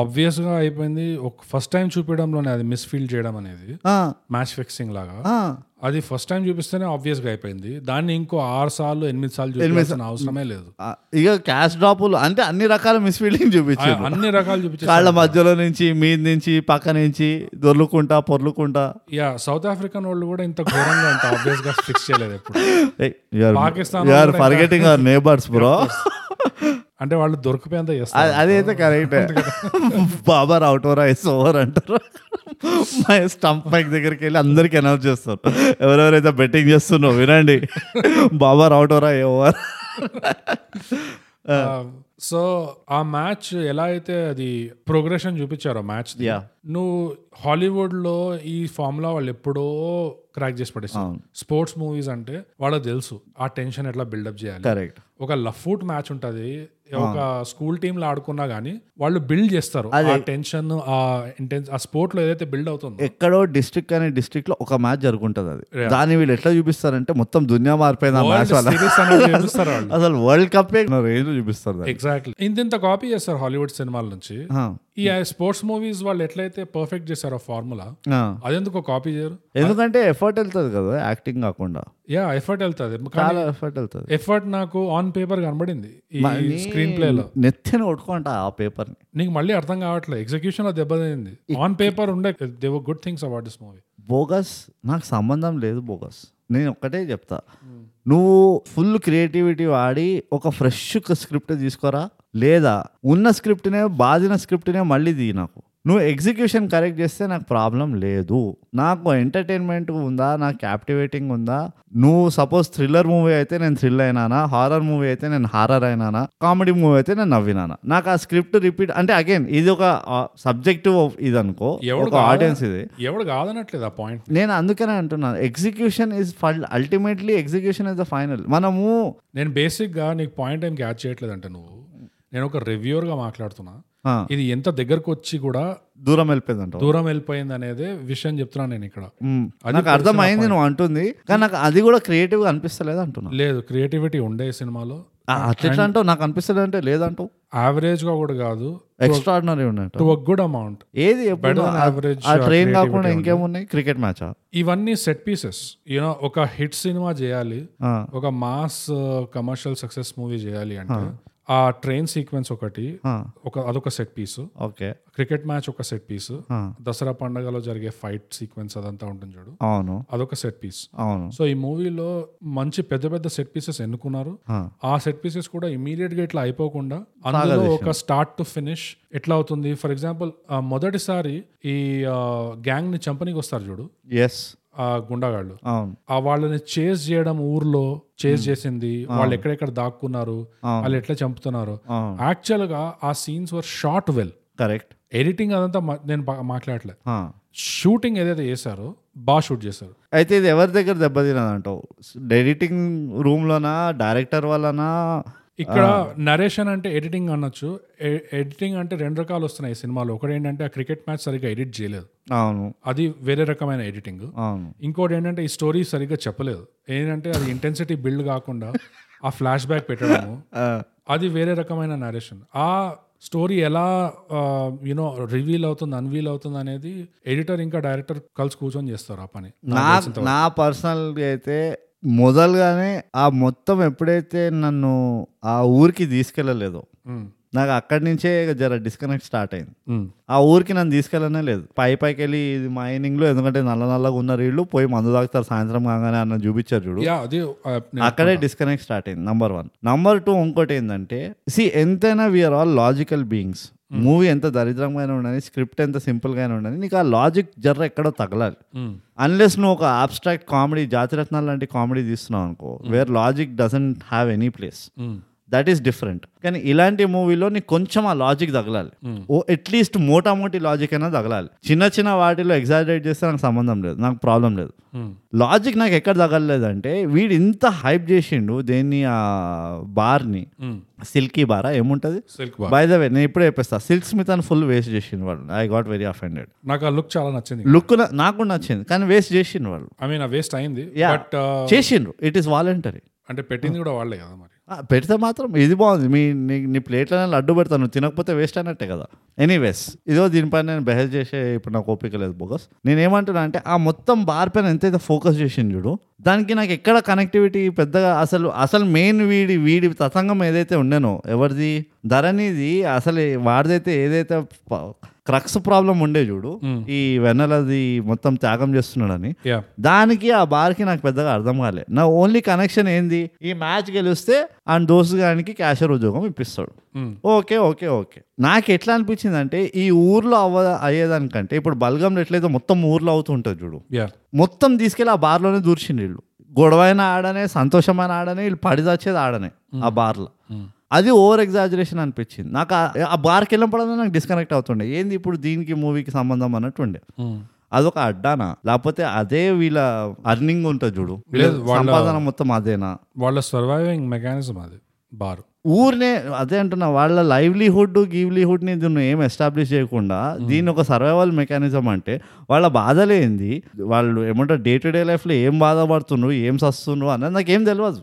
[SPEAKER 2] ఆబ్వియస్ గా అయిపోయింది ఒక ఫస్ట్ టైం చూపించడంలోనే అది మిస్ఫీల్ చేయడం అనేది
[SPEAKER 1] ఆ,
[SPEAKER 2] మ్యాచ్ ఫిక్సింగ్ లాగా
[SPEAKER 1] ఆ.
[SPEAKER 2] అది ఫస్ట్ టైం చూపిస్తేనే ఆబ్వియస్ గా అయిపోయింది దాన్ని ఇంకో ఆరు సార్లు ఎనిమిది సార్లు చూపించాల్సిన అవసరమే లేదు
[SPEAKER 1] ఆ, ఇక క్యాష్ డ్రాపులు అంటే అన్ని రకాల మిస్ఫీల్డింగ్
[SPEAKER 2] ఆ-
[SPEAKER 1] చూపించారు
[SPEAKER 2] అన్ని రకాలు చూపించారు
[SPEAKER 1] కాళ్ళ మధ్యలో నుంచి మీద నుంచి పక్క నుంచి దొర్లుకుంటా పొర్లుకుంటా
[SPEAKER 2] యా సౌత్ ఆఫ్రికన్ వాళ్ళు కూడా ఇంత ఘోరంగా ఇంత ఆబ్వియస్ గా ఫిక్స్ చేయలేదు ఎప్పుడు Pakistan
[SPEAKER 1] ఆర్
[SPEAKER 2] వాళ్ళు
[SPEAKER 1] ఫర్గెటింగ్ అవర్ నేబర్స్ బ్రో
[SPEAKER 2] అంటే వాళ్ళు దొరికిపోయేంత చేస్తారు
[SPEAKER 1] అదైతే correct Babar out over eyes over అంటారు మా స్టంప్ పైక్ దగ్గరికి వెళ్ళి అందరికి అనౌన్స్ చేస్తారు ఎవరెవరైతే బెట్టింగ్ చేస్తున్నారో వినండి Babar out over I over
[SPEAKER 2] so ఆ మ్యాచ్ ఎలా అయితే అది ప్రోగ్రెషన్ చూపించారో మ్యాచ్
[SPEAKER 1] Yeah.
[SPEAKER 2] నువ్వు హాలీవుడ్ లో ఈ ఫార్ములా వాళ్ళు ఎప్పుడో క్రాక్ చేసి పడేస్తారు స్పోర్ట్స్ మూవీస్ అంటే వాళ్ళకి తెలుసు ఆ టెన్షన్ ఎట్లా బిల్డప్ చేయాలి
[SPEAKER 1] కరెక్ట్
[SPEAKER 2] ఒక లఫూట్ మ్యాచ్ ఉంటది ఒక స్కూల్ టీమ్ లో ఆడుకున్నా గానీ వాళ్ళు బిల్డ్ చేస్తారు ఆ టెన్షన్ ఆ ఇంటెన్స్ ఆ స్పోర్ట్ లో ఏదైతే బిల్డ్ అవుతుందో
[SPEAKER 1] ఎక్కడో డిస్ట్రిక్ట్ అనే డిస్ట్రిక్ట్ లో ఒక మ్యాచ్ జరుగుంటది అది దాన్ని వీళ్ళు ఎట్లా చూపిస్తారంటే మొత్తం దునియా మారిపోయింది ఆ మ్యాచ్ వల్ల
[SPEAKER 2] సిరీస్ అనేది చూపిస్తారు వాళ్ళు
[SPEAKER 1] అసలు వరల్డ్ కప్ రేంజ్ చూపిస్తారు దాన్ని.
[SPEAKER 2] ఎగ్జాక్ట్లీ ఇంతింత కాపీ చేస్తారు హాలీవుడ్ సినిమాల నుంచి
[SPEAKER 1] ఆ,
[SPEAKER 2] ఈ
[SPEAKER 1] Hmm.
[SPEAKER 2] స్పోర్ట్స్ మూవీస్ వాళ్ళు ఎట్లయితే పర్ఫెక్ట్ చేశారో ఫార్ములా
[SPEAKER 1] ఆ.
[SPEAKER 2] అదెందుకు కాపీ చేయరు
[SPEAKER 1] ఎందుకంటే ఎఫర్ట్ వెళ్తుంది కదా యాక్టింగ్ కాకుండా
[SPEAKER 2] యా ఎఫర్ట్ వెళ్తుంది
[SPEAKER 1] చాలా ఎఫర్ట్ వెళ్తుంది
[SPEAKER 2] ఎఫర్ట్ నాకు ఆన్ పేపర్ కనబడింది ఈ స్క్రీన్ ప్లే లో
[SPEAKER 1] నెత్తిని కొట్టుకుంటా ఆ పేపర్ని
[SPEAKER 2] నీకు మళ్ళీ అర్థం కావట్లేదు ఎగ్జిక్యూషన్ లో దెబ్బతింది ఆన్ పేపర్ ఉండే they were good things about this movie
[SPEAKER 1] bogus నాకు సంబంధం లేదు బోగస్ నేను ఒక్కటే చెప్తా నువ్వు ఫుల్ క్రియేటివిటీ వాడి ఒక ఫ్రెష్ స్క్రిప్ట్ తీసుకురా లేదా ఉన్న స్క్రిప్ట్నే బాధిన స్క్రిప్ట్నే మళ్ళీ దిగి నాకు నువ్వు ఎగ్జిక్యూషన్ కరెక్ట్ చేస్తే నాకు ప్రాబ్లం లేదు నాకు ఎంటర్టైన్మెంట్ ఉందా నాకు క్యాప్టివేటింగ్ ఉందా నువ్వు సపోజ్ థ్రిల్లర్ మూవీ అయితే నేను థ్రిల్ అయినానా హారర్ మూవీ అయితే నేను హారర్ అయినానా కామెడీ మూవీ అయితే నేను నవ్వినానా నాకు ఆ స్క్రిప్ట్ రిపీట్ అంటే అగైన్ ఇది ఒక సబ్జెక్టివ్ ఇది అనుకో
[SPEAKER 2] ఎవడు
[SPEAKER 1] ఒక
[SPEAKER 2] కాదా?
[SPEAKER 1] ఆడియన్స్ ఇది
[SPEAKER 2] ఎవడు కాదనట్లేదు ఆ పాయింట్
[SPEAKER 1] నేను అందుకనే అంటున్నాను execution is ultimately execution is the final మనము
[SPEAKER 2] నేను బేసిక్ గా నీకు పాయింట్ ఏం క్యాచ్ చేయట్లేదు అంటే నువ్వు నేను ఒక reviewer గా మాట్లాడుతున్నా
[SPEAKER 1] ఆ,
[SPEAKER 2] ఇది ఎంత దగ్గరకు వచ్చి కూడా
[SPEAKER 1] దూరం వెళ్ళిపోయింది అంటావు
[SPEAKER 2] దూరం వెళ్ళిపోయింది అనేది విషయం చెప్తున్నాను నేను ఇక్కడ
[SPEAKER 1] మ్మ్.
[SPEAKER 2] అది
[SPEAKER 1] నాకు అర్థమైంది నువ్వు అంటుంది కానీ నాకు అది కూడా క్రియేటివ్గా అనిపిస్తలేదు అంటున్నాను
[SPEAKER 2] లేదు క్రియేటివిటీ ఉండే సినిమాలో
[SPEAKER 1] ఆ, అట్లా అంటావు నాకు అనిపిస్తలేదు అంటే లేదంటావు
[SPEAKER 2] యావరేజ్ గా కూడా కాదు
[SPEAKER 1] ఎక్స్ట్రా ఆర్డినరీ ఉన్నట్టు
[SPEAKER 2] టు అ గుడ్ అమౌంట్
[SPEAKER 1] ఏది ఎప్పుడు
[SPEAKER 2] Better
[SPEAKER 1] ఆ-
[SPEAKER 2] average,
[SPEAKER 1] ఆ
[SPEAKER 2] uh,
[SPEAKER 1] ట్రైన్
[SPEAKER 2] creativity
[SPEAKER 1] కాకుండా ఇంకేమున్నాయి క్రికెట్ మ్యాచా
[SPEAKER 2] ఇవన్నీ సెట్ పీసెస్ యూనో ఒక హిట్ సినిమా చేయాలి ఒక uh, mass commercial success movie చేయాలి అంటే ఆ ట్రైన్ సీక్వెన్స్ ఒకటి ఒక అదొక set piece
[SPEAKER 1] okay
[SPEAKER 2] cricket match ఒక సెట్ పీస్ దసరా పండగలో జరిగే ఫైట్ సీక్వెన్స్ అదంతా ఉంటుంది చూడు
[SPEAKER 1] అవును
[SPEAKER 2] అదొక సెట్ పీస్
[SPEAKER 1] అవును
[SPEAKER 2] సో ఈ మూవీలో మంచి పెద్ద పెద్ద సెట్ పీసెస్ ఎన్నుకున్నారు
[SPEAKER 1] Huh.
[SPEAKER 2] ఆ సెట్ పీసెస్ కూడా ఇమీడియట్ గా ఇట్లా అయిపోకుండా అందులో ఒక స్టార్ట్ టు ఫినిష్ ఎట్లా అవుతుంది ఫర్ ఎగ్జాంపుల్ మొదటిసారి ఈ గ్యాంగ్ ని చంపనీకి వస్తారు చూడు
[SPEAKER 1] ఎస్
[SPEAKER 2] ఆ గుండాగాళ్ళు
[SPEAKER 1] అవును
[SPEAKER 2] ఆ వాళ్ళని చేజ్ చేయడం ఊర్లో చేజ్ చేసింది వాళ్ళు ఎక్కడెక్కడ దాక్కున్నారు వాళ్ళు ఎట్లా చంపుతున్నారు
[SPEAKER 1] అవును.
[SPEAKER 2] యాక్చువల్ గా ఆ scenes were short well
[SPEAKER 1] correct
[SPEAKER 2] editing అదంతా మా- నేను బా- మాట్లాడలే షూటింగ్ ఏదైతే చేశారో బాగా షూట్ చేశారు
[SPEAKER 1] అయితే ఇది ఎవరి దగ్గర దెబ్బతినది అంటావు ఎడిటింగ్ రూమ్లోనా డైరెక్టర్ వల్లనా
[SPEAKER 2] ఇక్కడ నరేషన్ అంటే ఎడిటింగ్ అనొచ్చు ఎడిటింగ్ అంటే రెండు రకాలు వస్తున్నాయి ఈ సినిమాలో ఒకటి ఏంటంటే ఆ క్రికెట్ మ్యాచ్ సరిగ్గా ఎడిట్ చేయలేదు
[SPEAKER 1] అవును
[SPEAKER 2] అది వేరే రకమైన ఎడిటింగ్
[SPEAKER 1] అవును
[SPEAKER 2] ఇంకోటి ఏంటంటే ఈ స్టోరీ సరిగ్గా చెప్పలేదు ఏంటంటే అది ఇంటెన్సిటీ బిల్డ్ కాకుండా ఆ ఫ్లాష్ బ్యాక్ పెట్టడము అది వేరే రకమైన నరేషన్ ఆ స్టోరీ ఎలా యూనో రివీల్ అవుతుంది అన్వీల్ అవుతుంది అనేది ఎడిటర్ ఇంకా డైరెక్టర్ కలిసి కూర్చొని చేస్తారు ఆ పని
[SPEAKER 1] నా నా పర్సనల్ అయితే మొదలుగానే ఆ మొత్తం ఎప్పుడైతే నన్ను ఆ ఊరికి తీసుకెళ్ళలేదో
[SPEAKER 2] మ్మ్.
[SPEAKER 1] నాకు అక్కడి నుంచే జర డిస్కనెక్ట్ స్టార్ట్ అయింది
[SPEAKER 2] మ్మ్.
[SPEAKER 1] ఆ ఊరికి నన్ను తీసుకెళ్ళనే లేదు పై పైకి వెళ్ళి ఇది మైనింగ్లో ఎందుకంటే నల్ల నల్లగా ఉన్న వీళ్ళు పోయి మందు తాగుతారు సాయంత్రం కాగానే అన్న చూపించారు చూడు
[SPEAKER 2] యా అది ఆ, నేను-
[SPEAKER 1] అక్కడే డిస్కనెక్ట్ స్టార్ట్ అయింది నంబర్ వన్ నంబర్ టూ ఇంకోటి ఏంటంటే సి ఎంతైనా we are all logical beings movie ఎంత దరిద్రంగానే ఉండని స్క్రిప్ట్ ఎంత సింపుల్గానే ఉండని నీకు ఆ లాజిక్ జర్ర ఎక్కడో తగలాలి
[SPEAKER 2] మ్మ్.
[SPEAKER 1] అన్లెస్ నువ్వు ఒక ఆబ్స్ట్రాక్ట్ కామెడీ జాతిరత్నాలు లాంటి కామెడీ తీస్తున్నావు అనుకో where logic doesn't have any place
[SPEAKER 2] hmm.
[SPEAKER 1] That is different కానీ ఇలాంటి మూవీలో నీకు కొంచెం ఆ లాజిక్ తగలాలి ఓ అట్లీస్ట్ మోటామోటి లాజిక్ అయినా తగలాలి చిన్న చిన్న వాటిలో ఎగ్జాజరేట్ చేస్తే నాకు సంబంధం లేదు నాకు ప్రాబ్లం లేదు
[SPEAKER 2] మ్మ్.
[SPEAKER 1] లాజిక్ నాకు ఎక్కడ తగలలేదంటే వీడు ఇంత హైప్ చేసిండు దేన్ని ఆ బార్ని
[SPEAKER 2] మ్మ్.
[SPEAKER 1] సిల్కీ బారా ఏముంటుంది
[SPEAKER 2] silk bar
[SPEAKER 1] by the way నేను ఇప్పుడే చెప్పేస్తా సిల్క్ స్మిత్ అని ఫుల్ వేస్ట్ చేసిండు వాళ్ళు ఐ గాట్ వెరీ అఫెండెడ్
[SPEAKER 2] నాకు ఆ లుక్ చాలా నచ్చింది
[SPEAKER 1] లుక్ నాకు నచ్చింది కానీ వేస్ట్ చేసిండు వాళ్ళు
[SPEAKER 2] ఐ మీన్ వేస్ట్ అయింది
[SPEAKER 1] Yeah.
[SPEAKER 2] బట్
[SPEAKER 1] చేసిండ్రు ఇట్ ఈస్ వాలంటరీ
[SPEAKER 2] అంటే పెట్టింది కూడా వాళ్ళే కదా మరి
[SPEAKER 1] ఆ, పెడితే మాత్రం ఇది బాగుంది మీ నీ నీ ప్లేట్లోనే లడ్డు పెడతాను నువ్వు తినకపోతే వేస్ట్ అయినట్టే కదా ఎనీవేస్ ఇదో దీనిపైన నేను బెహెజ్ చేసే ఇప్పుడు నాకు ఓపిక లేదు బోగస్ నేను ఏమంటున్నా అంటే ఆ మొత్తం బార్ పైన ఎంతైతే ఫోకస్ చేసింది చూడు దానికి నాకు ఎక్కడ కనెక్టివిటీ పెద్దగా అసలు అసలు మెయిన్ వీడి వీడి తతంగం ఏదైతే ఉండేనో ఎవరిది ధరణిది అసలు వాడిదైతే ఏదైతే క్రక్స్ ప్రాబ్లం ఉండే చూడు ఈ వెన్నెలది మొత్తం త్యాగం చేస్తున్నాడని
[SPEAKER 2] యా
[SPEAKER 1] దానికి ఆ బార్కి నాకు పెద్దగా అర్థం కాలే నా ఓన్లీ కనెక్షన్ ఏంది ఈ మ్యాచ్ గెలిస్తే ఆ దోస్తు గానికి క్యాషర్ ఉద్యోగం ఇప్పిస్తాడు
[SPEAKER 2] Hmm.
[SPEAKER 1] ఓకే ఓకే ఓకే నాకు ఎట్లా అనిపించింది అంటే ఈ ఊర్లో అవ్వ అయ్యేదానికంటే ఇప్పుడు బల్గంలో ఎట్లయితే మొత్తం ఊర్లో అవుతుంటుంది చూడు
[SPEAKER 2] యా
[SPEAKER 1] మొత్తం తీసుకెళ్ళి ఆ బార్లోనే దూర్చిండు వీళ్ళు గొడవైన ఆడనే సంతోషమైన ఆడనే వీళ్ళు పడి చచ్చేది ఆడనే ఆ బార్లో అది ఓవర్ ఎగ్జాజరేషన్ అనిపించింది నాకు ఆ- ఆ బార్కి వెళ్ళినప్పుడల్లా నాకు డిస్కనెక్ట్ అవుతుండే ఏంది ఇప్పుడు దీనికి మూవీకి సంబంధం అన్నట్టు ఉండే అదొక అడ్డానా లేకపోతే అదే వీళ్ళ అర్నింగ్ ఉంటుంది చూడు
[SPEAKER 2] లేదు, వాళ్ళ-
[SPEAKER 1] సంపాదన మొత్తం అదేనా
[SPEAKER 2] వాళ్ళ సర్వైవింగ్ మెకానిజం అది బార్
[SPEAKER 1] ఊరినే అదే అంటున్నా వాళ్ళ లైవ్లీహుడ్ గివ్లీహుడ్ ని దీన్ని ఏం ఎస్టాబ్లిష్ చేయకుండా దీని ఒక సర్వైవల్ మెకానిజం అంటే వాళ్ళ బాధలు ఏంది వాళ్ళు ఏమంటారు డే టు డే లైఫ్లో ఏం బాధపడుతున్నారు ఏం సస్తున్నారు అన్నది నాకు ఏం తెలియదు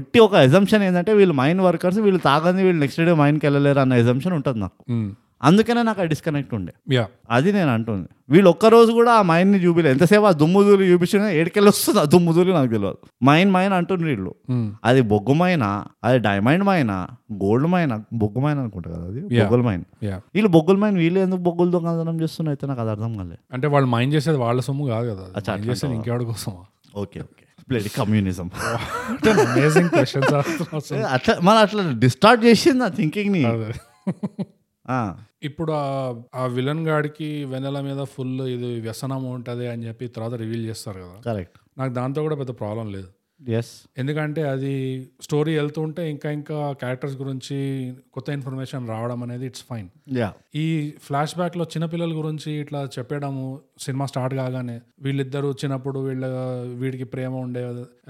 [SPEAKER 1] ఉట్టి ఒక ఎజంప్షన్ ఏంటంటే వీళ్ళు మైన్ వర్కర్స్ వీళ్ళు తాగని వీళ్ళు నెక్స్ట్ డే మైన్కి వెళ్ళలేరు అన్న ఎజంప్షన్ ఉంటుంది నాకు
[SPEAKER 2] Hmm.
[SPEAKER 1] అందుకనే నాకు డిస్కనెక్ట్ ఉండే
[SPEAKER 2] యా
[SPEAKER 1] అది నేను అంటుంది వీళ్ళు ఒక్కరోజు కూడా ఆ మైండ్ని చూపిలే ఎంతసేపు ఆ దుమ్ము దూలి చూపించినా ఏడికెళ్ళి వస్తుంది ఆ దుమ్ము దూలి నాకు తెలియదు మైన్ మైన్ అంటుండ్రు వీళ్ళు అది బొగ్గు మైనా అది డైమండ్ మైనా గోల్డ్ మైనా బొగ్గు మైన్ అనుకుంటా కదా అది బొగ్గుల మైన్
[SPEAKER 2] యా
[SPEAKER 1] వీళ్ళు బొగ్గుల మైన్ వీళ్ళు ఎందుకు బొగ్గుల దొంగతనం చేస్తున్నారు అయితే నాకు అది అర్థం కాలే
[SPEAKER 2] అంటే వాళ్ళు మైండ్ చేసేది వాళ్ళ సొమ్ము కాదు కదా అది. Mind చేసేది ఇంకెవడి కోసం
[SPEAKER 1] okay okay played communism
[SPEAKER 2] amazing
[SPEAKER 1] అట్లా మన అట్లా డిస్టార్ట్ చేసింది నా థింకింగ్ని ఆ,
[SPEAKER 2] ఇప్పుడు ఆ- ఆ విలన్ గాడికి వెనెల మీద ఫుల్ ఇది వ్యసనం ఉంటుంది అని చెప్పి తర్వాత రివీల్ చేస్తారు కదా
[SPEAKER 1] కరెక్ట్
[SPEAKER 2] నాకు దాంతో కూడా పెద్ద ప్రాబ్లం లేదు
[SPEAKER 1] ఎస్
[SPEAKER 2] ఎందుకంటే అది స్టోరీ వెళ్తుంటే ఇంకా ఇంకా క్యారెక్టర్స్ గురించి కొత్త ఇన్ఫర్మేషన్ రావడం అనేది ఇట్స్ ఫైన్
[SPEAKER 1] యా
[SPEAKER 2] ఈ ఫ్లాష్ బ్యాక్లో చిన్నపిల్లల గురించి ఇట్లా చెప్పడము సినిమా స్టార్ట్ కాగానే వీళ్ళిద్దరూ చిన్నప్పుడు వీళ్ళ వీడికి ప్రేమ ఉండే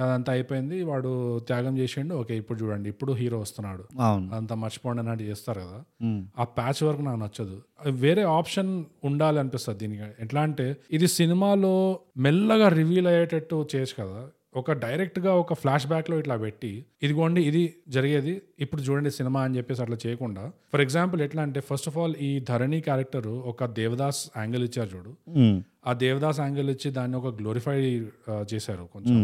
[SPEAKER 2] అదంతా అయిపోయింది వాడు త్యాగం చేసిండు ఓకే ఇప్పుడు చూడండి ఇప్పుడు హీరో వస్తున్నాడు
[SPEAKER 1] అవును
[SPEAKER 2] అంత మర్చిపోండి అన్నట్టు చేస్తారు కదా
[SPEAKER 1] Mm.
[SPEAKER 2] ఆ ప్యాచ్ వర్క్ నాకు నచ్చదు అది వేరే ఆప్షన్ ఉండాలి అనిపిస్తుంది దీనికి ఎట్లా అంటే ఇది సినిమాలో మెల్లగా రివీల్ అయ్యేటట్టు చేయొచ్చు కదా ఒక డైరెక్ట్ గా ఒక ఫ్లాష్ బ్యాక్ లో ఇట్లా పెట్టి ఇదిగోండి ఇది జరిగేది ఇప్పుడు చూడండి సినిమా అని చెప్పేసి అట్లా చేయకుండా ఫర్ ఎగ్జాంపుల్ ఎట్లా అంటే ఫస్ట్ ఆఫ్ ఆల్ ఈ ధరణి క్యారెక్టర్ ఒక దేవదాస్ యాంగిల్ ఇచ్చారు చూడు
[SPEAKER 1] Mm.
[SPEAKER 2] ఆ దేవదాస్ యాంగిల్ ఇచ్చి దాన్ని ఒక గ్లోరిఫై ఆ, చేశారు కొంచెం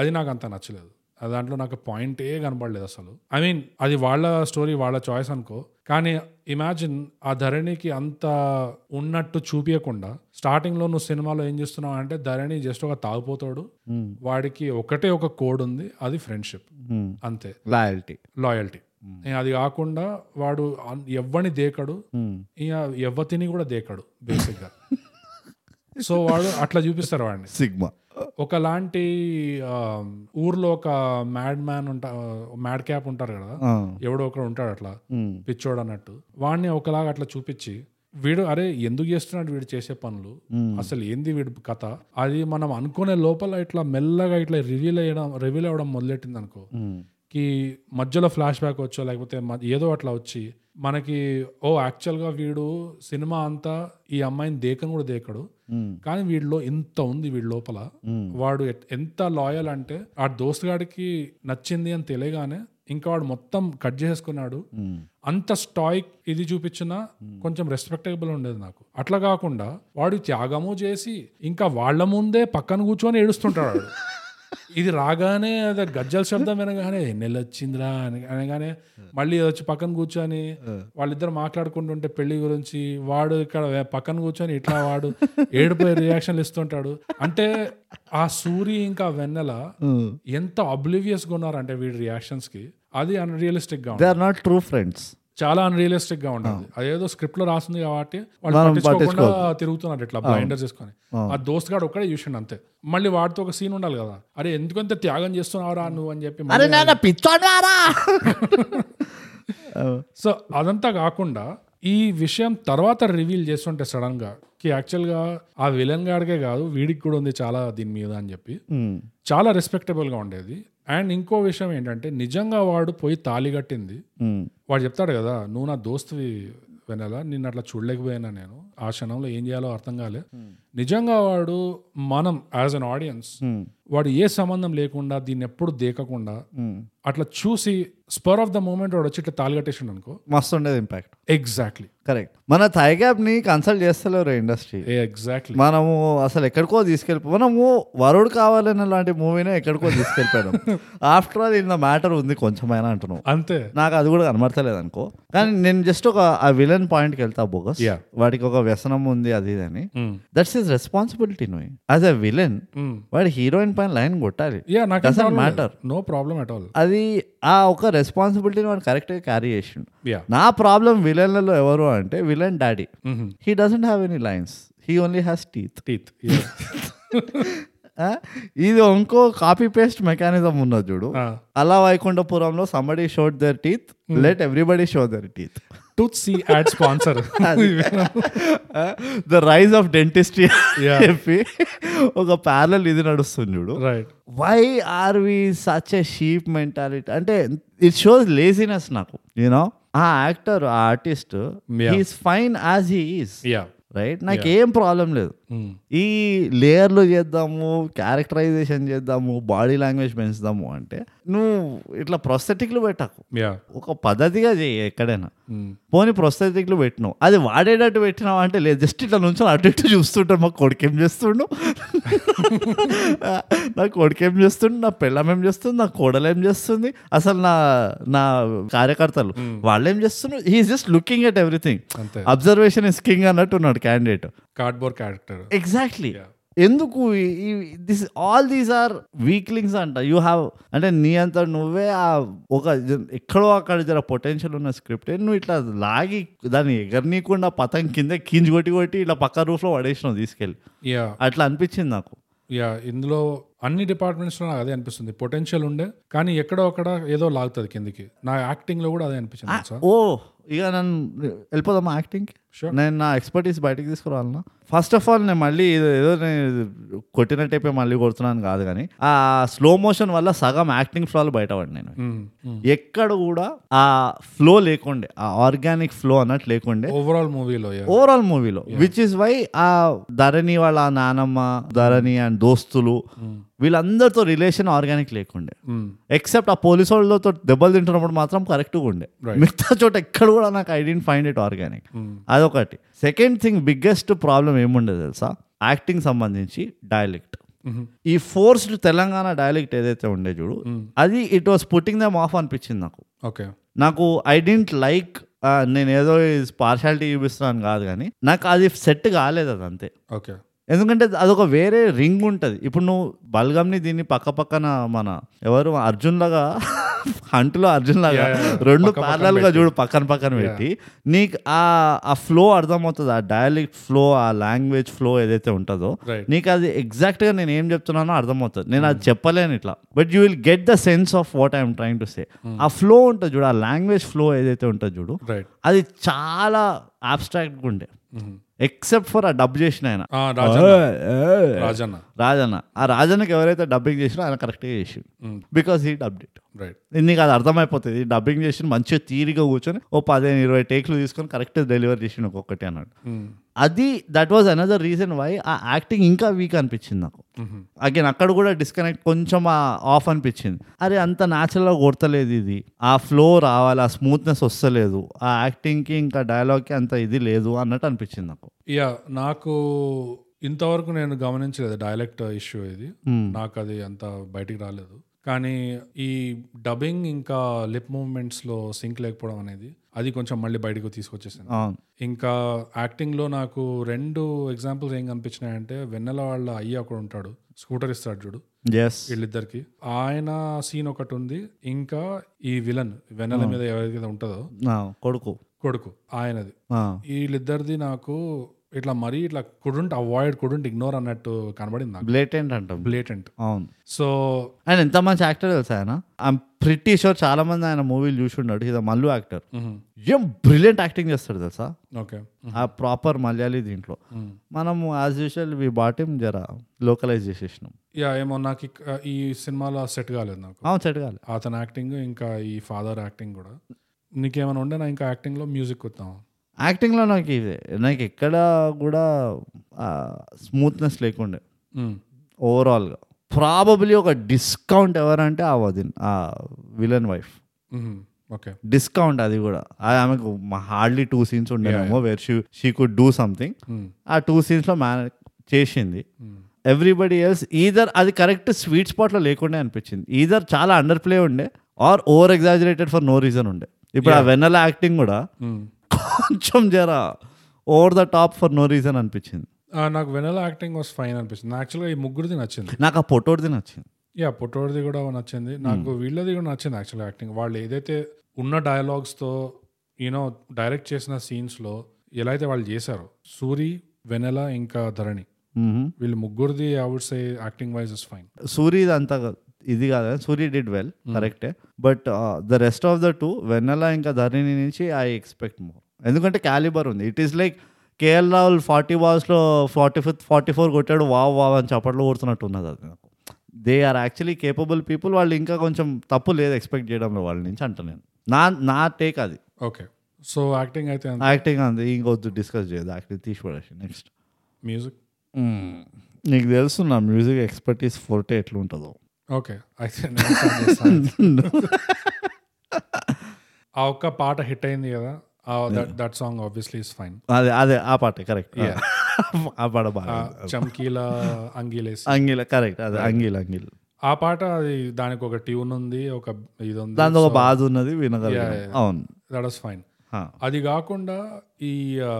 [SPEAKER 2] అది నాకు అంత నచ్చలేదు ఆ దాంట్లో నాకు point ఏ కనపడలేదు అసలు ఐ మీన్ అది వాళ్ళ స్టోరీ వాళ్ళ చాయిస్ అనుకో కానీ ఇమాజిన్ ఆ ధరణికి అంత ఉన్నట్టు చూపించకుండా starting లో నువ్వు సినిమాలో ఏం చేస్తున్నావు అంటే ధరణి జస్ట్ ఒక తాగుపోతాడు
[SPEAKER 1] Mm.
[SPEAKER 2] వాడికి ఒకటే ఒక కోడ్ ఉంది అది ఫ్రెండ్షిప్
[SPEAKER 1] Mm.
[SPEAKER 2] అంతే
[SPEAKER 1] లాయల్టీ
[SPEAKER 2] లాయల్టీ అది కాకుండా వాడు ఎవ్వని దేకడు ఇక ఎవ్వతిని కూడా దేకడు బేసిక్గా సో వాడు అట్లా చూపిస్తారు వాడిని
[SPEAKER 1] సిగ్మా
[SPEAKER 2] ఒకలాంటి ఆ, ఊర్లో ఒక మ్యాడ్ మ్యాన్ ఉంటా మ్యాడ్ క్యాప్ ఉంటారు కదా ఎవడో ఒకడు ఉంటాడు అట్లా పిచ్చోడు అన్నట్టు వాడిని ఒకలాగా అట్లా చూపించి వీడు అరే ఎందుకు చేస్తున్నాడు వీడు చేసే పనులు అసలు ఏంది వీడి కథ అది మనం అనుకునే లోపల ఇట్లా మెల్లగా ఇట్లా రివీల్ అయ్యడం రివీల్ అవ్వడం మొదలెట్టింది అనుకో కి మధ్యలో ఫ్లాష్ బ్యాక్ వచ్చో లేకపోతే మ- ఏదో అట్లా వచ్చి మనకి ఓ యాక్చువల్గా వీడు సినిమా అంతా ఈ అమ్మాయిని దేకను కూడా దేకడు కానీ వీడిలో ఇంత ఉంది వీడి లోపల వాడు ఎట్- ఎంత లాయల్ అంటే ఆ దోస్త్ గాడికి నచ్చింది అని తెలియగానే ఇంకా వాడు మొత్తం కట్ చేసుకున్నాడు అంత స్టాయిక్ ఇది చూపించినా కొంచెం రెస్పెక్టబుల్ ఉండేది నాకు అట్లా కాకుండా వాడు త్యాగము చేసి ఇంకా వాళ్ళ ముందే పక్కన కూర్చొని ఏడుస్తుంటాడు వాడు. ఇది రాగానే అదే గజ్జల శబ్దం వినగానే నెల వచ్చిందిరా అని అనగానే మళ్ళీ వచ్చి పక్కన కూర్చొని వాళ్ళిద్దరు మాట్లాడుకుంటుంటే పెళ్లి గురించి వాడు ఇక్కడ వే- పక్కన కూర్చొని ఇట్లా వాడు ఏడిపోయి రియాక్షన్లు ఇస్తుంటాడు అంటే ఆ సూరి ఇంకా వెన్నెల ఎంత అబ్లివియస్ గా ఉన్నారంటే వీడి రియాక్షన్స్ కి అది అన్రియలిస్టిక్ గా ఉంది
[SPEAKER 1] they are not true friends
[SPEAKER 2] చాలా అన్రియలిస్టిక్ గా ఉండదు అదేదో స్క్రిప్ట్ లో రాసింది కాబట్టి వాళ్ళు
[SPEAKER 1] మనం
[SPEAKER 2] పట్టించుకోకుండా తిరుగుతున్నారు ఇట్లా బ్లైండర్ చేసుకొని ఆ దోస్త్ గాడు ఒక్కడే చూసిండు అంతే మళ్ళీ వాడితో ఒక సీన్ ఉండాలి కదా అరే ఎందుకంత త్యాగం చేస్తున్నావురా నువ్వు అని చెప్పి మళ్ళీ-
[SPEAKER 1] నాన్న పిచ్చోడారా
[SPEAKER 2] సో అదంతా కాకుండా ఈ విషయం తర్వాత రివీల్ చేస్తుంటే సడన్ గా కి యాక్చువల్ గా ఆ విలన్ గాడికే కాదు వీడికి కూడా ఉంది చాలా దీని మీద అని చెప్పి చాలా రెస్పెక్టబుల్ గా ఉండేది అండ్ ఇంకో విషయం ఏంటంటే నిజంగా వాడు పోయి తాళి కట్టింది వాడు చెప్తాడు కదా నువ్వు నా దోస్తువి వెనెల నిన్ను అట్లా చూడలేకపోయినా నేను ఆ క్షణంలో ఏం చేయాలో అర్థం కాలే నిజంగా వాడు మనం యాజ్ అన్ ఆడియన్స్ వాడు ఏ సంబంధం లేకుండా దీన్ని ఎప్పుడు దేకకుండా అట్లా చూసి స్పర్ ఆఫ్ ద మూమెంట్ వాడు వచ్చి ఇట్లా తాలిగట్టేసిండు అనుకో
[SPEAKER 1] మస్తు ఉండేది ఇంపాక్ట్
[SPEAKER 2] ఎగ్జాక్ట్లీ
[SPEAKER 1] కరెక్ట్ మన థై గ్యాప్ ని కన్సల్ట్ చేస్తలేరు ఇండస్ట్రీ
[SPEAKER 2] ఎగ్జాక్ట్లీ
[SPEAKER 1] మనము అసలు ఎక్కడికో తీసుకెళ్ళి మనము వరుడు కావాలనే లాంటి మూవీనే ఎక్కడికో తీసుకెళ్ళిపోయాం after all in the matter ఉంది కొంచెమైనా అంటున్నావు
[SPEAKER 2] అంతే
[SPEAKER 1] నాకు అది కూడా కనబడతలేదు అనుకో కానీ నేను జస్ట్ ఒక ఆ విలన్ పాయింట్కి వెళ్తా బోగస్
[SPEAKER 2] Yeah.
[SPEAKER 1] వాడికి ఒక వ్యసనం ఉంది అది ఇది అని దట్స్ ఇస్ రెస్పాన్సిబిలిటీ నువ్వు యాజ్ ఎ విలన్ వాడి హీరోయిన్ పైన లైన్ కొట్టాలి
[SPEAKER 2] యా నాకు
[SPEAKER 1] doesn't matter
[SPEAKER 2] no problem at all
[SPEAKER 1] అది ఆ ఒక రెస్పాన్సిబిలిటీని వాడు కరెక్ట్గా క్యారీ చేసిండు
[SPEAKER 2] యా
[SPEAKER 1] నా ప్రాబ్లం విలన్లలో ఎవరు అంటే villain daddy
[SPEAKER 2] Mm-hmm.
[SPEAKER 1] He doesn't have any lines he only has teeth
[SPEAKER 2] teeth
[SPEAKER 1] ఇది ఇంకో కాపీ పేస్ట్ మెకానిజం ఉన్నది చూడు అలా వైకుంఠపురంలో somebody showed their teeth let everybody show there teeth
[SPEAKER 2] tooth see ad sponsor
[SPEAKER 1] the rise of dentistry
[SPEAKER 2] Yeah.
[SPEAKER 1] చెప్పి ఒక ప్యారల్ ఇది నడుస్తుంది చూడు
[SPEAKER 2] right
[SPEAKER 1] why are we such a sheep mentality అంటే ఇట్ షోస్ లేజినెస్ నాకు యూనో ఆ యాక్టర్ ఆ artist
[SPEAKER 2] Yeah.
[SPEAKER 1] He's fine as he is
[SPEAKER 2] yeah
[SPEAKER 1] right నాకు ఏం ప్రాబ్లం లేదు
[SPEAKER 2] Mm.
[SPEAKER 1] ఈ లేయర్లు చేద్దాము క్యారెక్టరైజేషన్ చేద్దాము బాడీ లాంగ్వేజ్ పెంచుదాము అంటే నువ్వు ఇట్లా ప్రొస్థెటిక్లు పెట్టకు
[SPEAKER 2] యా
[SPEAKER 1] ఒక పద్ధతిగా చేయి ఎక్కడైనా
[SPEAKER 2] Mm.
[SPEAKER 1] పోనీ ప్రొస్థెటిక్లు పెట్టినావు అది వాడేటట్టు పెట్టినావు అంటే లేదు జస్ట్ ఇట్లా నుంచొని అటు ఇటు చూస్తుంటాను మా కొడుకు ఏం చేస్తుండు నా కొడుకు ఏం చేస్తుండు నా పిల్లం ఏం చేస్తుంది నా కోడలు ఏం చేస్తుంది అసలు నా నా కార్యకర్తలు వాళ్ళు ఏం చేస్తున్నారు he just looking at everything
[SPEAKER 2] అంతే
[SPEAKER 1] అబ్జర్వేషన్ ఇస్ కింగ్ అన్నట్టు ఉన్నాడు క్యాండిడేట్
[SPEAKER 2] కార్డ్బోర్డ్ క్యారెక్టర్
[SPEAKER 1] ఎగ్జాక్ట్లీ ఎందుకు this all these are weaklings అంట యూ హ్యావ్ అంటే నీ అంత నువ్వే ఆ ఒక జ- ఎక్కడో అక్కడ జర పొటెన్షియల్ ఉన్న స్క్రిప్ట్ నువ్వు ఇట్లా లాగి దాన్ని ఎగరనీయకుండా పతం కింద కించి కొట్టి కొట్టి ఇట్లా పక్క రూఫ్లో పడేసినావు తీసుకెళ్ళి
[SPEAKER 2] యా
[SPEAKER 1] అట్లా అనిపించింది నాకు
[SPEAKER 2] యా ఇందులో అన్ని departments లో నాకు అదే అనిపిస్తుంది పొటెన్షియల్ ఉండే కానీ ఎక్కడో అక్కడ ఏదో లాగుతుంది కిందికి నా యాక్టింగ్ లో కూడా అదే అనిపించింది సార్
[SPEAKER 1] ఓ ఇక నన్ను వెళ్ళిపోదామా యాక్టింగ్కి
[SPEAKER 2] Sure.
[SPEAKER 1] నేను నా ఎక్స్పర్టీస్ బయటకు తీసుకురావాలన్నా ఫస్ట్ ఆఫ్ ఆల్ నేను మళ్ళీ ఇది ఏదో నేను ఇది కొట్టిన టైపే మళ్ళీ కొడుతున్నాను కాదు కానీ ఆ స్లో మోషన్ వల్ల సగం యాక్టింగ్ ఫ్లో బయటపడి నేను Hmm. ఎక్కడ కూడా ఆ ఫ్లో లేకుండే ఆ ఆర్గానిక్ ఫ్లో అన్నట్టు లేకుండే
[SPEAKER 2] ఓవరాల్ మూవీలో యా
[SPEAKER 1] ఓవరాల్ మూవీలో విచ్ ఇస్ వై ఆ ధరణి వాళ్ళ నానమ్మ ధరణి అండ్ దోస్తులు వీళ్ళందరితో రిలేషన్ ఆర్గానిక్ లేకుండే ఎక్సెప్ట్ ఆ పోలీసు వాళ్ళతో దెబ్బలు తింటున్నప్పుడు మాత్రం కరెక్ట్గా ఉండే
[SPEAKER 2] Right.
[SPEAKER 1] మిగతా చోట ఎక్కడ కూడా నాకు I didn't find it organic అదొకటి సెకండ్ థింగ్ బిగ్గెస్ట్ ప్రాబ్లం ఏముండే తెలుసా యాక్టింగ్ సంబంధించి డైలెక్ట్ ఈ ఫోర్స్డ్ తెలంగాణ డైలెక్ట్ ఏదైతే ఉండే చూడు అది it was putting them off అనిపించింది నాకు
[SPEAKER 2] ఓకే
[SPEAKER 1] నాకు ఐ డెంట్ లైక్ uh, నేను ఏదో పార్షాలిటీ చూపిస్తున్నాను కాదు కానీ నాకు అది సెట్ కాలేదు అది అంతే
[SPEAKER 2] ఓకే
[SPEAKER 1] ఎందుకంటే అదొక వేరే రింగ్ ఉంటుంది ఇప్పుడు నువ్వు బల్గమ్ని దీన్ని పక్క పక్కన మన ఎవరు అర్జున్ లాగా హంట్లో అర్జున్ లాగా
[SPEAKER 2] Yeah, yeah.
[SPEAKER 1] రెండు
[SPEAKER 2] పక్క పక్కన
[SPEAKER 1] parallel గా చూడు పక్కన పక్కన పెట్టి నీకు ఆ ఆ ఫ్లో అర్థమవుతుంది ఆ డైలెక్ట్ ఫ్లో ఆ లాంగ్వేజ్ ఫ్లో ఏదైతే ఉంటుందో
[SPEAKER 2] Right.
[SPEAKER 1] నీకు అది ఎగ్జాక్ట్గా నేను ఏం చెప్తున్నానో అర్థమవుతుంది నేను అది చెప్పలేను ఇట్లా but you will get the sense of what I'm trying to say
[SPEAKER 2] Hmm.
[SPEAKER 1] ఆ ఫ్లో ఉంటుంది చూడు ఆ లాంగ్వేజ్ ఫ్లో ఏదైతే ఉంటుందో చూడు
[SPEAKER 2] రైట్
[SPEAKER 1] అది చాలా ఆబ్స్ట్రాక్ట్గా ఉండే
[SPEAKER 2] Hmm.
[SPEAKER 1] ఎక్సెప్ట్ ఫర్ ఆ డబ్ చేసిన ఆయన
[SPEAKER 2] రాజన్న
[SPEAKER 1] ఏయ్, ఏయ్.
[SPEAKER 2] రాజన్న
[SPEAKER 1] రాజన్న ఆ రాజన్నకి ఎవరైతే డబ్బింగ్ చేసినా ఆయన కరెక్ట్గా చేసిండు బికాస్ ఈ డబ్బిడ్
[SPEAKER 2] రైట్
[SPEAKER 1] నీకు అది అర్థమైపోతుంది ఈ డబ్బింగ్ చేసిన మంచిగా తీరిగా కూర్చొని ఓ పదిహేను ఇరవై టేక్లు తీసుకొని కరెక్ట్ డెలివరీ చేసిండు ఒక్కొక్కటి అన్నాడు అది that was another reason why ఆ యాక్టింగ్ ఇంకా వీక్ అనిపించింది నాకు అగైన్ అక్కడ కూడా డిస్కనెక్ట్ కొంచెం ఆఫ్ అనిపించింది అరే అంత న్యాచురల్గా కొడతలేదు ఇది ఆ ఫ్లో రావాలి ఆ స్మూత్నెస్ వస్తలేదు ఆ యాక్టింగ్కి ఇంకా డైలాగ్కి అంత ఇది లేదు అన్నట్టు అనిపించింది నాకు
[SPEAKER 2] యా నాకు ఇంతవరకు నేను గమనించలేదు డైలెక్ట్ ఇష్యూ ఇది నాకు అది అంత బయటికి రాలేదు కానీ ఈ డబ్బింగ్ ఇంకా లిప్ మూవ్మెంట్స్ లో సింక్ లేకపోవడం అనేది అది కొంచెం మళ్ళీ బయటకు తీసుకొచ్చేసింది
[SPEAKER 1] అవును
[SPEAKER 2] ఇంకా యాక్టింగ్ లో నాకు రెండు ఎగ్జాంపుల్స్ ఏం కనిపించినాయంటే వెన్నెల వాళ్ళ అయ్యి ఒకడు ఉంటాడు స్కూటర్ ఇస్తాడు చూడు
[SPEAKER 1] ఎస్
[SPEAKER 2] వీళ్ళిద్దరికి ఆయన సీన్ ఒకటి ఉంది ఇంకా ఈ విలన్ వెన్నెల మీద ఎవరికైతే ఉంటుందో
[SPEAKER 1] కొడుకు
[SPEAKER 2] కొడుకు ఆయనది
[SPEAKER 1] ఆ.
[SPEAKER 2] వీళ్ళిద్దరిది నాకు ఇట్లా మరీ ఇట్లా కుడుంట్ అవాయిడ్ కుడుంట్ ఇగ్నోర్ అన్నట్టు కనబడింది నాకు
[SPEAKER 1] బ్లేటెంట్ అంటాం
[SPEAKER 2] బ్లేటెంట్
[SPEAKER 1] అవును
[SPEAKER 2] సో
[SPEAKER 1] ఆయన ఎంత మంచి యాక్టర్ తెలుసా ఆయన ఐమ్ ప్రిటీ షూర్ చాలా మంది ఆయన మూవీలు చూసున్నాడు ఇది మల్లు యాక్టర్ ఏం బ్రిలియంట్ యాక్టింగ్ చేస్తాడు తెలుసా
[SPEAKER 2] ఓకే
[SPEAKER 1] ఆ ప్రాపర్ మలయాళీ దీంట్లో మనము యాజ్ యూజువల్ వి బాటిం జర లోకలైజ్ చేసేసినాం
[SPEAKER 2] యా ఏమో నాకు ఇక్- ఈ సినిమాలో సెట్ కాలేదు నాకు
[SPEAKER 1] అవును సెట్ కాలే
[SPEAKER 2] అతని యాక్టింగ్ ఇంకా ఈ ఫాదర్ యాక్టింగ్ కూడా నీకేమైనా ఉండే నా ఇంకా యాక్టింగ్ లో మ్యూజిక్ వద్దాం
[SPEAKER 1] యాక్టింగ్లో నాకు ఇదే నాకు ఎక్కడ కూడా స్మూత్నెస్ లేకుండే ఓవరాల్గా ప్రాబబ్లీ ఒక డిస్కౌంట్ ఎవరంటే ఆ వదిన్ ఆ విలన్ వైఫ్
[SPEAKER 2] ఓకే
[SPEAKER 1] డిస్కౌంట్ అది కూడా ఆ- ఆమెకు హార్డ్లీ టూ సీన్స్ ఉండేనేమో where she she could do something ఆ టూ సీన్స్లో మేనే చేసింది ఎవ్రీబడి ఎల్స్ ఈదర్ అది కరెక్ట్ స్వీట్ స్పాట్లో లేకుండా అనిపించింది ఈదర్ చాలా అండర్ ప్లే ఉండే or over exaggerated for no reason ఉండే ఇప్పుడు ఆ వెన్నెల యాక్టింగ్ కూడా కొంచెం జర over the top for no reason అనిపించింది
[SPEAKER 2] నాకు వెనల యాక్టింగ్ వాస్ ఫైన్ అనిపిస్తుంది యాక్చువల్గా ఈ ముగ్గురిది నచ్చింది
[SPEAKER 1] నాకు ఆ పొట్టోడిది నచ్చింది
[SPEAKER 2] యా పొట్టోడిది కూడా నచ్చింది నాకు వీళ్ళది కూడా నచ్చింది యాక్చువల్ యాక్టింగ్ వాళ్ళు ఏదైతే ఉన్న డైలాగ్స్తో యూనో డైరెక్ట్ చేసిన సీన్స్లో ఎలా అయితే వాళ్ళు చేశారు సూరి వెనెల ఇంకా ధరణి
[SPEAKER 1] మ్మ్.
[SPEAKER 2] వీళ్ళు ముగ్గురిది I would say acting wise is fine
[SPEAKER 1] సూర్యది అంత ఇది కాదు సూర్య డిడ్ వెల్ కరెక్టే but the rest of the two Vennela ఇంకా ధరణి నుంచి ఐ ఎక్స్పెక్ట్ మోర్ ఎందుకంటే క్యాలిబర్ ఉంది it is like KL Rahul forty బాల్స్లో ఫార్టీ ఫిఫ్త్ ఫార్టీ ఫోర్ కొట్టాడు వావ్ వావ్ అని చప్పట్లు కొడుతున్నట్టు ఉన్నది అది నాకు they are actually capable people వాళ్ళు ఇంకా కొంచెం తప్పు లేదు ఎక్స్పెక్ట్ చేయడంలో వాళ్ళ నుంచి అంట నేను నా నా టేక్ అది
[SPEAKER 2] ఓకే సో యాక్టింగ్ అయితే
[SPEAKER 1] యాక్టింగ్ అంది ఇంకొద్దు డిస్కస్ చేయదు యాక్టింగ్ తీసుకోవడానికి నెక్స్ట్
[SPEAKER 2] మ్యూజిక్
[SPEAKER 1] నీకు తెలుసు నా మ్యూజిక్ ఎక్స్పర్టీస్ ఫోర్టే ఎట్లుంటుందో
[SPEAKER 2] ఓకే అయితే నేను start చేస్తాను. ఆ ఒక్క పాట హిట్ అయింది కదా that song obviously is fine
[SPEAKER 1] అదే అదే ఆ పాటే కరెక్ట్ ఆ పాట బాగా
[SPEAKER 2] చమ్కీలా అంగీలేసి
[SPEAKER 1] అంగిల్ కరెక్ట్ అదే అంగిల్ అంగిల్
[SPEAKER 2] ఆ పాట అది దానికి ఒక ట్యూన్ ఉంది ఒక ఇది ఉంది
[SPEAKER 1] దాంతో ఒక బాధ ఉన్నది వినగలిగా అవును
[SPEAKER 2] దట్ వాస్ ఫైన్
[SPEAKER 1] హా.
[SPEAKER 2] అది కాకుండా ఈ ఆ,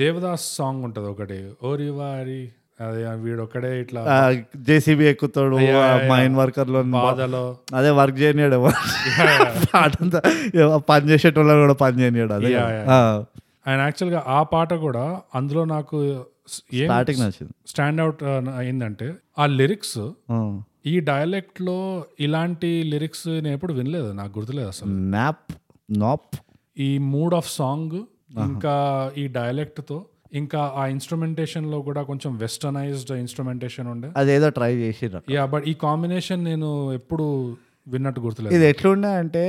[SPEAKER 2] దేవదాస్ సాంగ్ ఉంటుంది ఒకటి ఓరి వారి అదే వీడు ఒక్కడే ఇట్లా
[SPEAKER 1] జేసీబీ ఎక్కుతాడు
[SPEAKER 2] అయ్యా,
[SPEAKER 1] ఆ
[SPEAKER 2] అయ్యా.
[SPEAKER 1] మైన్ వర్కర్లో
[SPEAKER 2] బాధలో
[SPEAKER 1] అదే వర్క్ చేయనియాడు పాటంతా ఏవో పని చేసేటోళ్ళని కూడా పని చేయనియాడు అదే
[SPEAKER 2] Yeah, yeah. అండ్ యాక్చువల్గా ఆ పాట కూడా అందులో నాకు ఏం
[SPEAKER 1] స్టార్టింగ్ నచ్చింది
[SPEAKER 2] స్టాండ్ అవుట్ అయిందంటే ఆ లిరిక్స్
[SPEAKER 1] ఆ.
[SPEAKER 2] ఈ dialect లో ఇలాంటి లిరిక్స్ నేను ఎప్పుడు వినలేదు నాకు గుర్తులేదు అసలు
[SPEAKER 1] నాప్ నాప్
[SPEAKER 2] ఈ మూడ్ ఆఫ్ సాంగ్ ఇంకా ఈ dialect తో ఇంకా ఆ ఇన్స్ట్రుమెంటేషన్ లో కూడా కొంచెం వెస్టర్నైజ్డ్ ఇన్స్ట్రుమెంటేషన్ ఉండే
[SPEAKER 1] అదేదో ట్రై చేసిర్రు
[SPEAKER 2] యా బట్ ఈ కాంబినేషన్ నేను ఎప్పుడు విన్నట్టు గుర్తులేదు
[SPEAKER 1] ఇది ఎట్లుండే అంటే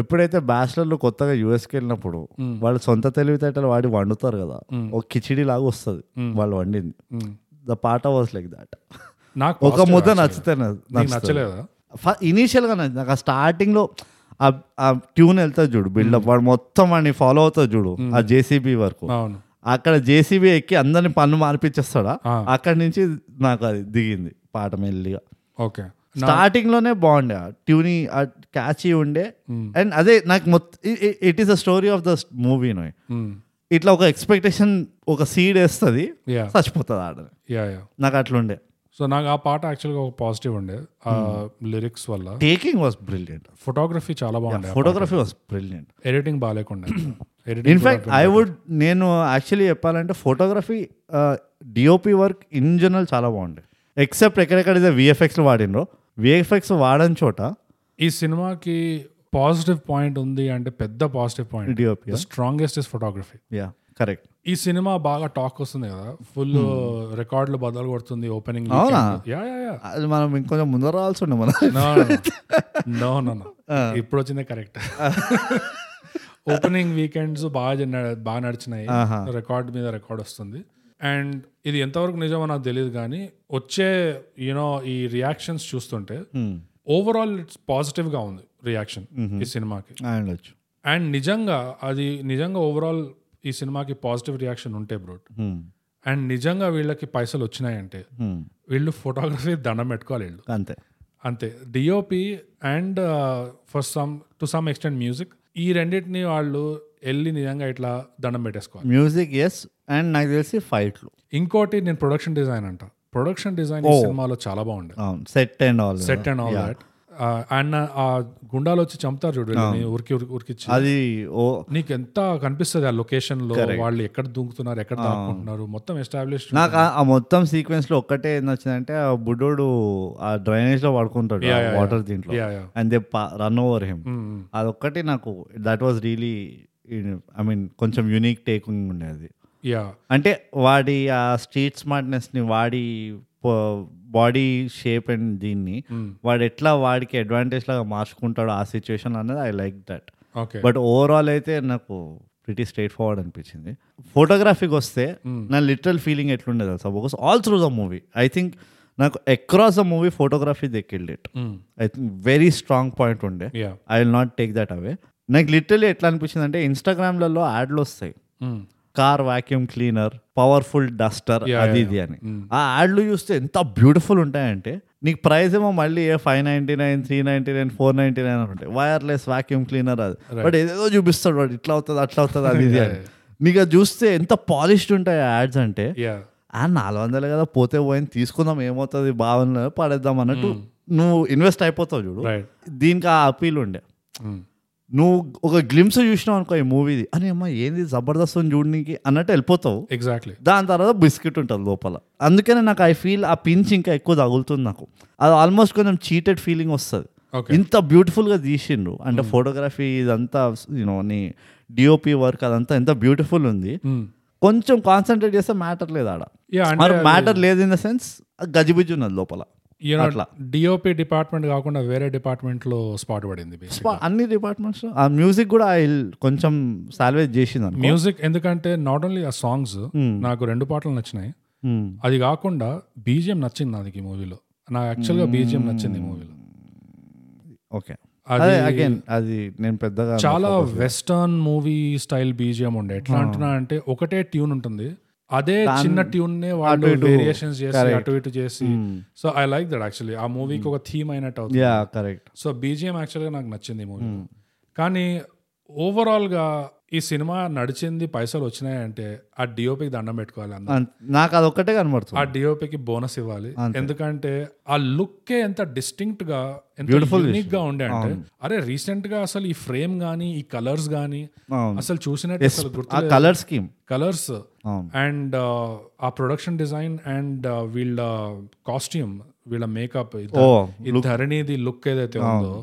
[SPEAKER 1] ఎప్పుడైతే బ్యాచిలర్లు కొత్తగా యూఎస్కి వెళ్ళినప్పుడు వాళ్ళు సొంత తెలివితేటలు వాడి వండుతారు కదా ఒక కిచిడి లాగా వస్తుంది వాళ్ళు వండింది
[SPEAKER 2] Mm.
[SPEAKER 1] ద పాట వాస్ లైక్ దాట్
[SPEAKER 2] నాకు
[SPEAKER 1] ఒక
[SPEAKER 2] positive
[SPEAKER 1] ముద్ద
[SPEAKER 2] actually.
[SPEAKER 1] నచ్చితే
[SPEAKER 2] నీకు నచ్చలేదా
[SPEAKER 1] ఇనీషియల్ గా నచ్చింది నాకు ఆ స్టార్టింగ్ లో ఆ- ఆ ట్యూన్ వెళ్తా చూడు బిల్డప్ వాడు మొత్తం వాడిని ఫాలో అవుతా చూడు ఆ జేసీబీ వరకు
[SPEAKER 2] అవును
[SPEAKER 1] అక్కడ జేసీబీ ఎక్కి అందరిని పనులు మార్పిచ్చేస్తాడా
[SPEAKER 2] ఆ.
[SPEAKER 1] అక్కడి నుంచి నాకు అది దిగింది పాట మెల్లిగా
[SPEAKER 2] ఓకే
[SPEAKER 1] స్టార్టింగ్ లోనే బాగుండే ఆ ట్యూని ఆ క్యాచీ ఉండే అండ్ అదే నాకు మొత్తం it is the story of the movie no ఇట్లా ఒక ఎక్స్పెక్టేషన్ ఒక సీడ్ వేస్తుంది
[SPEAKER 2] యా
[SPEAKER 1] చచ్చిపోతుంది ఆడ
[SPEAKER 2] యా యా
[SPEAKER 1] నాకు అట్లుండే
[SPEAKER 2] సో నాకు ఆ పాట యాక్చువల్గా ఒక పాజిటివ్ ఉండే ఆ లిరిక్స్ వల్ల
[SPEAKER 1] టేకింగ్ వాస్ బ్రిలియంట్
[SPEAKER 2] ఫోటోగ్రఫీ చాలా బాగుండే
[SPEAKER 1] ఫోటోగ్రఫీ వాస్ బ్రిలియంట్
[SPEAKER 2] ఎడిటింగ్ బాగాలేకుండా ఎడిటింగ్
[SPEAKER 1] ఇన్ఫాక్ట్ ఐ వుడ్ నేను యాక్చువల్లీ చెప్పాలంటే uh, photography DOP work in general చాలా బాగుండే ఎక్సెప్ట్ ఎక్కడెక్కడైతే విఎఫ్ఎక్స్ వాడినరో విఎఫ్ఎక్స్ వాడని చోట
[SPEAKER 2] ఈ సినిమాకి పాజిటివ్ పాయింట్ ఉంది అంటే పెద్ద positive point
[SPEAKER 1] DOP
[SPEAKER 2] the strongest is photography
[SPEAKER 1] yeah correct
[SPEAKER 2] ఈ సినిమా బాగా టాక్ వస్తుంది కదా ఫుల్ రికార్డులు బదలు కొడుతుంది ఓపెనింగ్
[SPEAKER 1] అవునా?
[SPEAKER 2] యా యా యా
[SPEAKER 1] అది మనం ఇంకొంచెం ముందర రావాల్సి ఉండే మనం
[SPEAKER 2] నో నో నో నో ఇప్పుడు వచ్చిందే కరెక్ట్ ఓపెనింగ్ వీకెండ్స్ బాగా జన- బాగా నడిచినాయి రికార్డ్ మీద రికార్డ్ వస్తుంది అండ్ ఇది ఎంతవరకు నిజమో నాకు తెలియదు కానీ వచ్చే యూనో ఈ రియాక్షన్స్ చూస్తుంటే ఓవరాల్ ఇట్స్ పాజిటివ్ గా ఉంది రియాక్షన్ ఈ సినిమాకి
[SPEAKER 1] ఆ, ఉండొచ్చు
[SPEAKER 2] అండ్ నిజంగా అది నిజంగా ఓవరాల్ ఈ సినిమాకి పాజిటివ్ రియాక్షన్ ఉంటే బ్రోట్
[SPEAKER 1] Hmm.
[SPEAKER 2] అండ్ నిజంగా వీళ్ళకి పైసలు వచ్చినాయంటే
[SPEAKER 1] Hmm.
[SPEAKER 2] వీళ్ళు ఫోటోగ్రఫీ దండం పెట్టుకోవాలి వీళ్ళు
[SPEAKER 1] అంతే
[SPEAKER 2] అంతే DOP and uh, for some to some extent music ఈ రెండింటిని వాళ్ళు వెళ్ళి నిజంగా ఇట్లా దండం పెట్టేసుకోవాలి
[SPEAKER 1] మ్యూజిక్ ఎస్ అండ్ నాకు తెలిసి ఫైట్లు
[SPEAKER 2] ఇంకోటి నేను ప్రొడక్షన్ డిజైన్ అంట ప్రొడక్షన్ డిజైన్ ఈ సినిమాలో చాలా బాగుండే
[SPEAKER 1] అవును set and all
[SPEAKER 2] set and all that Uh, and ఆ గుండాలు వచ్చి చంపుతారు చూడు వీళ్ళని ఉరికి ఉరికి ఉరికిచ్చి
[SPEAKER 1] అది ఓ
[SPEAKER 2] నీకు ఎంత కనిపిస్తుంది ఆ లొకేషన్ లో వాళ్ళు ఎక్కడ దూకుతున్నారు ఎక్కడ దాక్కుంటున్నారు మొత్తం ఎస్టాబ్లిష్
[SPEAKER 1] నాకు ఆ- ఆ మొత్తం సీక్వెన్స్ లో ఒక్కటే ఏం నచ్చిందంటే ఆ బుడ్డోడు ఆ డ్రైనేజ్ లో పడుకుంటాడు వాటర్ దీంట్లో
[SPEAKER 2] yeah yeah
[SPEAKER 1] and they run over
[SPEAKER 2] Hmm.
[SPEAKER 1] Him అదొక్కటి నాకు that was really I mean కొంచెం యూనిక్ టేకింగ్ ఉండేది
[SPEAKER 2] యా
[SPEAKER 1] అంటే వాడి ఆ స్ట్రీట్ స్మార్ట్నెస్ ని వాడి బాడీ షేప్ అండ్ దీన్ని
[SPEAKER 2] Hmm.
[SPEAKER 1] వాడు ఎట్లా వాడికి అడ్వాంటేజ్ లాగా మార్చుకుంటాడు ఆ సిచ్యువేషన్ అనేది I like that
[SPEAKER 2] okay
[SPEAKER 1] but overall అయితే నాకు ప్రిటీ స్ట్రైట్ ఫార్వర్డ్ అనిపించింది ఫోటోగ్రఫీకి వస్తే నా లిటరల్ ఫీలింగ్ ఎట్లుండేది తెలుసా because all through the movie I think నాకు across the movie photography they killed it I think very strong point ఉండే
[SPEAKER 2] yeah
[SPEAKER 1] I will not take that away నాకు లిటరలీ ఎట్లా అనిపించింది అంటే ఇన్స్టాగ్రామ్లలో యాడ్లు వస్తాయి
[SPEAKER 2] Hmm.
[SPEAKER 1] Car vacuum cleaner powerful duster అది ఇది అని ఆ యాడ్లు చూస్తే ఎంత బ్యూటిఫుల్ ఉంటాయంటే నీకు ప్రైస్ ఏమో మళ్ళీ ఏ five ninety nine three ninety nine four ninety nine అని ఉంటాయి వైర్లెస్ వాక్యూమ్ క్లీనర్ అది బట్ ఏదేదో చూపిస్తాడు వాడు ఇట్లా అవుతుంది అట్లా అవుతుంది అది ఇది అని నీకు అది చూస్తే ఎంత పాలిష్డ్ ఉంటాయి ఆ యాడ్స్ అంటే
[SPEAKER 2] యా
[SPEAKER 1] ఆ నాలుగు వందలు కదా పోతే పోయింది తీసుకుందాం ఏమవుతుంది బాగున్నా పడేద్దాం అన్నట్టు నువ్వు ఇన్వెస్ట్ అయిపోతావు చూడు
[SPEAKER 2] రైట్
[SPEAKER 1] దీనికి ఆ అపీల్ ఉండే
[SPEAKER 2] Hmm.
[SPEAKER 1] నువ్వు ఒక గ్లిమ్స్ చూసినావు అనుకో ఈ మూవీది అని అమ్మా ఏంది జబర్దస్త్ అని చూడడానికి అన్నట్టు వెళ్ళిపోతావు
[SPEAKER 2] ఎగ్జాక్ట్లీ
[SPEAKER 1] దాని తర్వాత బిస్కెట్ ఉంటుంది లోపల అందుకనే నాకు ఐ ఫీల్ ఆ పించ్ ఇంకా ఎక్కువ తగులుతుంది నాకు అది ఆల్మోస్ట్ కొంచెం చీటెడ్ ఫీలింగ్ వస్తుంది
[SPEAKER 2] ఓకే
[SPEAKER 1] ఇంత బ్యూటిఫుల్గా తీసిండ్రు అంటే ఫోటోగ్రఫీ ఇదంతా యూనో నీ డిఓపి వర్క్ అదంతా ఎంత బ్యూటిఫుల్ ఉంది కొంచెం కాన్సన్ట్రేట్ చేస్తే మ్యాటర్ లేదు ఆడ
[SPEAKER 2] యా
[SPEAKER 1] మరి మ్యాటర్ లేదు ఇన్ ద సెన్స్ గజిబిజి ఉన్నది లోపల అట్లా.
[SPEAKER 2] డిఓపి డిపార్ట్మెంట్ కాకుండా వేరే డిపార్ట్మెంట్ లో స్పాట్ పడింది basically.
[SPEAKER 1] ప- అన్ని డిపార్ట్మెంట్స్ ఆ మ్యూజిక్ కూడా I కొంచెం సాల్వేజ్ చేసింది అనుకో
[SPEAKER 2] మ్యూజిక్ ఎందుకంటే నాట్ ఓన్లీ ఆ సాంగ్స్ నాకు రెండు పాటలు నచ్చినాయి
[SPEAKER 1] Hmm.
[SPEAKER 2] అది కాకుండా బీజిఎం నచ్చింది నాకు ఈ మూవీలో నాకు యాక్చువల్
[SPEAKER 1] Hmm.
[SPEAKER 2] గా బీజిఎం నచ్చింది ఈ మూవీలో
[SPEAKER 1] ఓకే
[SPEAKER 2] అది
[SPEAKER 1] అదే అగైన్ అది నేను పెద్దగా
[SPEAKER 2] చాలా వెస్టర్న్ మూవీ స్టైల్ బీజిఎం ఉండే ఎట్లా అంటున్నా అంటే ఒకటే ట్యూన్ ఉంటుంది అదే చిన్న ట్యూన్ నే వాళ్ళు వేరియేషన్స్ చేసి అటు ఇటు చేసి so I like that actually ఆ మూవీకి ఒక థీమ్ అయినట్టు అవుతుంది
[SPEAKER 1] యా కరెక్ట్
[SPEAKER 2] సో బీజిఎం యాక్చువల్గా నాకు నచ్చింది ఈ మూవీ కానీ ఓవరాల్గా ఈ ఈ సినిమా నడిచింది పైసలు వచ్చినాయి అంటే ఆ డిఓపికి దండం పెట్టుకోవాలి అందరూ
[SPEAKER 1] అంత- నాకు అది ఒక్కటే కనబడుతుంది
[SPEAKER 2] ఆ డిఓపికి బోనస్ ఇవ్వాలి ఎందుకంటే ఆ లుక్కే ఎంత డిస్టింక్ట్ గా ఎంత యూనిక్ గా ఉండే అంటే అరే రీసెంట్ గా అసలు ఈ ఫ్రేమ్ గానీ ఈ కలర్స్ గానీ
[SPEAKER 1] అవును.
[SPEAKER 2] అసలు చూసినట్టు అసలు
[SPEAKER 1] ఆ కలర్ స్కీమ్
[SPEAKER 2] కలర్స్
[SPEAKER 1] అవును.
[SPEAKER 2] అండ్ uh, ఆ ప్రొడక్షన్ డిజైన్ అండ్ uh, వీళ్ళ కాస్ట్యూమ్ వీళ్ళ మేకప్
[SPEAKER 1] ఓ
[SPEAKER 2] ఈ ధరణిది లుక్ ఏదైతే ఉందో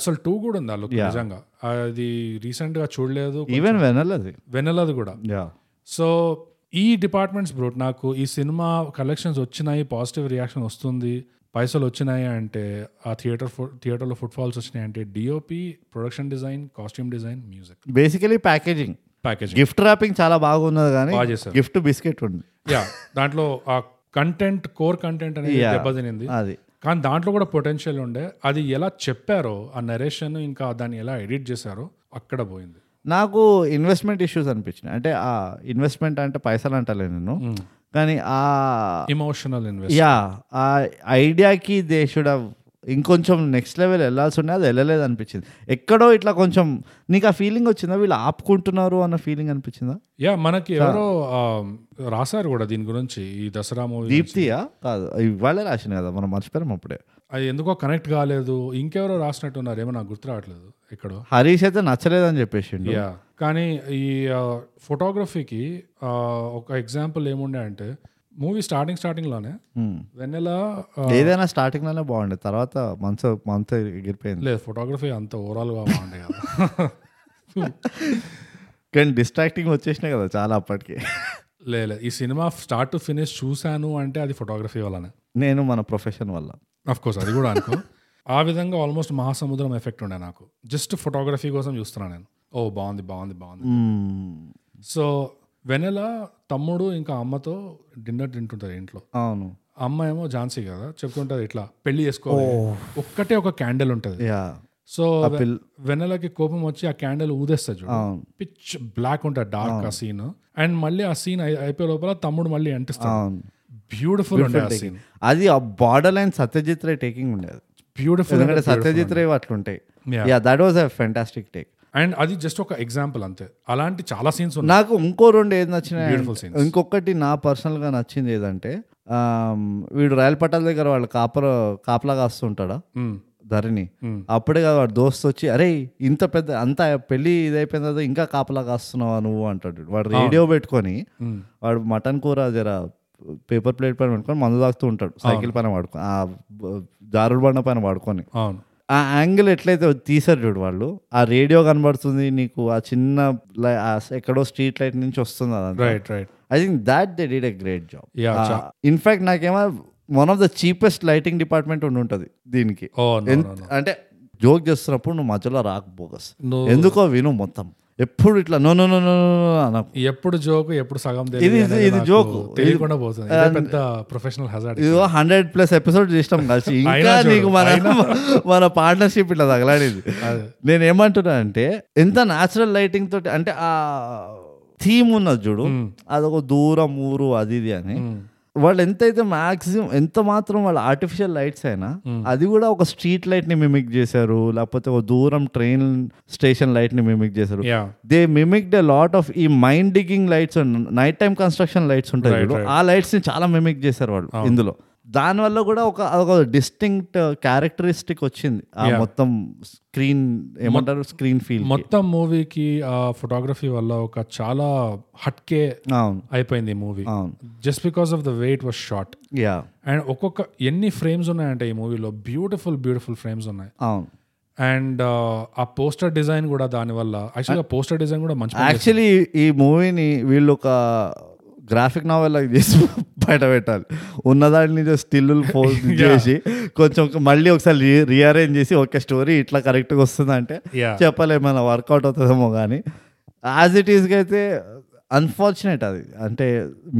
[SPEAKER 2] అసలు టూ కూడా ఉంది ఆ లుక్ నిజంగా అది రీసెంట్ గా చూడలేదు
[SPEAKER 1] ఈవెన్ వెనల్ అది
[SPEAKER 2] వెనలది కూడా
[SPEAKER 1] యా
[SPEAKER 2] సో ఈ డిపార్ట్మెంట్స్ బ్రో నాకు ఈ సినిమా కలెక్షన్స్ వచ్చినాయి పాజిటివ్ రియాక్షన్ వస్తుంది పైసలు వచ్చినాయి అంటే ఆ థియేటర్ థియేటర్లో ఫుట్ ఫాల్స్ వచ్చినాయి అంటే DOP production design costume design music
[SPEAKER 1] basically packaging
[SPEAKER 2] package
[SPEAKER 1] gift wrapping చాలా బాగున్నది కానీ
[SPEAKER 2] బాగా చేశారు
[SPEAKER 1] గిఫ్ట్ బిస్కెట్ ఉంది
[SPEAKER 2] యా దాంట్లో ఆ కంటెంట్ కోర్ కంటెంట్ అనేది దెబ్బతినింది
[SPEAKER 1] అది
[SPEAKER 2] కానీ దాంట్లో కూడా పొటెన్షియల్ ఉండే అది ఎలా చెప్పారో ఆ నరేషన్ ఇంకా దాన్ని ఎలా ఎడిట్ చేశారో అక్కడ పోయింది
[SPEAKER 1] నాకు ఇన్వెస్ట్మెంట్ ఇష్యూస్ అనిపించినాయి అంటే ఆ ఇన్వెస్ట్మెంట్ అంటే పైసలు అంటలే నేను
[SPEAKER 2] Hmm.
[SPEAKER 1] కానీ ఆ
[SPEAKER 2] ఇమోషనల్ ఇన్వెస్ట్
[SPEAKER 1] యా ఆ ఐడియాకి దే షుడ్ హావ్ ఇంకొంచెం నెక్స్ట్ లెవెల్ వెళ్ళాల్సి ఉండే అది వెళ్ళలేదు అనిపించింది ఎక్కడో ఇట్లా కొంచెం నీకు ఆ ఫీలింగ్ వచ్చిందా వీళ్ళు ఆపుకుంటున్నారు అన్న ఫీలింగ్ అనిపించిందా
[SPEAKER 2] యా మనకి ఎవరో ఆ, రాశారు కూడా దీని గురించి ఈ దసరా మూవీ
[SPEAKER 1] దీప్తియా కాదు ఇవాళే రాసింది కదా మనం మర్చిపోయాం అప్పుడే
[SPEAKER 2] అది ఎందుకో కనెక్ట్ కాలేదు ఇంకెవరో రాసినట్టున్నారు ఏమో నాకు గుర్తు రావట్లేదు ఎక్కడో
[SPEAKER 1] హరీష్ అయితే నచ్చలేదని చెప్పేసిండు
[SPEAKER 2] యా కానీ ఈ ఫోటోగ్రఫీకి ఒక ఎగ్జాంపుల్ ఏముండే అంటే మూవీ స్టార్టింగ్ స్టార్టింగ్ లోనే వెన్నెల ఆ,
[SPEAKER 1] ఏదైనా స్టార్టింగ్ లోనే బాగుండే తర్వాత మంత్ మంత్ ఎగిరిపోయింది
[SPEAKER 2] లేదు ఫోటోగ్రఫీ అంత ఓవరాల్ గా బాగుండే కదా
[SPEAKER 1] కానీ డిస్ట్రాక్టింగ్ వచ్చేసినాయి కదా చాలా అప్పటికి
[SPEAKER 2] లే లే, ఈ సినిమా స్టార్ట్ టు ఫినిష్ చూశాను అంటే అది ఫోటోగ్రఫీ వల్లనే
[SPEAKER 1] నేను మన ప్రొఫెషన్ వల్ల
[SPEAKER 2] అఫ్ కోర్స్ అది కూడా అనుకో ఆ విధంగా ఆల్మోస్ట్ మహాసముద్రం ఎఫెక్ట్ ఉండే నాకు జస్ట్ ఫోటోగ్రఫీ కోసం చూస్తున్నాను నేను ఓ బాగుంది బాగుంది బాగుంది
[SPEAKER 1] మ్మ్.
[SPEAKER 2] సో వెనెల తమ్ముడు ఇంకా అమ్మతో డిన్నర్ తింటుంటారు ఇంట్లో
[SPEAKER 1] అవును
[SPEAKER 2] అమ్మ ఏమో ఝాన్సీ కదా చెప్తుంటారు ఇట్లా పెళ్లి చేసుకోవాలి ఒక్కటే ఒక క్యాండిల్ ఉంటుంది
[SPEAKER 1] యా
[SPEAKER 2] సో వెనెలకి కోపం వచ్చి ఆ క్యాండిల్ ఊదేస్తుంది చూడు
[SPEAKER 1] అవును
[SPEAKER 2] పిచ్ బ్లాక్ ఉంటుంది డార్క్ ఆ సీన్ అండ్ మళ్ళీ ఆ సీన్ అయిపోయే లోపల తమ్ముడు మళ్ళీ అంటిస్తాడు
[SPEAKER 1] అవును
[SPEAKER 2] బ్యూటిఫుల్ ఉండే ఆ సీన్
[SPEAKER 1] అది ఆ borderline Satyajit Ray taking ఉండేది
[SPEAKER 2] బ్యూటిఫుల్
[SPEAKER 1] ఎందుకంటే సత్యజిత్ రే అట్లుంటాయి
[SPEAKER 2] Yeah.
[SPEAKER 1] Yeah that was a fantastic take
[SPEAKER 2] and అది జస్ట్ ఒక ఎగ్జాంపుల్ అంతే అలాంటి చాలా సీన్స్ ఉన్నాయి
[SPEAKER 1] నాకు ఇంకో రెండు ఏది నచ్చినాయి
[SPEAKER 2] Beautiful
[SPEAKER 1] అంటే-
[SPEAKER 2] scenes.
[SPEAKER 1] ఇంకొకటి నా పర్సనల్ గా నచ్చింది ఏదంటే ఆమ్, వీడు రాయల్ పటాల దగ్గర వాళ్ళు కాపర కాపలాగా వస్తుంటాడా
[SPEAKER 2] మ్మ్.
[SPEAKER 1] ధరణి
[SPEAKER 2] Hmm.
[SPEAKER 1] అప్పుడే కదా వాడు దోస్త్ వచ్చి అరే ఇంత పెద్ద అంత పెళ్లి ఇదైపోయిన తర్వాత ఇంకా కాపలా కాస్తున్నావా నువ్వు అంటాడు వాడు రేడియో పెట్టుకొని
[SPEAKER 2] Hmm.
[SPEAKER 1] వాడు మటన్ కూర జర పేపర్ ప్లేట్ పైన పెట్టుకొని మందు తాగుతూ ఉంటాడు సైకిల్ పైన వాడుకొని ఆ బ- జారుడు బండ పైన వాడుకొని
[SPEAKER 2] అవును
[SPEAKER 1] ఆ యాంగిల్ ఎట్లయితే తీసారు చూడు వాళ్ళు ఆ రేడియో కనబడుతుంది నీకు ఆ చిన్న లై- ఆ ఎక్కడో స్ట్రీట్ లైట్ నుంచి వస్తుంది అదంతా
[SPEAKER 2] right right
[SPEAKER 1] I think that they did a great job
[SPEAKER 2] yeah
[SPEAKER 1] in fact నాకేమో one of the cheapest lighting department ఉండి ఉంటుంది దీనికి
[SPEAKER 2] ఓ
[SPEAKER 1] ఎంత- అంటే జోక్ చేస్తున్నప్పుడు నువ్వు మధ్యలో రాకు బోగస్
[SPEAKER 2] No.
[SPEAKER 1] ఎందుకో విను మొత్తం ఎప్పుడు ఇట్లా నో నో నో నో నాకు
[SPEAKER 2] ఎప్పుడు జోకు ఎప్పుడు సగం తెలియదు
[SPEAKER 1] ఇది-
[SPEAKER 2] అనేది
[SPEAKER 1] ఇది
[SPEAKER 2] నాకు
[SPEAKER 1] joke.
[SPEAKER 2] తెలియకుండా పోతుంది ఇదే పెద్ద ప్రొఫెషనల్ హజార్డ్
[SPEAKER 1] ఇదిగో హండ్రెడ్ ప్లస్ ఎపిసోడ్ చేసినాం కలిసి ఇంకా
[SPEAKER 2] అయినా చూడు,
[SPEAKER 1] నీకు మన మన పార్ట్నర్షిప్ ఇట్లా తగలాడేది నేను ఏమంటున్నా అంటే ఎంత న్యాచురల్ లైటింగ్ తోటి అంటే ఆ థీమ్ ఉన్నది చూడు అదొక దూరం ఊరు అది ఇది అని వాళ్ళు ఎంతైతే మాక్సిమం ఎంత మాత్రం వాళ్ళ ఆర్టిఫిషియల్ లైట్స్ అయినా అది కూడా ఒక స్ట్రీట్ లైట్ ని మిమిక్ చేశారు లేకపోతే ఒక దూరం ట్రైన్ స్టేషన్ లైట్ ని మిమిక్ చేశారు
[SPEAKER 2] yeah
[SPEAKER 1] they mimic the lot of ఈ mind digging lights night time construction lights ఉంటాయి చూడు ఆ లైట్స్ ని చాలా మిమిక్ చేశారు వాళ్ళు ఇందులో దానివల్ల కూడా ఒక ఒక డిస్టింక్ట్ క్యారెక్టరిస్టిక్ వచ్చింది ఆ మొత్తం స్క్రీన్ ఏమంటారు స్క్రీన్ ఫీల్
[SPEAKER 2] మొత్తం మూవీకి ఆ ఫోటోగ్రఫీ వల్ల ఒక చాలా హట్కే
[SPEAKER 1] అవును
[SPEAKER 2] అయిపోయింది మూవీ
[SPEAKER 1] అవును
[SPEAKER 2] just because of the weight was short
[SPEAKER 1] yeah
[SPEAKER 2] and ఒక్కొక్క ఎన్ని ఫ్రేమ్స్ ఉన్నాయంటే ఈ మూవీలో బ్యూటిఫుల్ బ్యూటిఫుల్ ఫ్రేమ్స్ ఉన్నాయి
[SPEAKER 1] అవును
[SPEAKER 2] అండ్ ఆ పోస్టర్ డిజైన్ కూడా దానివల్ల యాక్చువల్గా పోస్టర్ డిజైన్ కూడా మంచి
[SPEAKER 1] యాక్చువల్లీ ఈ మూవీని వీళ్ళు ఒక గ్రాఫిక్ నావెల్ లాగా చేసి బయట పెట్టాలి ఉన్నదాన్ని స్టిల్ చేసి కొంచెం మళ్ళీ ఒకసారి రీఅరేంజ్ చేసి ఒక స్టోరీ ఇట్లా కరెక్ట్గా వస్తుందంటే
[SPEAKER 2] యా
[SPEAKER 1] చెప్పలేము మన వర్కౌట్ అవుతుందేమో కానీ యాజ్ ఇట్ ఈస్గా అయితే అన్ఫార్చునేట్ అది అంటే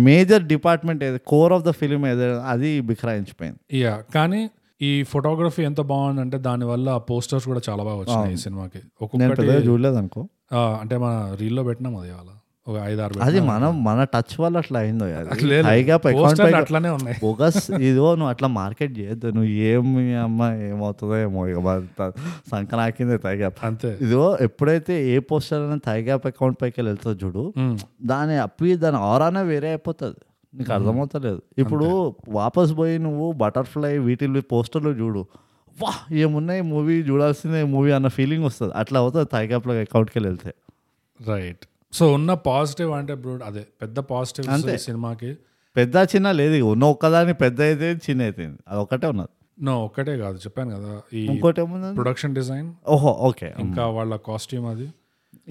[SPEAKER 1] మేజర్ డిపార్ట్మెంట్ ఏది కోర్ ఆఫ్ ద ఫిలిం ఏదైనా అది బిఖరాయించిపోయింది
[SPEAKER 2] యా కానీ ఈ ఫోటోగ్రఫీ ఎంత బాగుందంటే దానివల్ల పోస్టర్స్ కూడా చాలా బాగా వచ్చినాయి ఈ సినిమాకి
[SPEAKER 1] నేను
[SPEAKER 2] ఒక్కొక్కటి
[SPEAKER 1] పెద్దగా చూడలేదు అనుకో
[SPEAKER 2] ఆ, అంటే మన రీల్లో పెట్టినాం అది వాళ్ళ ఒక ఐదు ఆరు
[SPEAKER 1] అది మనం మన టచ్ వల్ల అట్లా అయిందో
[SPEAKER 2] అట్లే లేదు.
[SPEAKER 1] పైగా అకౌంట్
[SPEAKER 2] పోస్టర్లు అట్లానే ఉన్నాయి
[SPEAKER 1] బోగస్ ఇదో నువ్వు అట్లా మార్కెట్ చేయొద్దు నువ్వు ఏమి అమ్మ ఏమవుతుందో ఏమో ఇక మరి త- సంకనాకింది తైగ్యాప్
[SPEAKER 2] అంతే
[SPEAKER 1] ఇదిగో ఎప్పుడైతే ఏ పోస్టర్ అనేది తైగ్యాప్ అకౌంట్ పైకి వెళ్ళి వెళ్తుందో చూడు
[SPEAKER 2] ఉమ్.
[SPEAKER 1] దాని అప్పి దాని ఆరానే వేరే అయిపోతుంది నీకు అర్థమవుతలేదు ఇప్పుడు వాపస్ పోయి నువ్వు బటర్ఫ్లై వీటిల్లో పోస్టర్లు చూడు వా ఏమున్నాయి మూవీ చూడాల్సిందే మూవీ అన్న ఫీలింగ్ వస్తుంది అట్లా అవుతుంది తైగ్యాప్లో అకౌంట్కి వెళ్ళి వెళ్తే
[SPEAKER 2] రైట్ సో ఉన్న పాజిటివ్ అంటే బ్రో అదే పెద్ద పాజిటివ్ సినిమాకి
[SPEAKER 1] పెద్ద చిన్న లేదు ఇక. ఉన్న ఒక్కదాని పెద్ద అయితే చిన్న అయితే అది ఒకటే ఉన్నది
[SPEAKER 2] నో ఒక్కటే కాదు చెప్పాను కదా ఈ
[SPEAKER 1] ఇంకోటి ఏముంది
[SPEAKER 2] ప్రొడక్షన్ డిజైన్
[SPEAKER 1] ఓహో ఓకే
[SPEAKER 2] ఇంకా వాళ్ళ కాస్ట్యూమ్ అది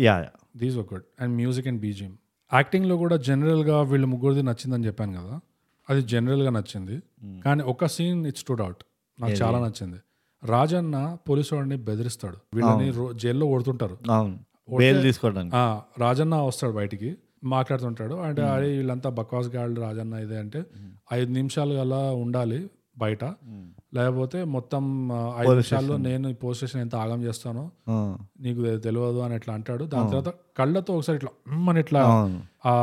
[SPEAKER 1] యా యా
[SPEAKER 2] దీస్ ఒకటి అండ్ మ్యూజిక్ అండ్ బీజిఎం యాక్టింగ్లో కూడా జనరల్గా వీళ్ళు ముగ్గురిది నచ్చిందని చెప్పాను కదా అది జనరల్గా నచ్చింది కానీ ఒక సీన్ ఇట్స్ టు డౌట్ నాకు చాలా నచ్చింది రాజన్న పోలీసు వాడిని బెదిరిస్తాడు వీళ్ళని రో- జైల్లో కొడుతుంటారు
[SPEAKER 1] అవును బెయిల్ తీసుకోవడానికి
[SPEAKER 2] ఆ, రాజన్న వస్తాడు బయటికి మాట్లాడుతుంటాడు అంటే అరే వీళ్ళంతా బక్వాస్ గాళ్ళు రాజన్న ఇదే అంటే ఐదు నిమిషాలు అలా ఉండాలి బయట లేకపోతే మొత్తం ఆ, ఐదు నిమిషాల్లో నేను పోస్ట్ స్టేషన్ ఎంత ఆగం చేస్తానో
[SPEAKER 1] ఆ,
[SPEAKER 2] నీకు తె- తెలియదు అని ఇట్లా అంటాడు దాని తర్వాత కళ్ళతో ఒకసారి ఇట్లా "మ్మ్" అని ఇట్లా
[SPEAKER 1] అవును
[SPEAKER 2] ఆ,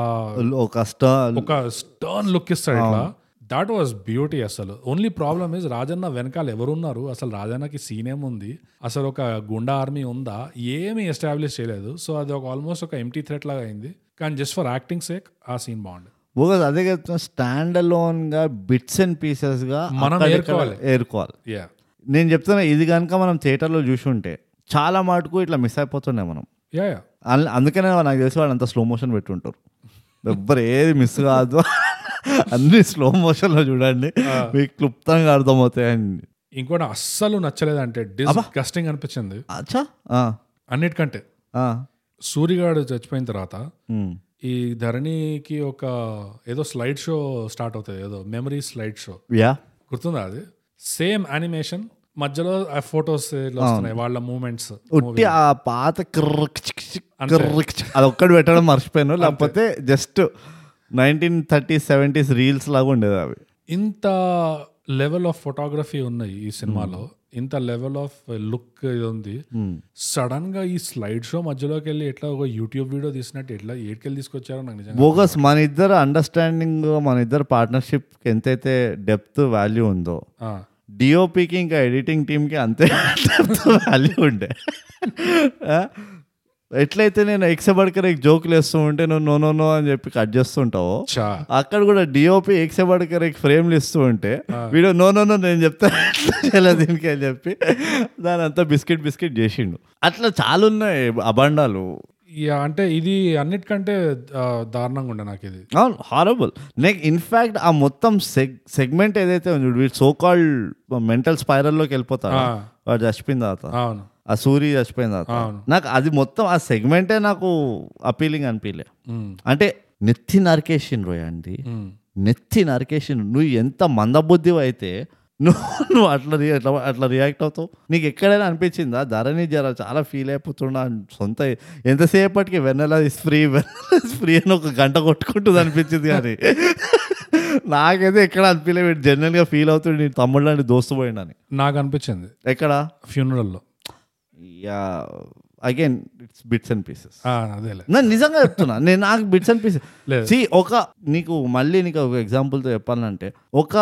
[SPEAKER 1] ఒక స్టాల్
[SPEAKER 2] ఒక స్టర్న్ లుక్ ఇస్తాడు ఇట్లా దాట్ వాజ్ బ్యూటీ అసలు ఓన్లీ ప్రాబ్లమ్ ఇస్ రాజన్న వెనకాల ఎవరున్నారు అసలు రాజన్నకి సీన్ ఏముంది అసలు ఒక గుండా ఆర్మీ ఉందా ఏమీ ఎస్టాబ్లిష్ చేయలేదు సో అది ఒక ఆల్మోస్ట్ ఒక ఎంటీ థ్రెట్ లాగా అయింది కానీ జస్ట్ ఫర్ యాక్టింగ్ సేక్ ఆ సీన్ బాగుంది
[SPEAKER 1] బోగస్ అదే చెప్తున్నా స్టాండ్ అలోన్ గా బిట్స్ అండ్ పీసెస్ గా
[SPEAKER 2] మనం
[SPEAKER 1] అక్కడిక్కడ
[SPEAKER 2] ఏరుకోవాలి.
[SPEAKER 1] ఏరుకోవాలి
[SPEAKER 2] యా
[SPEAKER 1] నేను చెప్తున్నా ఇది కనుక మనం థియేటర్లో చూసి ఉంటే చాలా మటుకు ఇట్లా మిస్ అయిపోతున్నాయి మనం
[SPEAKER 2] యా యా
[SPEAKER 1] అల్- అందుకనే నాకు తెలిసి వాళ్ళు అంత స్లో మోషన్ పెట్టుంటారు ఎవ్వరు ఏది మిస్ కాదు అన్ని స్లో మోషన్లో చూడండి మీకు క్లుప్తంగా అర్థమవుతాయండి
[SPEAKER 2] ఇంకోటి అస్సలు నచ్చలేదు అంటే డిస్గస్టింగ్ అనిపించింది
[SPEAKER 1] అచ్చా ఆ,
[SPEAKER 2] అన్నిటికంటే
[SPEAKER 1] ఆ,
[SPEAKER 2] సూర్యగాడు చచ్చిపోయిన తర్వాత
[SPEAKER 1] ఉమ్,
[SPEAKER 2] ఈ ధరణికి ఒక ఏదో స్లైడ్ షో స్టార్ట్ అవుతుంది ఏదో మెమరీ స్లైడ్ షో
[SPEAKER 1] యా
[SPEAKER 2] గుర్తుందా అది సేమ్ యానిమేషన్ మధ్యలో ఆ ఫొటోస్ వస్తున్నాయి వాళ్ళ మూమెంట్స్
[SPEAKER 1] ఉట్టి ఆ పాత క్రిక్ చిక్ చిక్ క్రిక్ చిక్ అది ఒక్కటి పెట్టడం మర్చిపోయాను లేకపోతే just nineteen thirty seventies reels లాగా ఉండేది అవి
[SPEAKER 2] ఇంత లెవెల్ ఆఫ్ ఫోటోగ్రఫీ ఉన్నాయి ఈ సినిమాలో ఇంత లెవెల్ ఆఫ్ లుక్ ఇది ఉంది సడన్ గా ఈ స్లైడ్ షో మధ్యలోకి వెళ్ళి ఎట్లా ఒక యూట్యూబ్ వీడియో తీసినట్టు ఎట్లా ఏడుకెళ్ళి తీసుకొచ్చారో నాకు నిజంగా
[SPEAKER 1] బోగస్ మన ఇద్దరు అండర్స్టాండింగ్ మన ఇద్దరు పార్ట్నర్షిప్ ఎంతైతే డెప్త్ వాల్యూ ఉందో
[SPEAKER 2] ఆ,
[SPEAKER 1] డిఓపికి ఇంకా ఎడిటింగ్ టీమ్కి అంతే వాల్యూ ఉండే ఆ? ఎట్లయితే నేను ఎక్సబడ్కర్ ఎక్ జోకులు వేస్తూ ఉంటే నువ్వు నో నో నో అని చెప్పి కట్ చేస్తుంటావో
[SPEAKER 2] చా
[SPEAKER 1] అక్కడ కూడా డిఓపి ఎక్సబడ్కర్ ఎక్ ఫ్రేమ్లు ఇస్తూ ఉంటే వీడు నో నో నో నేను చెప్తా ఎలా దీనికి అని చెప్పి దాని అంతా బిస్కెట్ బిస్కెట్ చేసిండు అట్లా చాలా ఉన్నాయి అబండాలు
[SPEAKER 2] యా, అంటే ఇది అన్నిటికంటే ఆ, దారుణంగా ఉండే నాకు ఇది
[SPEAKER 1] అవును హారబుల్ నెక్ ఇన్ఫ్యాక్ట్ ఆ మొత్తం సెగ్ సెగ్మెంట్ ఏదైతే ఉంది చూడు, వీడు సో కాల్డ్ మెంటల్ స్పైరల్లోకి వెళ్ళిపోతాడు
[SPEAKER 2] ఆ,
[SPEAKER 1] వాడు చచ్చిపోయిన తర్వాత
[SPEAKER 2] అవును
[SPEAKER 1] ఆ సూరి చచ్చిపోయిన తర్వాత
[SPEAKER 2] అవును
[SPEAKER 1] నాకు అది మొత్తం ఆ సెగ్మెంటే నాకు అపీలింగ్ అనిపించలే
[SPEAKER 2] ఉమ్,
[SPEAKER 1] అంటే నెత్తి నరికేషన్ రోయ్ అండి
[SPEAKER 2] ఉమ్,
[SPEAKER 1] నెత్తి నరికేషన్ నువ్వు ఎంత మందబుద్ధివి అయితే నువ్వు నువ్వు అట్లా రి- అట్లా అట్లా రియాక్ట్ అవుతావు నీకు ఎక్కడైనా అనిపించిందా ధరణి జర చాలా ఫీల్ అయిపోతున్నా సొంత ఎంతసేపటికి వెన్నెల ఫ్రీ వెన్నెల ఫ్రీ అని ఒక గంట కొట్టుకుంటుంది అనిపించింది కానీ నాకైతే ఎక్కడ అనిపించలేదు వీడు జనరల్గా ఫీల్ అవుతుంది నీ తమ్ముడు లాంటి దోస్తు పోయిండని
[SPEAKER 2] నాకు అనిపించింది
[SPEAKER 1] ఎక్కడా
[SPEAKER 2] ఫ్యూనరల్లో
[SPEAKER 1] yeah again it's bits and pieces
[SPEAKER 2] అదేలే
[SPEAKER 1] నేను నిజంగా చెప్తున్నా నేను నాకు బిట్స్ అండ్ పీసెస్
[SPEAKER 2] లేదు.
[SPEAKER 1] సి ఒక నీకు మళ్ళీ నీకు ఒక ఎగ్జాంపుల్తో చెప్పాలంటే ఒక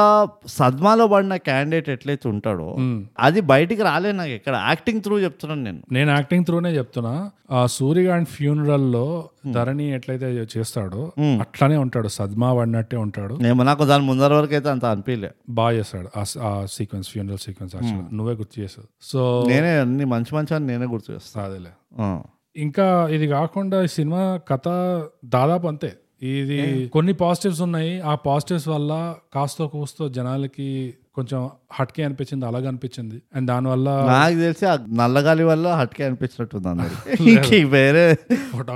[SPEAKER 1] సద్మాలో పడిన క్యాండిడేట్ ఎట్లయితే ఉంటాడో
[SPEAKER 2] ఉమ్.
[SPEAKER 1] అది బయటికి రాలేదు నాకు ఎక్కడ యాక్టింగ్ త్రూ చెప్తున్నాను నేను
[SPEAKER 2] నేను యాక్టింగ్ త్రూనే చెప్తున్నా ఆ సూర్యగాండ్ ఫ్యూనరల్ లో ధరణి ఎట్లయితే చేస్తాడో అట్లానే ఉంటాడు సద్మా పడినట్టే ఉంటాడు
[SPEAKER 1] నేను నాకు దాని ముందర వరకు అయితే అంత అనిపించలే
[SPEAKER 2] బాగా చేస్తాడు ఆ- ఆ సీక్వెన్స్ ఫ్యూనరల్ సీక్వెన్స్ యాక్చువల్ నువ్వే గుర్తు చేసావు సో
[SPEAKER 1] నేనే అన్ని మంచి మంచి అని నేనే గుర్తు చేస్తాను
[SPEAKER 2] అదేలే ఇంకా ఇది కాకుండా ఈ సినిమా కథ దాదాపు అంతే ఇది కొన్ని పాజిటివ్స్ ఉన్నాయి ఆ పాజిటివ్స్ వల్ల కాస్తో కూస్తో జనాలకి కొంచెం హట్కే అనిపించింది అలాగే అనిపించింది అండ్ దానివల్ల
[SPEAKER 1] నాకు తెలిసి ఆ నల్లగాలి వల్ల హట్కే అనిపించినట్టుంది అందరికి ఇంక ఈ వేరే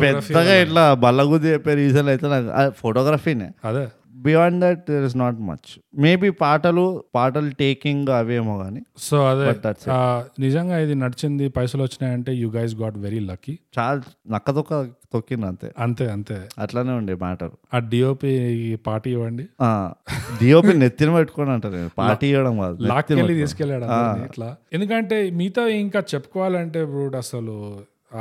[SPEAKER 1] పెద్దగా ఇట్లా బల్లగుద్ది చెప్పే రీజన్ అయితే నాకు ఫోటోగ్రఫీనే
[SPEAKER 2] అదే
[SPEAKER 1] beyond that there is not much maybe పాటలు పాటలు టేకింగ్ అవేమో కానీ
[SPEAKER 2] సో అదే
[SPEAKER 1] that's
[SPEAKER 2] ఆ, నిజంగా ఇది నడిచింది పైసలు వచ్చినాయంటే you guys got very lucky
[SPEAKER 1] చాలా నక్కదొక్క తొక్కింది అంతే
[SPEAKER 2] అంతే అంతే
[SPEAKER 1] అట్లానే ఉండే మ్యాటర్
[SPEAKER 2] ఆ డిఓపి పార్టీ ఇవ్వండి
[SPEAKER 1] డిఓపి నెత్తిన పెట్టుకొని అంట నేను పార్టీ ఇవ్వడం కాదు
[SPEAKER 2] లాక్కెళ్ళి తీసుకెళ్ళాడు అందరినీ ఇట్లా ఎందుకంటే మిగతా ఇంకా చెప్పుకోవాలంటే బ్రూడ్ అసలు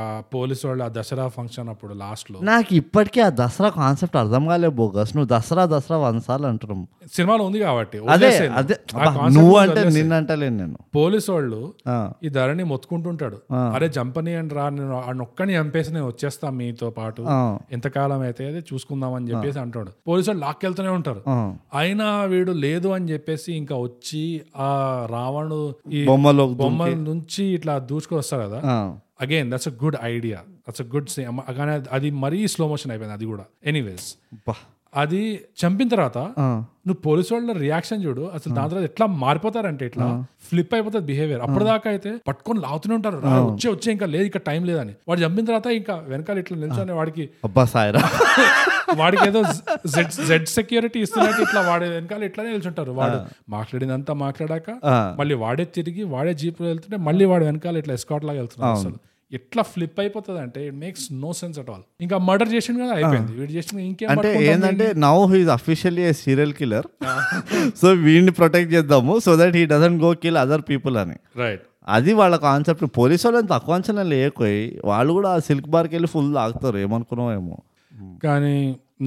[SPEAKER 2] ఆ పోలీసు వాళ్ళు ఆ దసరా ఫంక్షన్ అప్పుడు లాస్ట్ లో
[SPEAKER 1] నాకు ఇప్పటికీ ఆ దసరా కాన్సెప్ట్ అర్థం కాలే బోగస్ నువ్వు దసరా దసరా వంద సార్లు అంటున్నాం
[SPEAKER 2] సినిమాలో ఉంది కాబట్టి
[SPEAKER 1] అదే
[SPEAKER 2] వదిలేసేయ్.
[SPEAKER 1] అదే
[SPEAKER 2] ఆ
[SPEAKER 1] అబ్బా,
[SPEAKER 2] concept
[SPEAKER 1] నువ్వు
[SPEAKER 2] వదిలేసేయ్.
[SPEAKER 1] అంటే నిన్ను అంటలేను నేను
[SPEAKER 2] పోలీసు వాళ్ళు
[SPEAKER 1] ఆ,
[SPEAKER 2] ఈ ధరణి మొత్తుకుంటుంటాడు అరే చంపని అని రా నేను ఆ నొక్కని చంపేసి నేను వచ్చేస్తా మీతో పాటు
[SPEAKER 1] ఆ,
[SPEAKER 2] ఎంతకాలం అయితే అది చూసుకుందాం అని చెప్పేసి అంటాడు పోలీసు వాళ్ళు లాక్కెళ్తూనే ఉంటారు
[SPEAKER 1] ఆ.
[SPEAKER 2] అయినా వీడు లేదు అని చెప్పేసి ఇంకా వచ్చి ఆ రావణు ఈ
[SPEAKER 1] బొమ్మలో
[SPEAKER 2] బొమ్మ నుంచి ఇట్లా దూసుకొని వస్తారు కదా
[SPEAKER 1] ఆ,
[SPEAKER 2] again that's a good idea that's a good కానీ అది- అది మరీ స్లో మోషన్ అయిపోయింది అది కూడా ఎనీవేస్
[SPEAKER 1] అబ్బా,
[SPEAKER 2] అది చంపిన తర్వాత
[SPEAKER 1] ఆ,
[SPEAKER 2] నువ్వు పోలీసు వాళ్ళ రియాక్షన్ చూడు అసలు దాని తర్వాత ఎట్లా మారిపోతారంటే ఇట్లా ఫ్లిప్ అయిపోతుంది బిహేవియర్ అప్పుడు దాకా అయితే పట్టుకొని లాగుతూనే ఉంటారు "రా, వచ్చే వచ్చే ఇంకా లేదు ఇంకా టైం లేదని వాడు చంపిన తర్వాత ఇంకా వెనకాల ఇట్లా నిల్చొని వాడికి
[SPEAKER 1] అబ్బా సాయిరా
[SPEAKER 2] వాడికి ఏదో జెడ్ జెడ్ సెక్యూరిటీ ఇస్తున్నట్టు ఇట్లా వాడి వెనకాల ఇట్లానే నిల్చుంటారు వాడు మాట్లాడినంతా మాట్లాడాక
[SPEAKER 1] ఆ,
[SPEAKER 2] మళ్ళీ వాడే తిరిగి వాడే జీప్ వెళ్తుంటే మళ్ళీ వాడు వెనకాల ఇట్లా ఎస్కాట్ లాగా వెళ్తున్నాడు అసలు ఎట్లా ఫ్లిప్ అయిపోతుంది అంటే it makes no sense at all ఇంకా మర్డర్ చేసిండు కదా అయిపోయింది వీడు చేసిన ఇంకేం
[SPEAKER 1] అంటే
[SPEAKER 2] పట్టుకుంటాం
[SPEAKER 1] ఏంటంటే now he's officially a serial killer so వీడిని ప్రొటెక్ట్ చేద్దాము so that he doesn't go kill other people అని
[SPEAKER 2] రైట్
[SPEAKER 1] అది వాళ్ళ కాన్సెప్ట్ పోలీసు వాళ్ళని తక్కువ అంచనా లేకపోయి వాళ్ళు కూడా ఆ సిల్క్ బార్కి వెళ్ళి ఫుల్ తాగుతారు ఏమనుకున్నావు ఏమో
[SPEAKER 2] కానీ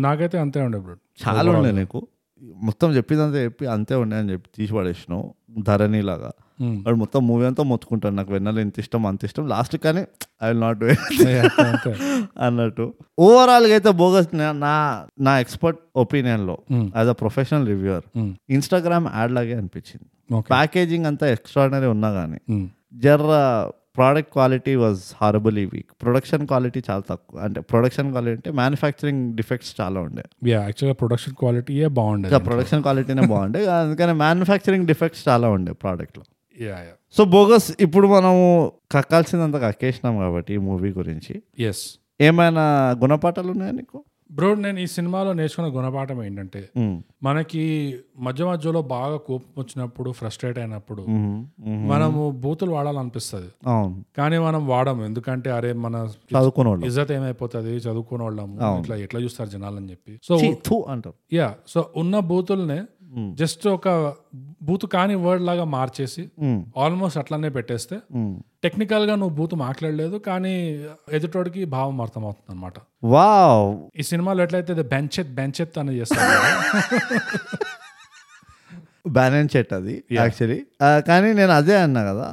[SPEAKER 2] నాకైతే అంతే ఉండే బ్రో
[SPEAKER 1] చాలా ఉండే నీకు మొత్తం చెప్పిందంతా చెప్పి అంతే ఉండే అని చెప్పి తీసి పడేసినావు ధరణిలాగా
[SPEAKER 2] Hmm.
[SPEAKER 1] వాడు మొత్తం మూవీ అంతా మొత్తుకుంటాడు నాకు వెన్నెల ఇంత ఇష్టం అంత ఇష్టం లాస్ట్ కానీ ఐ విల్ నాట్ డూ
[SPEAKER 2] అంతే
[SPEAKER 1] అన్నట్టు ఓవరాల్గా అయితే బోగస్ నా- నా నా ఎక్స్పర్ట్ ఒపీనియన్లో
[SPEAKER 2] Hmm.
[SPEAKER 1] As a professional reviewer
[SPEAKER 2] Hmm.
[SPEAKER 1] Instagram ad లాగే అనిపించింది
[SPEAKER 2] ఓకే
[SPEAKER 1] ప్యాకేజింగ్ అంతా ఎక్స్ట్రాడినరీ ఉన్నా కానీ
[SPEAKER 2] Hmm.
[SPEAKER 1] జర్ర product quality was horribly weak production quality చాలా తక్కువ అంటే ప్రొడక్షన్ క్వాలిటీ అంటే మ్యానుఫ్యాక్చరింగ్ డిఫెక్ట్స్ చాలా ఉండే
[SPEAKER 2] యా యాక్చువల్గా ప్రొడక్షన్ క్వాలిటీయే బాగుండేది
[SPEAKER 1] ప్రొడక్షన్ క్వాలిటీనే బాగుండే అందుకని మ్యానుఫ్యాక్చరింగ్ డిఫెక్ట్స్ చాలా ఉండే ప్రోడక్ట్లో
[SPEAKER 2] యా యా
[SPEAKER 1] సో బోగస్ ఇప్పుడు మనము కక్కాల్సిందంత కక్కేసినాం కాబట్టి ఈ మూవీ గురించి
[SPEAKER 2] ఎస్
[SPEAKER 1] ఏమైనా గుణపాఠాలు ఉన్నాయా నీకు Hmm.
[SPEAKER 2] బ్రో నేను ఈ సినిమాలో నేర్చుకున్న గుణపాఠం ఏంటంటే
[SPEAKER 1] మ్మ్.
[SPEAKER 2] మనకి మధ్య మధ్యలో బాగా కోపం వచ్చినప్పుడు ఫ్రస్ట్రేట్ అయినప్పుడు
[SPEAKER 1] మ్మ్. మ్మ్.
[SPEAKER 2] మనము బూతులు వాడాలనిపిస్తుంది
[SPEAKER 1] అవును
[SPEAKER 2] కానీ మనం వాడము ఎందుకంటే అరే మన
[SPEAKER 1] చదువుకునే వాళ్ళు
[SPEAKER 2] ఇజ్జత్ ఏమైపోతుంది చదువుకునే వాళ్ళము ఇట్లా ఎట్లా చూస్తారు జనాలు అని చెప్పి సో
[SPEAKER 1] అంటారు
[SPEAKER 2] యా సో ఉన్న బూతుల్నే జస్ట్ ఒక బూతు కాని వర్డ్ లాగా మార్చేసి
[SPEAKER 1] మ్మ్.
[SPEAKER 2] ఆల్మోస్ట్ అట్లానే పెట్టేస్తే
[SPEAKER 1] మ్మ్.
[SPEAKER 2] టెక్నికల్ గా నువ్వు బూతు మాట్లాడలేదు కానీ ఎదుటోడికి భావం అర్థమవుతుంది అనమాట
[SPEAKER 1] వావ్
[SPEAKER 2] ఈ సినిమాలో ఎట్లయితే బెంచెత్ బెంచెత్ అని చేస్తాను
[SPEAKER 1] బ్యాలెన్స్ చెట్ అది యాక్చువల్లీ కానీ నేను అదే అన్నా కదా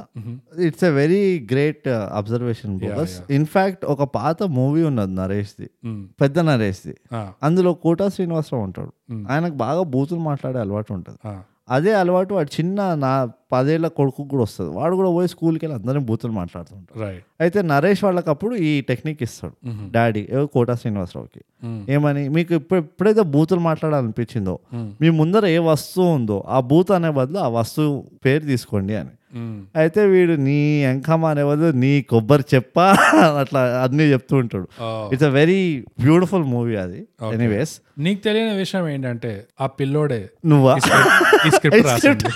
[SPEAKER 1] it's a very great observation bogus in fact ఒక పాత మూవీ ఉన్నది నరేష్ది పెద్ద నరేష్ది అందులో కోటా శ్రీనివాసరావు ఉంటాడు ఆయనకు బాగా బూతులు మాట్లాడే అలవాటు ఉంటుంది అదే అలవాటు వాడు చిన్న నా పదేళ్ల కొడుకు కూడా వస్తుంది వాడు కూడా పోయి స్కూల్కి వెళ్ళి అందరినీ బూతులు మాట్లాడుతుంటాడు
[SPEAKER 2] రైట్
[SPEAKER 1] అయితే నరేష్ వాళ్ళకి అప్పుడు ఈ టెక్నిక్ ఇస్తాడు డాడీ ఏవో కోటా శ్రీనివాసరావుకి ఏమని మీకు ఇప్పుడు ఎప్పుడైతే బూతులు మాట్లాడాలనిపించిందో మీ ముందర ఏ వస్తువు ఉందో ఆ బూత్ అనే బదులు ఆ వస్తువు పేరు తీసుకోండి అని అయితే వీడు నీ ఎంకమ్మ అనే బదులు నీ కొబ్బరి చెప్ప అట్లా అన్నీ చెప్తూ ఉంటాడు it's a very beautiful movie అది ఎనీవేస్
[SPEAKER 2] నీకు తెలియని విషయం ఏంటంటే ఆ పిల్లోడే
[SPEAKER 1] నువ్వా
[SPEAKER 2] ఈ స్క్రిప్ట్ రాసింది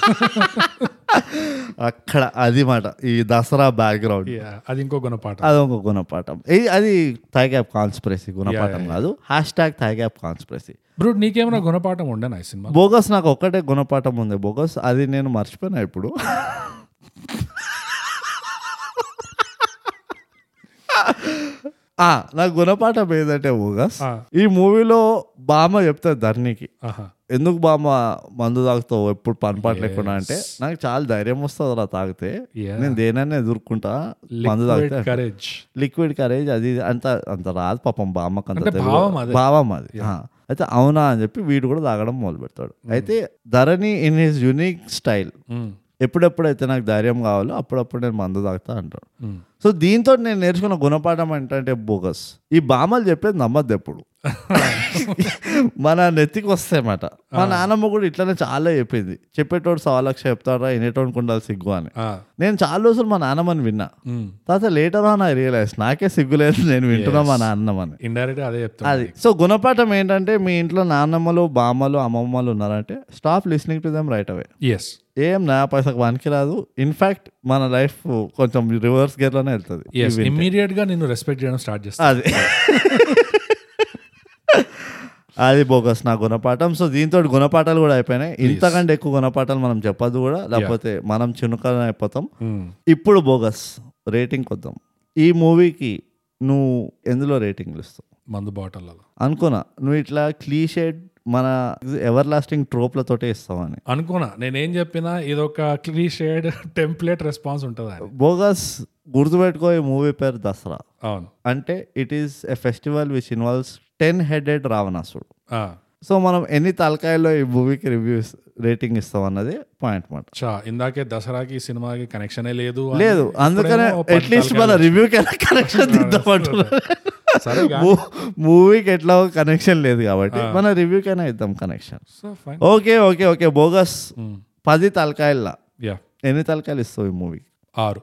[SPEAKER 1] అక్కడ అది మాట ఈ దసరా బ్యాక్గ్రౌండ్
[SPEAKER 2] Yeah, అది ఇంకో గుణపాఠ
[SPEAKER 1] అది ఒక గుణపాఠం ఇది అది థైగ్యాప్ కాన్స్పిరసీ గుణపాఠం కాదు hashtag thigh gap conspiracy
[SPEAKER 2] brute నీకేమైనా గుణపాఠం ఉండేనా ఈ సినిమా
[SPEAKER 1] బోగస్ నాకు ఒక్కటే గుణపాఠం ఉంది బోగస్ అది నేను మర్చిపోయినా ఇప్పుడు ఆ, నా గుణపాఠం ఏదంటే బోగస్
[SPEAKER 2] ఆ.
[SPEAKER 1] ఈ మూవీలో బామ్మ చెప్తారు ధర్నికి
[SPEAKER 2] ఆహా
[SPEAKER 1] ఎందుకు బామ్మ మందు తాగుతావు ఎప్పుడు పనిపాటు లేకుండా అంటే నాకు చాలా ధైర్యం వస్తుంది అలా తాగితే
[SPEAKER 2] Yeah.
[SPEAKER 1] నేను దేనైనా ఎదుర్కొంటా మందు తాగితే
[SPEAKER 2] కరేజ్
[SPEAKER 1] లిక్విడ్ కరేజ్ అది ఇది అంత అంత రాదు పాపం బామ్మకు అంత
[SPEAKER 2] అంటే
[SPEAKER 1] తెలియదు.
[SPEAKER 2] భావం అదే.
[SPEAKER 1] భావం అది ఆ. అయితే అవునా అని చెప్పి వీడు కూడా తాగడం మొదలు పెడతాడు
[SPEAKER 2] Hmm.
[SPEAKER 1] అయితే Dharani in his unique style ఎప్పుడెప్పుడైతే నాకు ధైర్యం కావాలో అప్పుడప్పుడు నేను మందు తాగుతా అంటాడు సో దీంతో నేను నేర్చుకున్న గుణపాఠం ఏంటంటే బోగస్ ఈ బామలు చెప్పేది నమ్మద్దు ఎప్పుడు మన నెత్తికి వస్తాయన్నమాట మా
[SPEAKER 2] Ah.
[SPEAKER 1] నాన్నమ్మ కూడా ఇట్లానే చాలా చెప్పింది చెప్పేటోడు సవాలక్ష చెప్తారా వినేటోడికి ఉండాలి సిగ్గు అని నేను చాలా రోజులు మా నాన్నమ్మని విన్నా తర్వాత లేటర్ ఆన్ ఐ రియలైజ్ నాకే సిగ్గులేదు నేను వింటున్నా మా నాన్నమ్మని
[SPEAKER 2] ఇండైరెక్ట్ అదే చెప్తా
[SPEAKER 1] అది సో గుణపాఠం ఏంటంటే మీ ఇంట్లో నాన్నమ్మలు బామ్మలు అమ్మమ్మలు ఉన్నారంటే stop listening to them right away
[SPEAKER 2] yes
[SPEAKER 1] ఏం నా పైసకు వానికి రాదు ఇన్ఫాక్ట్ మన లైఫ్ కొంచెం రివర్స్ గేర్లోనే వెళ్తుంది
[SPEAKER 2] ఎస్ ఇమ్మీడియట్ గా నేను రెస్పెక్ట్ చేయడం స్టార్ట్ చేస్తాను
[SPEAKER 1] అది అది బోగస్ నా గుణపాఠం సో దీంతో గుణపాఠాలు కూడా అయిపోయినాయి ఇంతకంటే ఎక్కువ గుణపాఠాలు మనం చెప్పదు కూడా లేకపోతే మనం చినుకలు అయిపోతాం ఇప్పుడు బోగస్ రేటింగ్ కొద్దాం ఈ మూవీకి నువ్వు ఎందులో రేటింగ్లు ఇస్తావు
[SPEAKER 2] మందు బాటలలో
[SPEAKER 1] అనుకున్నా నువ్వు ఇట్లా క్లీషేడ్ మన ఎవర్ లాస్టింగ్ ట్రోప్లతోటే ఇస్తావని
[SPEAKER 2] అనుకున్నా నేనేం చెప్పినా ఇదొక క్లీషేడ్ టెంప్లెట్ రెస్పాన్స్ ఉంటుంది అని
[SPEAKER 1] బోగస్ గుర్తుపెట్టుకో ఈ మూవీ పేరు దసరా
[SPEAKER 2] అవును
[SPEAKER 1] అంటే it is a festival which involves ten headed రావణాసుడు
[SPEAKER 2] ఆ,
[SPEAKER 1] సో మనం ఎన్ని తలకాయల్లో ఈ మూవీకి రివ్యూస్ రేటింగ్ ఇస్తాం అన్నది పాయింట్ మాట
[SPEAKER 2] చా ఇందాకే దసరాకి ఈ సినిమాకి కనెక్షనే లేదు
[SPEAKER 1] లేదు అందుకనే అట్లీస్ట్ మన రివ్యూకి కనెక్షన్ ఇద్దామంటున్నారు
[SPEAKER 2] సరే
[SPEAKER 1] మూవీకి ఎట్లా కనెక్షన్ లేదు కాబట్టి మన రివ్యూకైనా ఇద్దాం connection
[SPEAKER 2] so fine
[SPEAKER 1] okay okay okay bogus పది తలకాయల
[SPEAKER 2] యా
[SPEAKER 1] ఎన్ని తలకాయలు ఇస్తావు ఈ మూవీ
[SPEAKER 2] ఆరు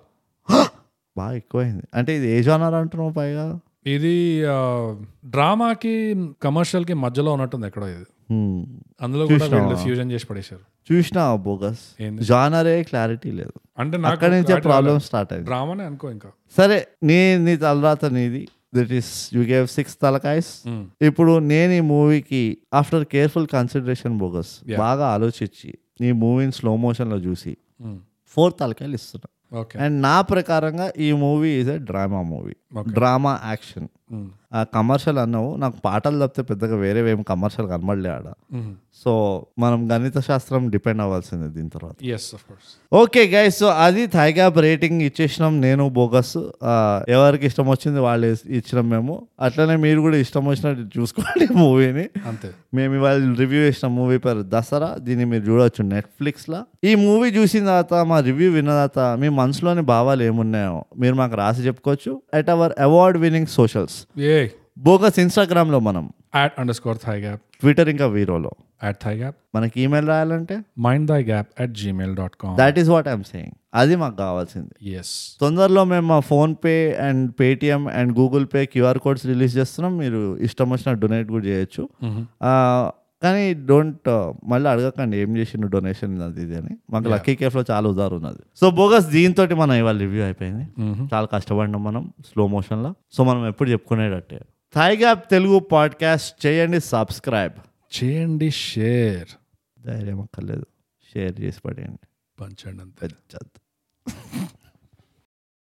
[SPEAKER 1] బాగా ఎక్కువైంది అంటే ఇది ఏ జానర్ అంటున్నావు పైగా
[SPEAKER 2] ఇది ఆ, డ్రామాకి కమర్షియల్ కి మధ్యలో ఉన్నట్టుంది ఎక్కడో ఇది
[SPEAKER 1] హ్మ్.
[SPEAKER 2] అందులో కూడా వీళ్ళు ఫ్యూజన్ చేసి పడేశారు
[SPEAKER 1] చూసినా బోగస్
[SPEAKER 2] ఏంది?
[SPEAKER 1] జానరే క్లారిటీ లేదు
[SPEAKER 2] అంటే నాకు
[SPEAKER 1] అక్కడి నుంచే ప్రాబ్లం స్టార్ట్ అయింది
[SPEAKER 2] డ్రామానే అనుకో ఇంకా
[SPEAKER 1] సరే నీ నీ తలరాత నీది that is you gave six తలకాయస్
[SPEAKER 2] Mm.
[SPEAKER 1] ఇప్పుడు నేను ఈ మూవీకి ఆఫ్టర్ కేర్ఫుల్ కన్సిడరేషన్ బోగస్ బాగా ఆలోచించి ఈ మూవీని స్లో మోషన్లో చూసి ఫోర్ తలకాయలు ఇస్తున్నా
[SPEAKER 2] ఓకే
[SPEAKER 1] అండ్ నా ప్రకారంగా ఈ movie is a drama movie
[SPEAKER 2] Okay.
[SPEAKER 1] Drama action ఆ కమర్షియల్ అన్నావు నాకు పాటలు తప్పితే పెద్దగా వేరేవేం కమర్షియల్ కనబడలే ఆడ సో మనం గణిత శాస్త్రం డిపెండ్ అవ్వాల్సిందే దీని తర్వాత
[SPEAKER 2] yes of course
[SPEAKER 1] okay guys so అది థైగ్యాప్ రేటింగ్ ఇచ్చేసినాం నేను బోగస్ ఆ, ఎవరికి ఇష్టం వచ్చింది వాళ్ళు ఇస్- ఇచ్చినాం మేము అట్లనే మీరు కూడా ఇష్టం వచ్చినట్టు చూసుకోండి మూవీని
[SPEAKER 2] అంతే
[SPEAKER 1] మేము ఇవాళ రివ్యూ చేసిన మూవీ పేరు దసరా దీన్ని మీరు చూడొచ్చు నెట్ఫ్లిక్స్లో ఈ మూవీ చూసిన తర్వాత మా రివ్యూ విన్న తర్వాత మీ మనసులోని భావాలు ఏమున్నాయో మీరు మాకు రాసి చెప్పుకోవచ్చు at our award winning socials
[SPEAKER 2] ఏ
[SPEAKER 1] బోగస్ ఇన్స్టాగ్రామ్లో మనం
[SPEAKER 2] at under score thigh gap
[SPEAKER 1] Twitter ఇంకా వీరోలో
[SPEAKER 2] యాట్ థై గ్యాప్
[SPEAKER 1] మనకి ఈమెయిల్ రాయాలంటే
[SPEAKER 2] mind thigh gap at Gmail dot com
[SPEAKER 1] that is what I'm saying అది మాకు కావాల్సింది
[SPEAKER 2] ఎస్
[SPEAKER 1] తొందరలో మేము మా PhonePe and Paytm and Google Pay QR codes release చేస్తున్నాం మీరు ఇష్టం వచ్చిన డొనేట్ కూడా చేయొచ్చు ఆ, కానీ డోంట్ మళ్ళీ అడగకండి ఏం చేసిండు డొనేషన్ అది ఇది అని మాకు లక్కీ కేఫ్లో చాలా ఉదారు ఉన్నది సో బోగస్ దీంతో మన ఇవాళ రివ్యూ అయిపోయింది చాలా కష్టపడినాం మనం స్లో మోషన్లో సో మనం ఎప్పుడు చెప్పుకునేటట్టే థైగ్యాప్ తెలుగు పాడ్కాస్ట్ చేయండి సబ్స్క్రైబ్
[SPEAKER 2] చేయండి షేర్
[SPEAKER 1] ధైర్యం అక్కర్లేదు షేర్ చేసి పడేయండి
[SPEAKER 2] పంచండి అంతే
[SPEAKER 1] పెద్ద